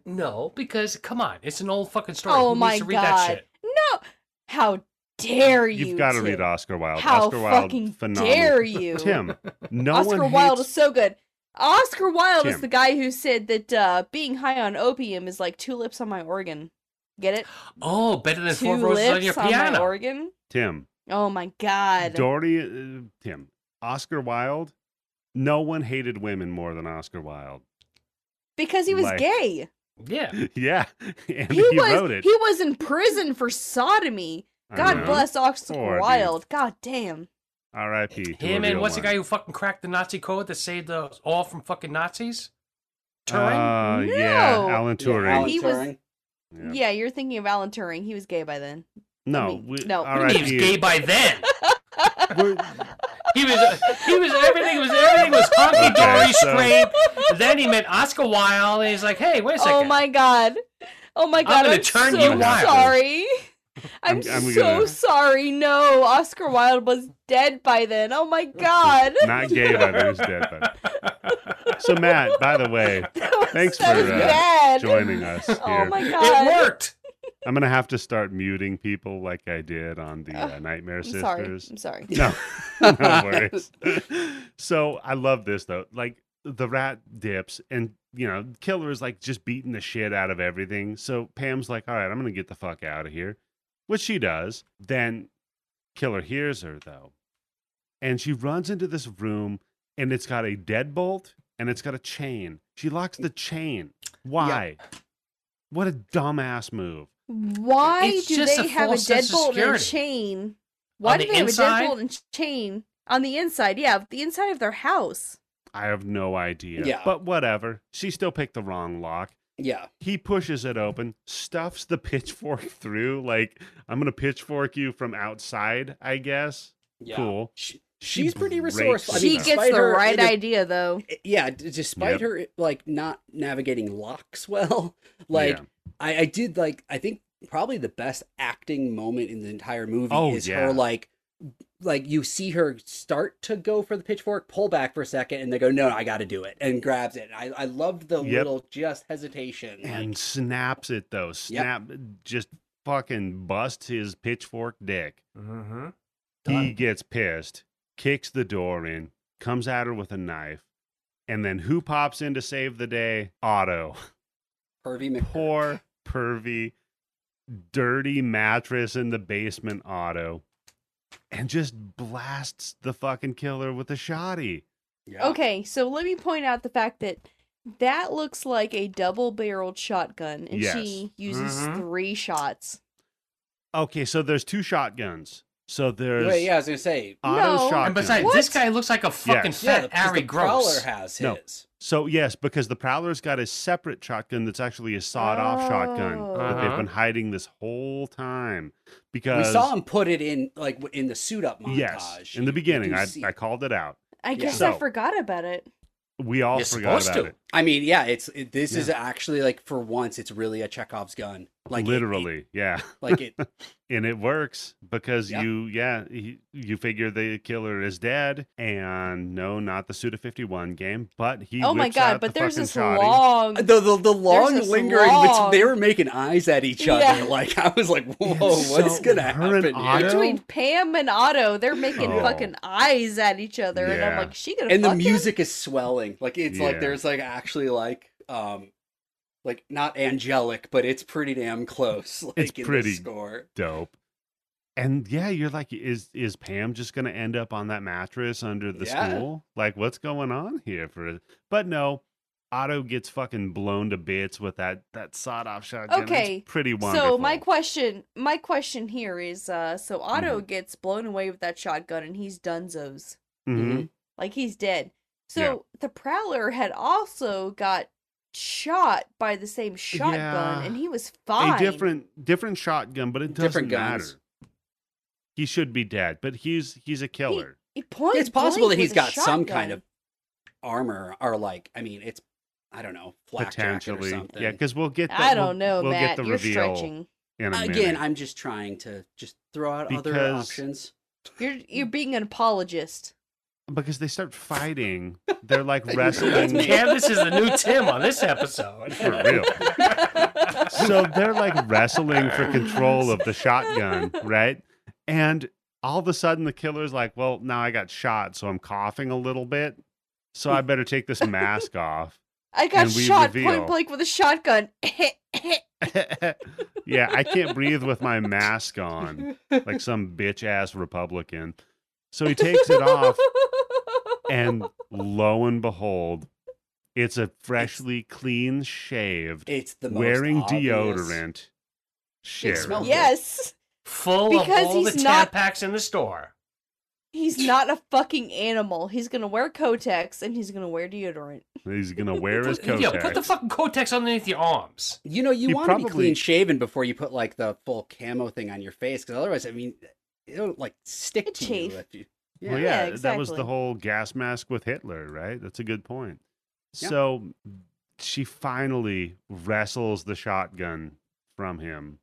Speaker 3: No, because come on, it's an old fucking story.
Speaker 4: Oh
Speaker 3: Who
Speaker 4: my
Speaker 3: needs to read that
Speaker 4: God.
Speaker 3: shit?
Speaker 4: No. How dare you?
Speaker 1: You've got to
Speaker 4: to
Speaker 1: read Oscar Wilde.
Speaker 4: How
Speaker 1: Oscar Wilde,
Speaker 4: fucking
Speaker 1: phenomenal.
Speaker 4: dare you?
Speaker 1: Tim, no
Speaker 4: Oscar
Speaker 1: one
Speaker 4: Wilde
Speaker 1: hates-
Speaker 4: is so good. Oscar Wilde is
Speaker 1: Tim.
Speaker 4: the guy who said that uh, being high on opium is like two lips on my organ. Get it?
Speaker 3: Oh, better than
Speaker 4: two
Speaker 3: four roses on your
Speaker 4: lips on, my
Speaker 3: piano.
Speaker 4: organ.
Speaker 1: Tim,
Speaker 4: Oh my god.
Speaker 1: Dory, uh, Tim, Oscar Wilde. No one hated women more than Oscar Wilde.
Speaker 4: because he was
Speaker 1: Like-
Speaker 4: gay.
Speaker 3: Yeah.
Speaker 1: Yeah, and he,
Speaker 4: He, was
Speaker 1: wrote it.
Speaker 4: he was in prison for sodomy.
Speaker 1: I
Speaker 4: God
Speaker 1: know.
Speaker 4: bless Oscar
Speaker 1: Poor dude.
Speaker 4: Wilde. God damn.
Speaker 1: R.I.P. to
Speaker 3: Him
Speaker 1: a
Speaker 3: and
Speaker 1: real
Speaker 3: what's the
Speaker 1: one.
Speaker 3: guy who fucking cracked the Nazi code that saved us all from fucking Nazis? Turing?
Speaker 1: Uh,
Speaker 4: No.
Speaker 1: yeah, Alan
Speaker 2: Yeah,
Speaker 1: Turing.
Speaker 2: Alan
Speaker 4: He was-
Speaker 2: Turing.
Speaker 1: Yeah.
Speaker 4: Yeah. you're thinking of Alan Turing. He was gay by then.
Speaker 1: No,
Speaker 4: mean,
Speaker 1: we,
Speaker 4: no.
Speaker 1: All
Speaker 4: You
Speaker 1: right,
Speaker 3: he was gay by then.
Speaker 1: We're-
Speaker 3: He was. He was. Everything was. Everything was honky dory
Speaker 1: Okay, so-
Speaker 4: oh
Speaker 3: scrape. Then he met Oscar Wilde, and he's like, "Hey, wait a second.
Speaker 4: Oh my god. Oh my god.
Speaker 3: gonna
Speaker 4: I'm,
Speaker 3: turn
Speaker 4: so
Speaker 1: you wild.
Speaker 4: sorry. I'm,
Speaker 1: I'm- I'm
Speaker 4: so
Speaker 1: gonna-
Speaker 4: sorry. No, Oscar Wilde was dead by then. Oh my god.
Speaker 1: not gay, but he's dead. But. So Matt, by the way,
Speaker 4: That was-
Speaker 1: Thanks
Speaker 4: that
Speaker 1: for,
Speaker 4: was
Speaker 1: uh,
Speaker 4: bad.
Speaker 1: joining us here.
Speaker 4: Oh my god.
Speaker 3: It worked.
Speaker 1: I'm gonna have to start muting people like I did on the uh, Nightmare
Speaker 4: I'm
Speaker 1: Sisters.
Speaker 4: sorry. I'm sorry.
Speaker 1: No, no worries. so I love this though. Like the rat dips, and you know, killer is like just beating the shit out of everything. So Pam's like, "All right, I'm gonna get the fuck out of here," which she does. Then killer hears her though, and she runs into this room, and it's got a deadbolt and it's got a chain. She locks the chain. Why? What a dumbass move.
Speaker 4: Why
Speaker 3: It's
Speaker 4: do
Speaker 3: just
Speaker 4: they
Speaker 3: a
Speaker 4: have a
Speaker 3: false sense of
Speaker 4: deadbolt and a
Speaker 3: security.
Speaker 4: chain? Why
Speaker 3: On
Speaker 4: do
Speaker 3: the
Speaker 4: they
Speaker 3: inside?
Speaker 4: have a deadbolt and chain on the inside? Yeah, the inside of their house.
Speaker 1: I have no idea.
Speaker 2: Yeah.
Speaker 1: But whatever. She still picked the wrong lock.
Speaker 2: Yeah.
Speaker 1: He pushes it open, stuffs the pitchfork through. Like, I'm going to pitchfork you from outside, I guess.
Speaker 2: Yeah.
Speaker 1: Cool.
Speaker 2: She,
Speaker 1: She
Speaker 2: she's pretty
Speaker 1: breaks
Speaker 2: resourceful. I
Speaker 1: it
Speaker 4: she
Speaker 2: mean,
Speaker 1: down.
Speaker 4: gets
Speaker 2: despite
Speaker 4: the
Speaker 2: her
Speaker 4: right
Speaker 2: indi-
Speaker 4: idea though.
Speaker 2: eh, Yeah, d- despite
Speaker 1: Yep.
Speaker 2: her like not navigating locks well, like
Speaker 1: Yeah.
Speaker 2: I, I did like I think probably the best acting moment in the entire movie
Speaker 1: Oh,
Speaker 2: is
Speaker 1: yeah.
Speaker 2: her like like you see her start to go for the pitchfork, pull back for a second, and they go, No, I gotta do it and grabs it. I, I loved the
Speaker 1: Yep.
Speaker 2: little just hesitation. like-
Speaker 1: and snaps it, though. Snap, just fucking busts his pitchfork dick.
Speaker 3: Mm-hmm.
Speaker 1: He gets pissed, kicks the door in, comes at her with a knife. And then who pops in to save the day? Otto.
Speaker 2: Harvey Mc
Speaker 1: poor, pervy, dirty mattress in the basement auto and just blasts the fucking killer with a shoddy.
Speaker 2: Yeah.
Speaker 4: Okay, so let me point out the fact that that looks like a double-barreled shotgun, and
Speaker 1: Yes.
Speaker 4: she uses
Speaker 3: Mhm.
Speaker 2: Mm-hmm.
Speaker 4: three shots.
Speaker 1: Okay, so there's two shotguns. So there's
Speaker 2: Wait, yeah, I was gonna say
Speaker 1: Otto's
Speaker 4: No.
Speaker 1: shotgun.
Speaker 3: And besides,
Speaker 4: What?
Speaker 3: this guy looks like a fucking
Speaker 1: Yes.
Speaker 2: yeah,
Speaker 3: fat
Speaker 2: because
Speaker 3: Ari
Speaker 2: the Prowler
Speaker 3: Gross.
Speaker 2: has his.
Speaker 1: No. so yes, because the Prowler's got a separate shotgun that's actually a sawed-off
Speaker 4: Oh.
Speaker 1: shotgun that
Speaker 3: Uh-huh.
Speaker 1: they've been hiding this whole time.
Speaker 2: We
Speaker 1: Because
Speaker 2: saw him put it in like w- in the suit up montage.
Speaker 1: yes, in the
Speaker 2: You- you
Speaker 1: beginning,
Speaker 2: do
Speaker 1: I,
Speaker 2: see-
Speaker 1: I called it out.
Speaker 4: I guess
Speaker 1: So-
Speaker 4: I forgot about it.
Speaker 1: We all
Speaker 3: You're
Speaker 1: forgot
Speaker 3: supposed
Speaker 1: about
Speaker 3: to.
Speaker 1: it.
Speaker 2: I mean, yeah, it's it, this is
Speaker 1: Yeah.
Speaker 2: actually like for once, it's really a Chekhov's gun, like it- it-
Speaker 1: Literally, yeah.
Speaker 2: like it.
Speaker 1: and it works because
Speaker 2: Yeah.
Speaker 1: you yeah he, you figure the killer is dead and no not the Suda 51 game but he
Speaker 4: oh my
Speaker 1: whips
Speaker 4: god!
Speaker 1: out
Speaker 4: But
Speaker 1: the
Speaker 4: there's
Speaker 1: fucking
Speaker 4: this
Speaker 1: shoddy.
Speaker 4: long.
Speaker 2: The the, the long
Speaker 4: this
Speaker 2: lingering,
Speaker 4: long-
Speaker 2: bet- they were making eyes at each other.
Speaker 4: Yeah.
Speaker 2: Like I was like, whoa,
Speaker 1: And
Speaker 2: what's
Speaker 1: so
Speaker 2: gonna
Speaker 1: her and
Speaker 2: happen?
Speaker 1: Otto-
Speaker 2: here?
Speaker 4: Between Pam and Otto, they're making
Speaker 1: Oh.
Speaker 4: fucking eyes at each other, and I'm
Speaker 1: Yeah.
Speaker 4: like, she gonna
Speaker 2: And the
Speaker 4: fuck him?
Speaker 2: music is swelling. Like it's
Speaker 1: Yeah.
Speaker 2: like there's like actually like um like not angelic, but it's pretty damn close. Like in
Speaker 1: pretty-
Speaker 2: the score.
Speaker 1: dope and yeah you're like is is Pam just going to end up on that mattress under the
Speaker 2: Yeah.
Speaker 1: school like what's going on here for a- but no Otto gets fucking blown to bits with that that sawed off shotgun It's
Speaker 4: Okay,
Speaker 1: pretty wonderful
Speaker 4: So my question, my question here is, uh, so Otto
Speaker 1: Mm-hmm.
Speaker 4: gets blown away with that shotgun, and he's Dunzo's,
Speaker 1: Mhm.
Speaker 4: like he's dead. So
Speaker 1: Yeah.
Speaker 4: the Prowler had also got shot by the same shotgun,
Speaker 1: Yeah.
Speaker 4: and he was fine.
Speaker 1: a different different shotgun but it doesn't
Speaker 2: Different
Speaker 1: matter
Speaker 2: guns.
Speaker 1: he should be dead but he's he's a killer
Speaker 4: He point
Speaker 2: it's possible
Speaker 4: blank
Speaker 2: that he's
Speaker 4: with
Speaker 2: got
Speaker 4: a
Speaker 2: some kind
Speaker 4: shotgun.
Speaker 2: of armor or like I mean it's I don't know, flak jacket or
Speaker 1: potentially.
Speaker 2: something.
Speaker 1: Yeah, because we'll get. The,
Speaker 4: I
Speaker 1: we'll-
Speaker 4: don't know,
Speaker 1: We'll
Speaker 4: Matt.
Speaker 1: get the
Speaker 4: You're
Speaker 1: reveal
Speaker 4: stretching.
Speaker 1: in a
Speaker 2: Again,
Speaker 1: minute.
Speaker 2: I'm just trying to just throw out other
Speaker 1: Because-
Speaker 2: options.
Speaker 4: You're you're being an apologist.
Speaker 1: because they start fighting. They're like
Speaker 2: That's
Speaker 1: wrestling.
Speaker 2: me.
Speaker 3: Damn, this is the new Tim on this episode.
Speaker 1: For real. So they're like wrestling for control of the shotgun, right? And all of a sudden, the killer's like, well, now I got shot, so I'm coughing a little bit. So I better take this mask off.
Speaker 4: I got
Speaker 1: And we
Speaker 4: shot
Speaker 1: reveal-
Speaker 4: point blank with a shotgun.
Speaker 1: yeah, I can't breathe with my mask on like some bitch ass Republican. So he takes it off, and lo and behold, it's a freshly clean shaved,
Speaker 2: It's the most
Speaker 1: wearing
Speaker 2: obvious-
Speaker 1: deodorant. Sheriff.
Speaker 2: smells good.
Speaker 4: yes,
Speaker 3: Full
Speaker 4: Because
Speaker 3: of all the
Speaker 4: he's not-
Speaker 3: Tampax in the store.
Speaker 4: he's not a fucking animal. He's gonna wear Kotex and he's gonna wear deodorant.
Speaker 1: He's gonna wear his
Speaker 3: Put-
Speaker 1: coat.
Speaker 3: yeah, put the fucking Kotex underneath your arms.
Speaker 2: You know, you
Speaker 1: He
Speaker 2: want to be
Speaker 1: probably-
Speaker 2: clean shaven before you put like the full camo thing on your face, because otherwise, I mean, it'll like stick
Speaker 4: It'd
Speaker 2: to
Speaker 4: chafe.
Speaker 2: you. If you...
Speaker 1: Well,
Speaker 4: Yeah.
Speaker 1: yeah,
Speaker 4: Yeah,
Speaker 1: that was the
Speaker 4: exactly.
Speaker 1: whole gas mask with Hitler, right? That's a good point.
Speaker 2: Yeah.
Speaker 1: So she finally wrestles the shotgun from him,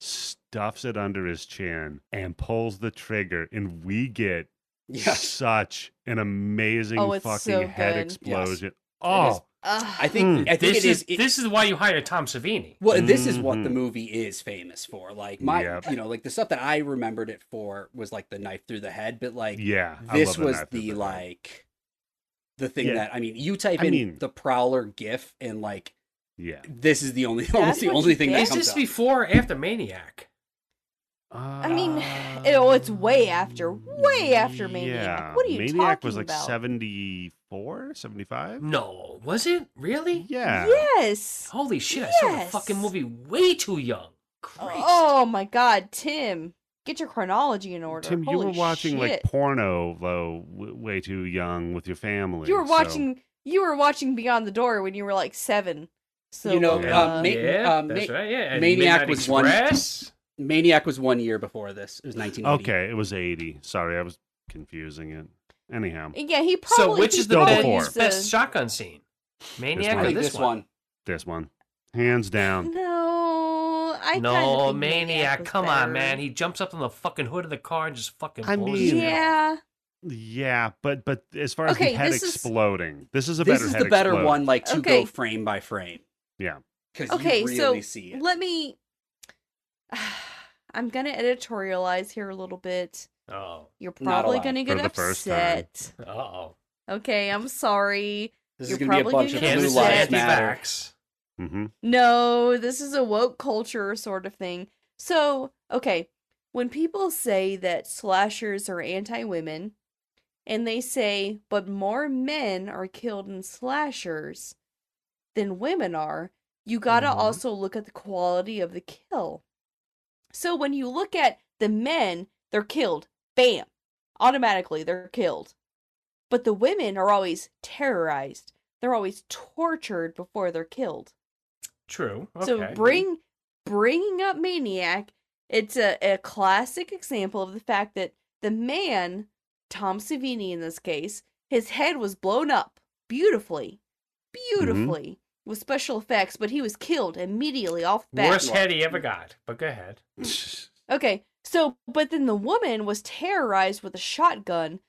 Speaker 1: stuffs it under his chin, and pulls the trigger. And we get
Speaker 2: Yeah.
Speaker 1: such an amazing
Speaker 4: Oh, it's
Speaker 1: fucking
Speaker 4: so
Speaker 1: head
Speaker 4: good.
Speaker 1: explosion.
Speaker 2: is-
Speaker 1: Oh,
Speaker 4: Ugh.
Speaker 2: I think
Speaker 1: Mm.
Speaker 2: I think it
Speaker 3: This is,
Speaker 2: is. it-
Speaker 3: this is why you hire Tom Savini.
Speaker 2: Well, this is what the
Speaker 1: Mhm.
Speaker 2: movie is famous for. Like my,
Speaker 1: Yep.
Speaker 2: you know, like the stuff that I remembered it for was like the knife through the head, but like
Speaker 1: yeah. I
Speaker 2: this
Speaker 1: love
Speaker 2: was
Speaker 1: knife
Speaker 2: the
Speaker 1: through head.
Speaker 2: like the thing
Speaker 1: Yeah.
Speaker 2: that I mean, you type
Speaker 1: I
Speaker 2: in
Speaker 1: mean-
Speaker 2: the prowler gif and like
Speaker 1: Yeah.
Speaker 2: this is the only almost the
Speaker 4: what
Speaker 2: only
Speaker 4: you
Speaker 2: thing
Speaker 4: get?
Speaker 2: that
Speaker 3: Is
Speaker 4: It's
Speaker 2: comes
Speaker 3: this
Speaker 2: up.
Speaker 3: before or after Maniac?
Speaker 1: I
Speaker 4: mean, it- oh, it's way after- way after Maniac. What are you
Speaker 1: Maniac was
Speaker 4: talking
Speaker 1: like
Speaker 4: about?
Speaker 1: 74, 75?
Speaker 3: No, was it really?
Speaker 1: Yeah.
Speaker 4: Yes.
Speaker 3: Holy shit! I saw the
Speaker 4: Yes.
Speaker 3: fucking movie way too young. Christ.
Speaker 4: Oh my god, Tim. Get your chronology in order.
Speaker 1: Tim, you
Speaker 4: Holy
Speaker 1: were watching like
Speaker 4: shit.
Speaker 1: porno though, w- way too young with your family.
Speaker 4: You were
Speaker 1: so-
Speaker 4: watching you were watching Beyond the Door when you were like 7. So
Speaker 2: You know,
Speaker 1: Yeah.
Speaker 2: um, Ma-
Speaker 3: yeah,
Speaker 2: uh, Ma-
Speaker 3: that's right. Yeah, and
Speaker 2: Maniac
Speaker 3: Midnight
Speaker 2: was one-
Speaker 3: Express.
Speaker 2: Maniac was one year before this. It was 1980.
Speaker 1: Okay, it was eighty. Sorry, I was confusing it. Anyhow,
Speaker 4: yeah, he
Speaker 3: So
Speaker 4: probably
Speaker 3: which
Speaker 4: he
Speaker 3: is the
Speaker 4: probably
Speaker 1: best-
Speaker 4: used
Speaker 3: best,
Speaker 4: the-
Speaker 3: best shotgun scene? Maniac
Speaker 2: I
Speaker 1: one.
Speaker 3: or
Speaker 2: think
Speaker 3: this, one?
Speaker 1: this one, hands down.
Speaker 4: No, I kind
Speaker 3: no,
Speaker 4: of
Speaker 3: Maniac. Come on, man. He jumps up on the fucking hood of the car and just fucking
Speaker 1: I
Speaker 3: blows his
Speaker 1: mean-
Speaker 3: head off.
Speaker 4: yeah.
Speaker 1: Yeah, but but as far as
Speaker 4: Okay,
Speaker 1: the head
Speaker 4: this is-
Speaker 1: exploding, this is a
Speaker 2: this
Speaker 1: better.
Speaker 2: is
Speaker 1: head
Speaker 2: the better
Speaker 1: explode.
Speaker 2: one, like to
Speaker 4: Okay.
Speaker 2: go frame by frame.
Speaker 1: Yeah.
Speaker 2: Because
Speaker 4: Okay,
Speaker 2: you
Speaker 4: so
Speaker 2: really see it.
Speaker 4: Let me I'm going to editorialize here a little bit.
Speaker 3: Oh,
Speaker 4: You're
Speaker 2: Not
Speaker 4: probably
Speaker 2: allowed.
Speaker 4: going to
Speaker 1: For
Speaker 4: get
Speaker 1: the first time.
Speaker 4: upset.
Speaker 3: uh oh.
Speaker 4: Okay, I'm sorry.
Speaker 2: This
Speaker 4: You're
Speaker 2: is gonna be a
Speaker 4: probably
Speaker 2: bunch of
Speaker 4: gonna get
Speaker 2: blue
Speaker 3: Kansas
Speaker 4: upset.
Speaker 2: lives
Speaker 3: City
Speaker 2: matter.
Speaker 3: Vax.
Speaker 1: Mm-hmm.
Speaker 4: No, this is a woke culture sort of thing. So, okay, when people say that slashers are anti-women, and they say, but more men are killed in slashers than women are, you gotta
Speaker 3: Mhm.
Speaker 4: also look at the quality of the kill. So when you look at the men, they're killed. Bam. Automatically, they're killed. But the women are always terrorized. They're always tortured before they're killed.
Speaker 3: True. Okay.
Speaker 4: So bring bringing up Maniac, it's a, a classic example of the fact that the man, Tom Savini in this case, his head was blown up beautifully,
Speaker 3: Mm-hmm.
Speaker 4: beautifully with special effects, but he was killed immediately off the bat.
Speaker 3: worst head he ever got. But go ahead.
Speaker 1: Mm-hmm.
Speaker 4: Okay, so but then the woman was terrorized with a shotgun,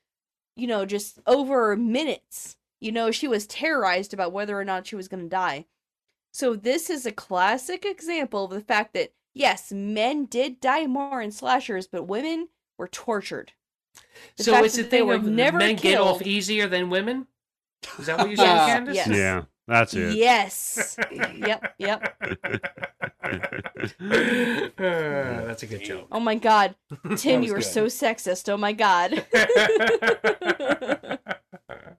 Speaker 4: you know, just over minutes. You know, she was terrorized about whether or not she was going to die. So this is a classic example of the fact that yes, men did die more in slashers, but women were tortured. The
Speaker 3: so
Speaker 4: fact
Speaker 3: it's the
Speaker 4: that they
Speaker 3: thing
Speaker 4: were
Speaker 3: of
Speaker 4: never
Speaker 3: men get off
Speaker 4: killed.
Speaker 3: easier than women. Is that what you're saying,
Speaker 2: Yes,
Speaker 3: Candace?
Speaker 4: yes.
Speaker 1: Yeah, that's it.
Speaker 4: Yes. yep, yep.
Speaker 3: Uh, that's a good joke.
Speaker 4: Oh my god, Tim,
Speaker 2: was
Speaker 4: you were
Speaker 2: good.
Speaker 4: so sexist. Oh my god.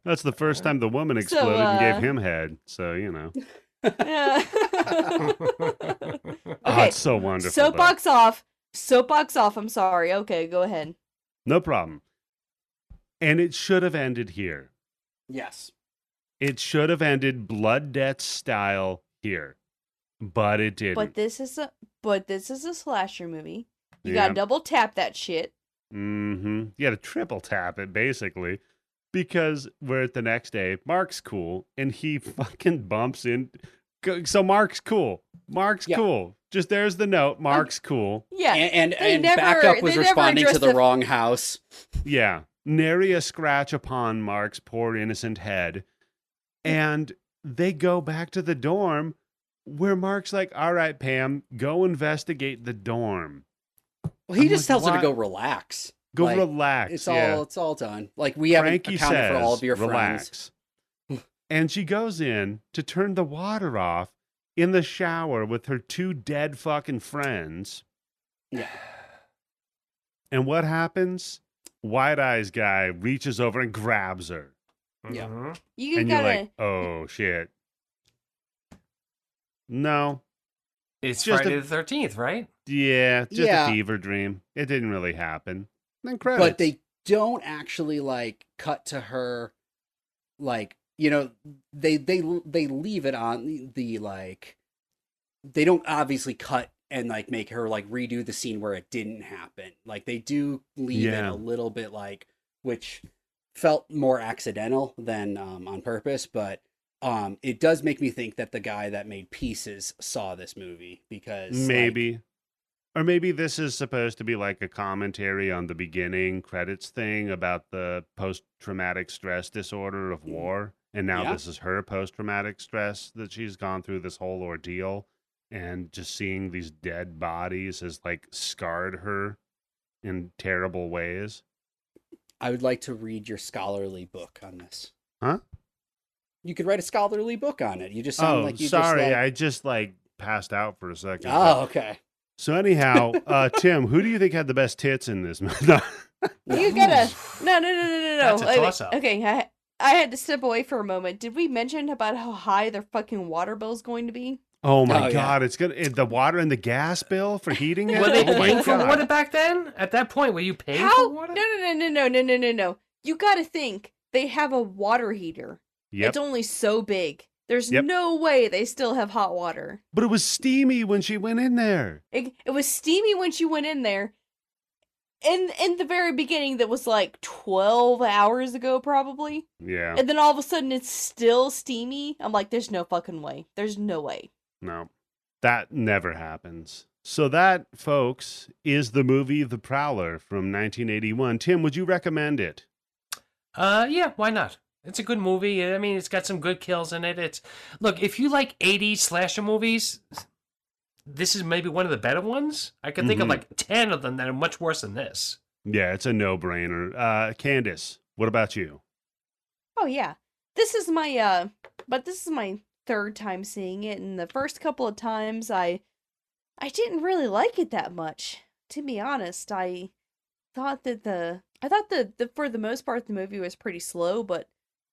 Speaker 1: That's the first time the woman exploded and
Speaker 4: uh,
Speaker 1: gave him head. So you know,
Speaker 3: Mm-hmm.
Speaker 1: oh,
Speaker 4: Okay,
Speaker 1: it's so wonderful. though.
Speaker 4: Soapbox off. Soapbox off. I'm sorry. Okay, go ahead.
Speaker 1: no problem. And it should have ended here.
Speaker 2: Yes.
Speaker 1: It should have ended blood death style here, but it didn't.
Speaker 4: But this is a but this is a slasher movie. You
Speaker 1: Yeah.
Speaker 4: gotta double tap that shit.
Speaker 1: Mm-hmm. You had to triple tap it basically because we're at the next day. Mark's cool and he fucking bumps in. go- So Mark's cool. Mark's
Speaker 2: Yeah.
Speaker 1: cool. Just there's the note. Mark's cool.
Speaker 4: Yeah.
Speaker 2: And and,
Speaker 4: They
Speaker 2: and
Speaker 4: never-
Speaker 2: backup was
Speaker 4: they never
Speaker 2: responding to
Speaker 4: addressed
Speaker 2: the
Speaker 4: the-
Speaker 2: wrong house.
Speaker 1: Yeah. Nary a scratch upon Mark's poor innocent head. And they go back to the dorm where Mark's like, all right, Pam, go investigate the dorm.
Speaker 2: Well, he
Speaker 1: I'm
Speaker 2: just
Speaker 1: like,
Speaker 2: tells her to go
Speaker 1: "Why-
Speaker 2: relax.
Speaker 1: Go
Speaker 2: like,
Speaker 1: relax.
Speaker 2: It's
Speaker 1: yeah.
Speaker 2: all it's all done. Like we haven't
Speaker 1: Frankie
Speaker 2: accounted
Speaker 1: says,
Speaker 2: for all of your friends.
Speaker 1: relax. and she goes in to turn the water off in the shower with her two dead fucking friends.
Speaker 2: Yeah.
Speaker 1: And what happens? Wide Eyes guy reaches over and grabs her.
Speaker 2: Yeah.
Speaker 3: Mhm.
Speaker 4: You
Speaker 1: and you're
Speaker 4: gotta.
Speaker 1: like, oh shit. No.
Speaker 3: It's
Speaker 1: Just
Speaker 3: Friday
Speaker 1: a-
Speaker 3: the thirteenth, right?
Speaker 1: Yeah, just
Speaker 2: Yeah.
Speaker 1: a fever dream. It didn't really happen. Then credits.
Speaker 2: But they don't actually like cut to her like you know they they they leave it on the, the like they don't obviously cut and like make her like redo the scene where it didn't happen. Like they do leave
Speaker 1: Yeah.
Speaker 2: it a little bit like which felt more accidental than um, on purpose, but um it does make me think that the guy that made pieces saw this movie because like,
Speaker 1: maybe or maybe this is supposed to be like a commentary on the beginning credits thing about the post-traumatic stress disorder of war and now
Speaker 2: Mm. Yeah.
Speaker 1: this is her post-traumatic stress that she's gone through this whole ordeal and just seeing these dead bodies has like scarred her in terrible ways
Speaker 2: I would like to read your scholarly book on this.
Speaker 1: Huh?
Speaker 2: You could write a scholarly book on it. You just sound
Speaker 1: oh
Speaker 2: like you
Speaker 1: sorry
Speaker 2: just
Speaker 1: i just like passed out for a second
Speaker 2: like, Oh, okay.
Speaker 1: so anyhow uh tim who do you think had the best tits in this movie
Speaker 4: You gotta. No, no, no, no, no, no.
Speaker 3: That's a
Speaker 4: Wait, wait.
Speaker 3: toss-up.
Speaker 4: Okay, I, I had to step away for a moment. Did we mention about how high their fucking water bill's going to be?
Speaker 1: Oh
Speaker 2: Oh,
Speaker 1: my
Speaker 2: yeah.
Speaker 1: god, it's gonna it, the water and the gas bill for heating it.
Speaker 3: Were they
Speaker 1: oh my
Speaker 3: paying for
Speaker 1: God.
Speaker 3: water back then? At that point, were you paying
Speaker 4: How?
Speaker 3: for
Speaker 4: No,
Speaker 3: water?
Speaker 4: no, no, no, no, no, no, no, no. You gotta think they have a water heater.
Speaker 1: Yep.
Speaker 4: It's only so big. There's
Speaker 1: Yep.
Speaker 4: no way they still have hot water.
Speaker 1: But it was steamy when she went in there.
Speaker 4: It, it was steamy when she went in there. In in the very beginning, that was like twelve hours ago, probably.
Speaker 1: Yeah.
Speaker 4: And then all of a sudden, it's still steamy. I'm like, there's no fucking way. There's no way.
Speaker 1: No. That never happens. So that, folks, is the movie The Prowler from 1981. Tim, would you recommend it?
Speaker 3: Uh, yeah, why not? It's a good movie. I mean, it's got some good kills in it. It's look if you like '80s slasher movies, this is maybe one of the better ones. I could think
Speaker 1: Mhm.
Speaker 3: of like ten of them that are much worse than this.
Speaker 1: Yeah, it's a no-brainer. Uh Candace, what about you?
Speaker 4: Oh yeah. This is my uh but this is my third time seeing it and the first couple of times I I didn't really like it that much. To be honest, I thought that the I thought that the for the most part the movie was pretty slow, but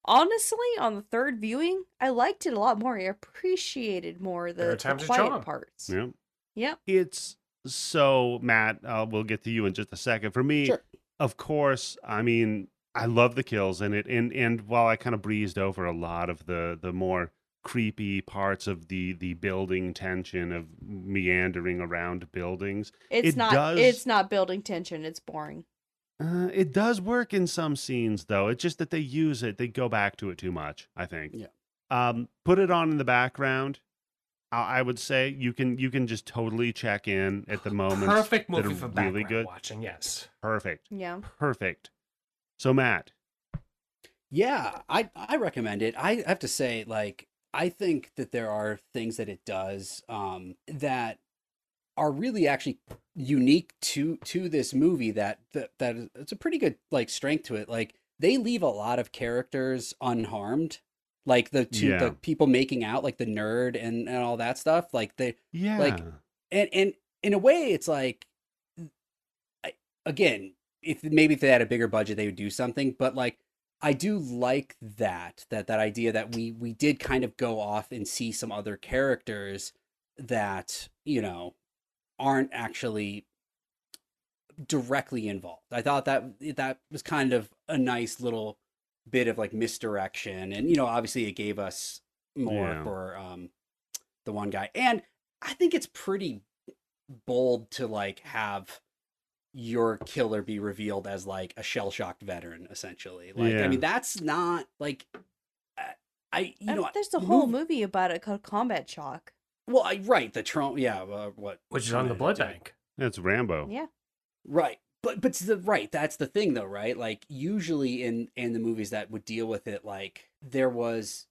Speaker 4: honestly on the third viewing, I liked it a lot more. I appreciated more
Speaker 3: There are
Speaker 4: the,
Speaker 3: times
Speaker 4: the
Speaker 3: a
Speaker 4: quiet
Speaker 3: charm.
Speaker 4: parts.
Speaker 1: Yeah.
Speaker 4: Yep.
Speaker 1: It's so Matt, uh, we'll get to you in just a second. For me,
Speaker 2: Sure.
Speaker 1: of course, I mean, I love the kills in it, and and while I kind of breezed over a lot of the the more creepy parts of the the building tension of meandering around buildings,
Speaker 4: It's
Speaker 1: It
Speaker 4: not
Speaker 1: does-
Speaker 4: it's not building tension, it's boring.
Speaker 1: uh, it does work in some scenes though. It's just that they use it, they go back to it too much. I think.
Speaker 2: Yeah.
Speaker 1: Um, put it on in the background. I I would say you can you can just totally check in at the moment.
Speaker 3: Perfect
Speaker 1: that
Speaker 3: movie
Speaker 1: are
Speaker 3: for background
Speaker 1: really good.
Speaker 3: watching. Yes.
Speaker 1: Perfect,
Speaker 4: Yeah.
Speaker 1: perfect. So Matt,
Speaker 2: Yeah, I I recommend it. I have to say, like, I think that there are things that it does um, that are really actually unique to to this movie. That that that is, it's a pretty good like strength to it. Like they leave a lot of characters unharmed. Like the two
Speaker 1: Yeah.
Speaker 2: the people making out, like the nerd and and all that stuff. Like they
Speaker 1: yeah,
Speaker 2: and and in a way it's like I, again if maybe if they had a bigger budget they would do something but like i do like that that that idea that we we did kind of go off and see some other characters that you know aren't actually directly involved i thought that that was kind of a nice little bit of like misdirection and you know obviously it gave us more
Speaker 1: Yeah.
Speaker 2: for um the one guy and i think it's pretty bold to like have your killer be revealed as like a shell shocked veteran essentially like
Speaker 1: Yeah.
Speaker 2: i mean that's not like I- i you
Speaker 4: And
Speaker 2: know
Speaker 4: there's a whole
Speaker 2: mov-
Speaker 4: movie about it called Combat Shock.
Speaker 2: well I, right the trauma yeah uh, what
Speaker 3: Which is on the blood
Speaker 2: bank.
Speaker 3: bank.
Speaker 1: that's Rambo.
Speaker 4: Yeah.
Speaker 2: Right. But but the right, that's the thing though, right? Like usually in in the movies that would deal with it like there was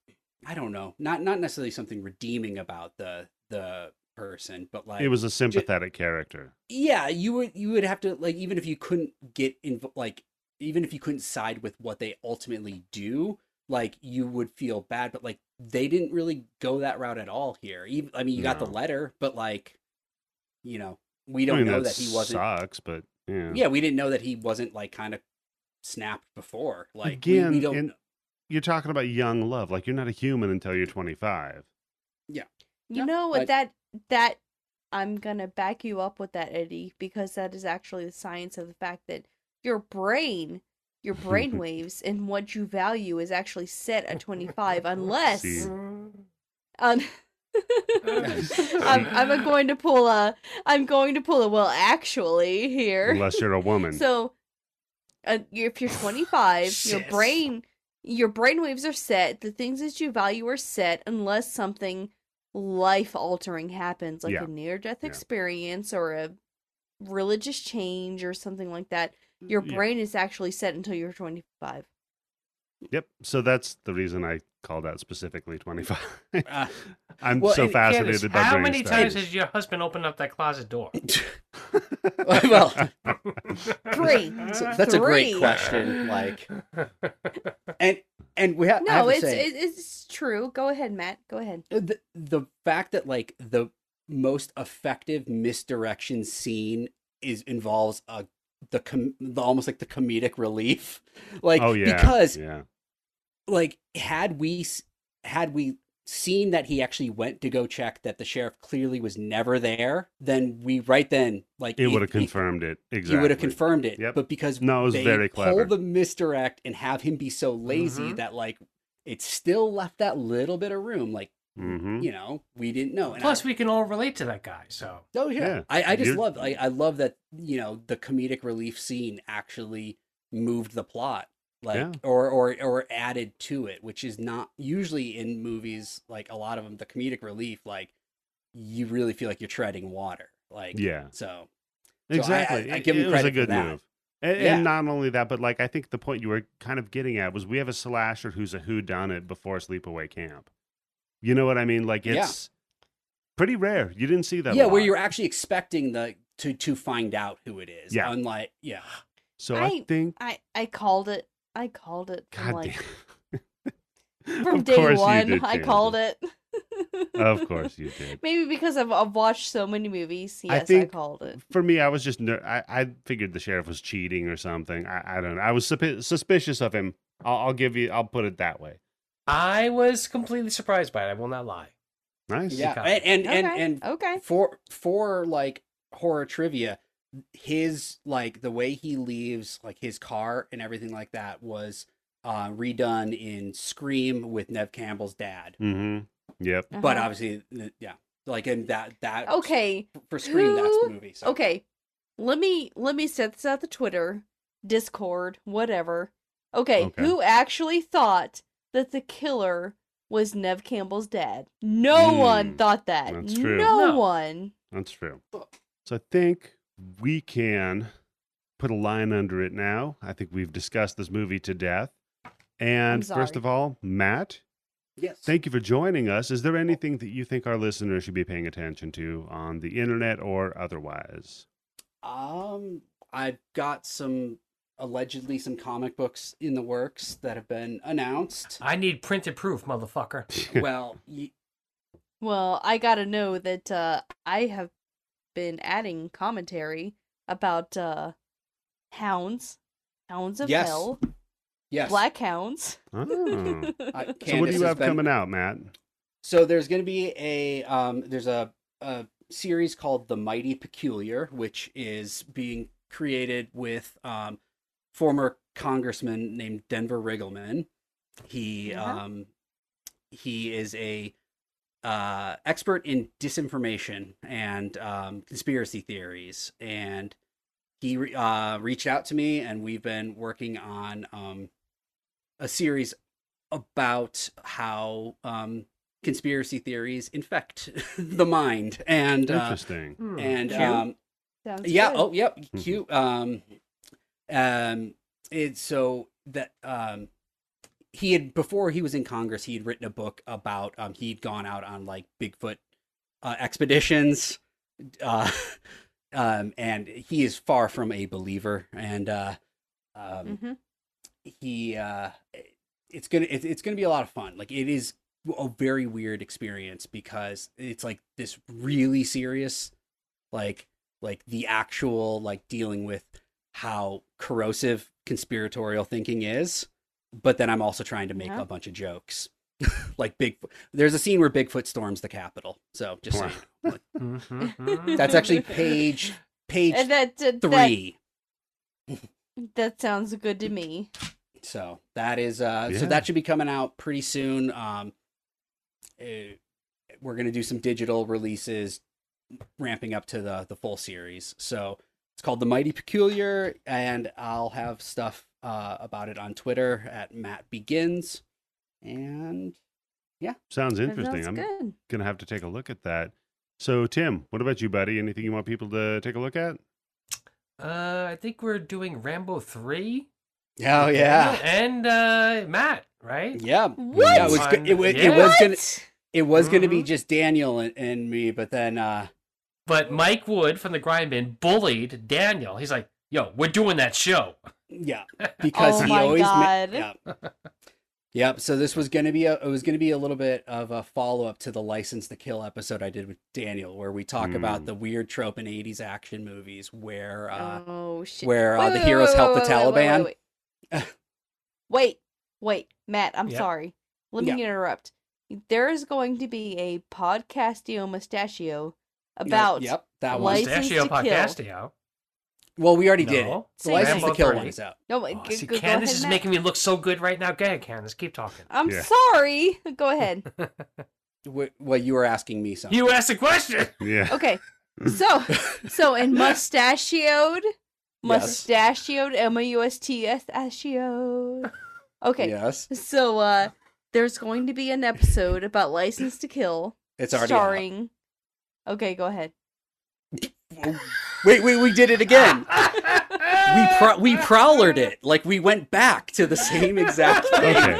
Speaker 2: I don't know, not not necessarily something redeeming about the the person, but like
Speaker 1: It was a sympathetic character.
Speaker 2: yeah you would you would have to like even if you couldn't get inv- like even if you couldn't side with what they ultimately do like you would feel bad but like they didn't really go that route at all here even i mean you got the
Speaker 1: No.
Speaker 2: letter but like you know we don't
Speaker 1: I mean,
Speaker 2: know that he wasn't
Speaker 1: sucks, but yeah.
Speaker 2: yeah we didn't know that he wasn't like kind of snapped before like
Speaker 1: Again,
Speaker 2: we, we don't
Speaker 1: and- you're talking about young love. Like you're not a human until you're 25.
Speaker 4: You
Speaker 2: Yeah,
Speaker 4: know what
Speaker 2: like-
Speaker 4: that that I'm gonna back you up with that, Eddie, because that is actually the science of the fact that your brain, your brain waves, and what you value is actually set at 25,
Speaker 3: Oh,
Speaker 4: unless
Speaker 1: See.
Speaker 3: Mm.
Speaker 4: un- I'm, I'm going to pull a I'm going to pull a well actually here.
Speaker 1: Unless you're a woman.
Speaker 4: So, uh, you- if you're 25, your
Speaker 3: Sis.
Speaker 4: brain your brainwaves are set. The things that you value are set, unless something life altering happens, like
Speaker 1: Yeah.
Speaker 4: a near death
Speaker 1: Yeah.
Speaker 4: experience or a religious change or something like that. Your
Speaker 1: Yeah.
Speaker 4: brain is actually set until you're 25.
Speaker 1: Yep. So that's the reason I called out specifically 25.
Speaker 2: Ah.
Speaker 1: I'm
Speaker 2: Well,
Speaker 1: so
Speaker 2: and
Speaker 1: fascinated
Speaker 3: Candace,
Speaker 1: by
Speaker 3: how
Speaker 1: brain
Speaker 3: many times
Speaker 1: studies.
Speaker 3: has your husband opened up that closet door?
Speaker 2: well
Speaker 4: Three.
Speaker 2: so that's a great
Speaker 4: Three.
Speaker 2: question like and and we have I have
Speaker 4: No,
Speaker 2: to
Speaker 4: it's
Speaker 2: say,
Speaker 4: it, it's true. Go ahead, Matt. Go ahead.
Speaker 2: the, the fact that like the most effective misdirection scene is involves a the, com- the almost like the comedic relief like
Speaker 1: oh yeah.
Speaker 2: because
Speaker 1: yeah.
Speaker 2: like had we s- had we seen that he actually went to go check that the sheriff clearly was never there then we right then like
Speaker 1: It
Speaker 2: if
Speaker 1: would have
Speaker 2: he-
Speaker 1: confirmed it.
Speaker 2: he,
Speaker 1: Exactly.
Speaker 2: would have confirmed it
Speaker 1: Yep.
Speaker 2: but because
Speaker 1: No, it was
Speaker 2: they
Speaker 1: very clever. Mm-hmm.
Speaker 2: pull the misdirect and have him be so lazy
Speaker 3: Mhm.
Speaker 2: that like it still left that little bit of room like
Speaker 1: hmm
Speaker 2: you know, we didn't know. And
Speaker 3: Plus,
Speaker 2: I,
Speaker 3: we can all relate to that guy. So
Speaker 2: oh yeah,
Speaker 1: Yeah,
Speaker 2: I, I just
Speaker 1: you're-
Speaker 2: love, I, I love that you know the comedic relief scene actually moved the plot, like
Speaker 1: Yeah.
Speaker 2: or or or added to it, which is not usually in movies. Like a lot of them, the comedic relief, like you really feel like you're treading water, like
Speaker 1: Yeah.
Speaker 2: So So I-
Speaker 1: Exactly.
Speaker 2: I- I
Speaker 1: It-
Speaker 2: give him
Speaker 1: it was a
Speaker 2: credit for
Speaker 1: good
Speaker 2: that.
Speaker 1: move. And,
Speaker 2: Yeah.
Speaker 1: and not only that, but like I think the point you were kind of getting at was we have a slasher who's a who done it before sleepaway camp. You know what I mean? Like
Speaker 2: Yeah.
Speaker 1: it's pretty rare. You didn't see that. a
Speaker 2: yeah, where
Speaker 1: lot.
Speaker 2: you're actually expecting the to to find out who it is.
Speaker 1: Yeah.
Speaker 2: unlike yeah,
Speaker 1: So I,
Speaker 4: I-
Speaker 1: think
Speaker 4: I I called it. I called it. from,
Speaker 1: God
Speaker 4: like,
Speaker 1: damn.
Speaker 4: from
Speaker 1: Of course
Speaker 4: day
Speaker 1: you
Speaker 4: one.
Speaker 1: did,
Speaker 4: I
Speaker 1: Candace.
Speaker 4: called it.
Speaker 1: Of course you did.
Speaker 4: Maybe because I've, I've watched so many movies.
Speaker 1: I
Speaker 4: Yes, I,
Speaker 1: think-
Speaker 4: called it.
Speaker 1: For me, I was just ner- I, I figured the sheriff was cheating or something. I, I don't know. I was supi- suspicious of him. I'll, I'll give you. I'll put it that way.
Speaker 3: I was completely surprised by it. I will not lie.
Speaker 1: Nice.
Speaker 2: yeah,
Speaker 3: Chicago.
Speaker 2: and and
Speaker 4: Okay.
Speaker 2: and, and
Speaker 4: okay.
Speaker 2: for for like horror trivia his like the way he leaves like his car and everything like that was uh redone in scream with nev campbell's dad
Speaker 1: Mm-hmm. Yep.
Speaker 2: but
Speaker 4: Uh-huh.
Speaker 2: obviously th- yeah like and that that
Speaker 4: okay,
Speaker 2: for scream that's the
Speaker 4: who-
Speaker 2: movie so
Speaker 4: okay. Let me let me set this out to Twitter, Discord, whatever. Okay,
Speaker 1: Okay.
Speaker 4: who actually thought that the killer was Nev Campbell's dad? No
Speaker 1: Mm,
Speaker 4: one thought that.
Speaker 1: that's true.
Speaker 4: No,
Speaker 3: No.
Speaker 4: one.
Speaker 1: That's true.
Speaker 2: Oh.
Speaker 1: So I think we can put a line under it now. I think we've discussed this movie to death. And first
Speaker 4: sorry.
Speaker 1: of all, Matt,
Speaker 2: yes
Speaker 1: thank you for joining us. Is
Speaker 4: Oh.
Speaker 1: there anything that you think our listeners should be paying attention to on the internet or otherwise?
Speaker 2: um i've got some allegedly some comic books in the works that have been announced
Speaker 3: I need printed proof, motherfucker.
Speaker 2: well y-
Speaker 4: Well, I gotta know that uh, I have been adding commentary about uh, hounds, hounds of
Speaker 2: Yes.
Speaker 4: hell,
Speaker 2: yes
Speaker 4: black hounds.
Speaker 3: Hmm.
Speaker 1: Oh.
Speaker 2: I-
Speaker 1: so what do
Speaker 2: Candace
Speaker 1: you
Speaker 2: has
Speaker 1: have
Speaker 2: been-
Speaker 1: coming out, Matt?
Speaker 2: So there's going to be a um, there's a, a series called The Mighty Peculiar, which is being created with um, former congressman named Denver Riggleman. He
Speaker 4: Uh-huh.
Speaker 2: um, he is a uh, expert in disinformation and um, conspiracy theories, and he re- uh, reached out to me, and we've been working on um, a series about how um, conspiracy theories infect the mind and uh,
Speaker 1: Interesting.
Speaker 3: Hmm.
Speaker 2: and
Speaker 4: Cute.
Speaker 2: um,
Speaker 4: Sounds
Speaker 2: yeah
Speaker 4: good.
Speaker 2: oh yep
Speaker 1: Mhm.
Speaker 2: cute um um it's so that um he had before he was in congress he had written a book about um he'd gone out on like bigfoot uh, expeditions, uh, um, and he is far from a believer. And uh, um,
Speaker 1: Mm-hmm.
Speaker 4: hmm
Speaker 2: he uh it's gonna it's, it's gonna be a lot of fun like it is a very weird experience because it's like this really serious like like the actual like dealing with how corrosive conspiratorial thinking is but then i'm also trying to make
Speaker 4: Yeah.
Speaker 2: a bunch of jokes like big there's a scene where bigfoot storms the capitol so just saying.
Speaker 3: Mhm.
Speaker 2: that's actually page page
Speaker 4: And that, that that
Speaker 2: three
Speaker 4: that sounds good to me.
Speaker 2: So that is uh so
Speaker 1: Yeah.
Speaker 2: that should be coming out pretty soon. Um eh, we're going to do some digital releases ramping up to the the full series. So it's called The Mighty Peculiar and I'll have stuff uh about it on Twitter at Matt Begins and
Speaker 1: Sounds
Speaker 4: That
Speaker 1: interesting.
Speaker 4: sounds
Speaker 1: I'm
Speaker 4: good.
Speaker 1: gonna have to take a look at that. So, Tim, what about you, buddy? Anything you want people to take a look at?
Speaker 3: Uh, I think we're doing Rambo three.
Speaker 2: Oh yeah.
Speaker 3: and uh, Matt, right?
Speaker 2: Yeah.
Speaker 4: What?
Speaker 2: Yeah, it was go- it wa- it
Speaker 3: Yeah.
Speaker 2: was gonna
Speaker 4: What?
Speaker 2: it was going to be
Speaker 3: Mhm.
Speaker 2: just Daniel and, and me, but then uh
Speaker 3: But Mike Wood from the Grind Bin bullied Daniel. He's like, "Yo, we're doing that show."
Speaker 2: Yeah, because
Speaker 4: Oh
Speaker 2: he
Speaker 4: my
Speaker 2: always. ma-
Speaker 4: God.
Speaker 2: yeah. Yep. So this was gonna be a it was gonna be a little bit of a follow up to the License to Kill episode I did with Daniel, where we talk about
Speaker 1: Mm.
Speaker 2: the weird trope in '80s action movies where uh,
Speaker 4: oh shit!
Speaker 2: where uh,
Speaker 4: Wait,
Speaker 2: the
Speaker 4: wait,
Speaker 2: heroes
Speaker 4: wait,
Speaker 2: help
Speaker 4: wait,
Speaker 2: the
Speaker 4: wait, wait,
Speaker 2: Taliban.
Speaker 4: Wait, wait. wait, wait, Matt. I'm
Speaker 3: Yeah.
Speaker 4: sorry. Let me interrupt. There is going to be a podcastio mustachio
Speaker 2: Yep,
Speaker 4: about
Speaker 2: Yep, that one.
Speaker 4: License
Speaker 3: Pistachio
Speaker 4: to Kill.
Speaker 3: Podcastio.
Speaker 2: Well, we already did it.
Speaker 3: No.
Speaker 2: The
Speaker 4: Same
Speaker 2: License
Speaker 4: Rambo
Speaker 2: to Kill
Speaker 3: 30.
Speaker 2: one is out.
Speaker 4: no.
Speaker 3: Oh,
Speaker 4: g-
Speaker 3: see,
Speaker 4: g- go
Speaker 3: Candace
Speaker 4: ahead,
Speaker 3: is
Speaker 4: Matt.
Speaker 3: making me look so good right now. Go ahead, Candace. Keep talking.
Speaker 2: Uh,
Speaker 4: I'm
Speaker 1: Yeah.
Speaker 4: sorry. Go ahead.
Speaker 2: Wh- Well, you were asking me something.
Speaker 3: You asked a question.
Speaker 1: Yeah.
Speaker 4: Okay. So, so in mustachioed, mustachioed, M O U S T S achioed. Okay.
Speaker 2: Yes,
Speaker 4: So, uh, there's going to be an episode about License to Kill
Speaker 2: it's already out.
Speaker 4: starring. Okay, go ahead.
Speaker 2: Wait, wait, we did it again. We pro- we prowlered it like we went back to the same exact thing.
Speaker 1: Okay,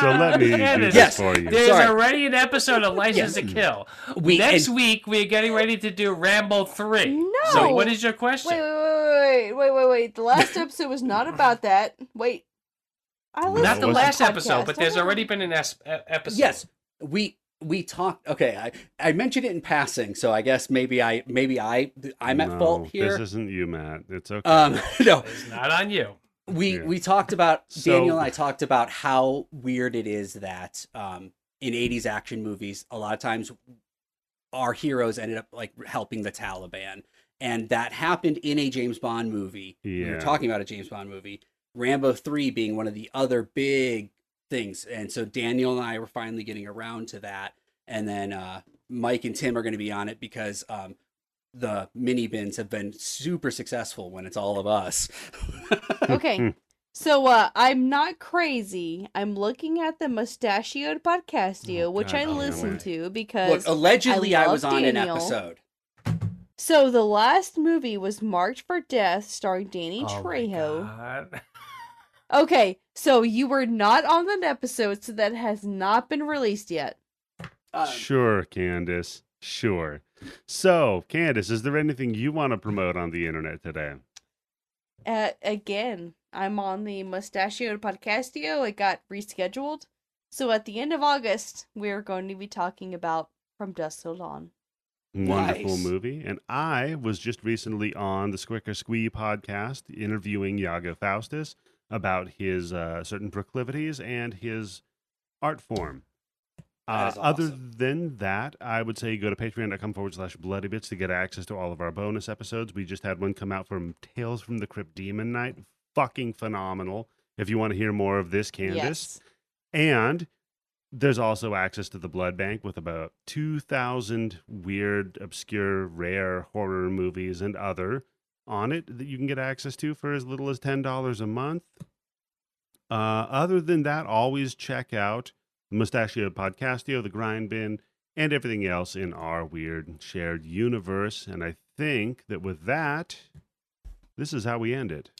Speaker 1: So let me do
Speaker 3: Candace,
Speaker 1: this
Speaker 2: Yes.
Speaker 1: for you.
Speaker 3: There's
Speaker 2: Sorry.
Speaker 3: already an episode of License to Kill.
Speaker 2: We
Speaker 3: Next
Speaker 2: and-
Speaker 3: week we're getting ready to do Rambo three.
Speaker 4: No.
Speaker 3: So what is your question?
Speaker 4: Wait, wait, wait, wait, wait, wait, wait. The last episode was not about that. Wait. I listened
Speaker 3: Not
Speaker 1: It
Speaker 4: to
Speaker 3: the
Speaker 1: wasn't.
Speaker 4: my
Speaker 3: last
Speaker 4: podcast.
Speaker 3: episode, but
Speaker 4: I
Speaker 3: there's
Speaker 4: don't-
Speaker 3: already been an es- e- episode.
Speaker 2: Yes, we we talked. Okay, I I mentioned it in passing, so I guess maybe I maybe I I'm at
Speaker 1: No,
Speaker 2: fault here.
Speaker 1: This isn't you, Matt. It's okay.
Speaker 2: Um, no,
Speaker 3: It's not on you.
Speaker 2: we
Speaker 1: Yeah.
Speaker 2: we talked about
Speaker 1: So-
Speaker 2: Daniel and I talked about how weird it is that um in 80s action movies a lot of times our heroes ended up like helping the Taliban and that happened in a James Bond movie. We
Speaker 1: Yeah.
Speaker 2: were talking about a James Bond movie, Rambo 3 being one of the other big things. And so Daniel and I were finally getting around to that and then uh Mike and Tim are going to be on it because um the mini bins have been super successful when it's all of us.
Speaker 1: Hmm.
Speaker 4: Okay. So uh, I'm not crazy. I'm looking at the Mustachioed Podcastio,
Speaker 1: Oh,
Speaker 4: which
Speaker 1: God,
Speaker 4: I
Speaker 1: oh, no
Speaker 4: listen
Speaker 1: way.
Speaker 4: to
Speaker 2: Look,
Speaker 4: because.
Speaker 1: oh
Speaker 2: allegedly,
Speaker 4: I
Speaker 2: I, was
Speaker 4: love
Speaker 2: on
Speaker 4: Daniel.
Speaker 2: an episode.
Speaker 4: so the last movie was Marked for Death, starring Danny
Speaker 3: Oh my
Speaker 4: Trejo.
Speaker 3: God.
Speaker 4: Okay, so you were not on that episode, so that has not been released yet.
Speaker 1: Uh,
Speaker 2: Um,
Speaker 1: sure, Candace. Sure. So, Candace, is there anything you want to promote on the internet today?
Speaker 4: Uh, again, I'm on the Mustachioed Podcastio. It got rescheduled. So at the end of August, we're going to be talking about From Dusk Till Dawn.
Speaker 1: Wonderful
Speaker 2: Nice.
Speaker 1: movie. And I was just recently on the Squicker Squee podcast interviewing Iago Faustus about his uh, certain proclivities and his art form.
Speaker 2: That is
Speaker 1: Uh, Other
Speaker 2: awesome.
Speaker 1: than that, I would say go to patreon.com forward slash bloody bits to get access to all of our bonus episodes. We just had one come out from Tales from the Crypt Demon Night. Fucking phenomenal. If you want to hear more of this, Candace.
Speaker 4: Yes.
Speaker 1: And there's also access to the blood bank with about 2,000 weird, obscure, rare horror movies and other on it that you can get access to for as little as $10 a month. Uh, other than that, always check out the Mustachio Podcastio, the Grind Bin, and everything else in our weird shared universe. And I think that with that, this is how we end it.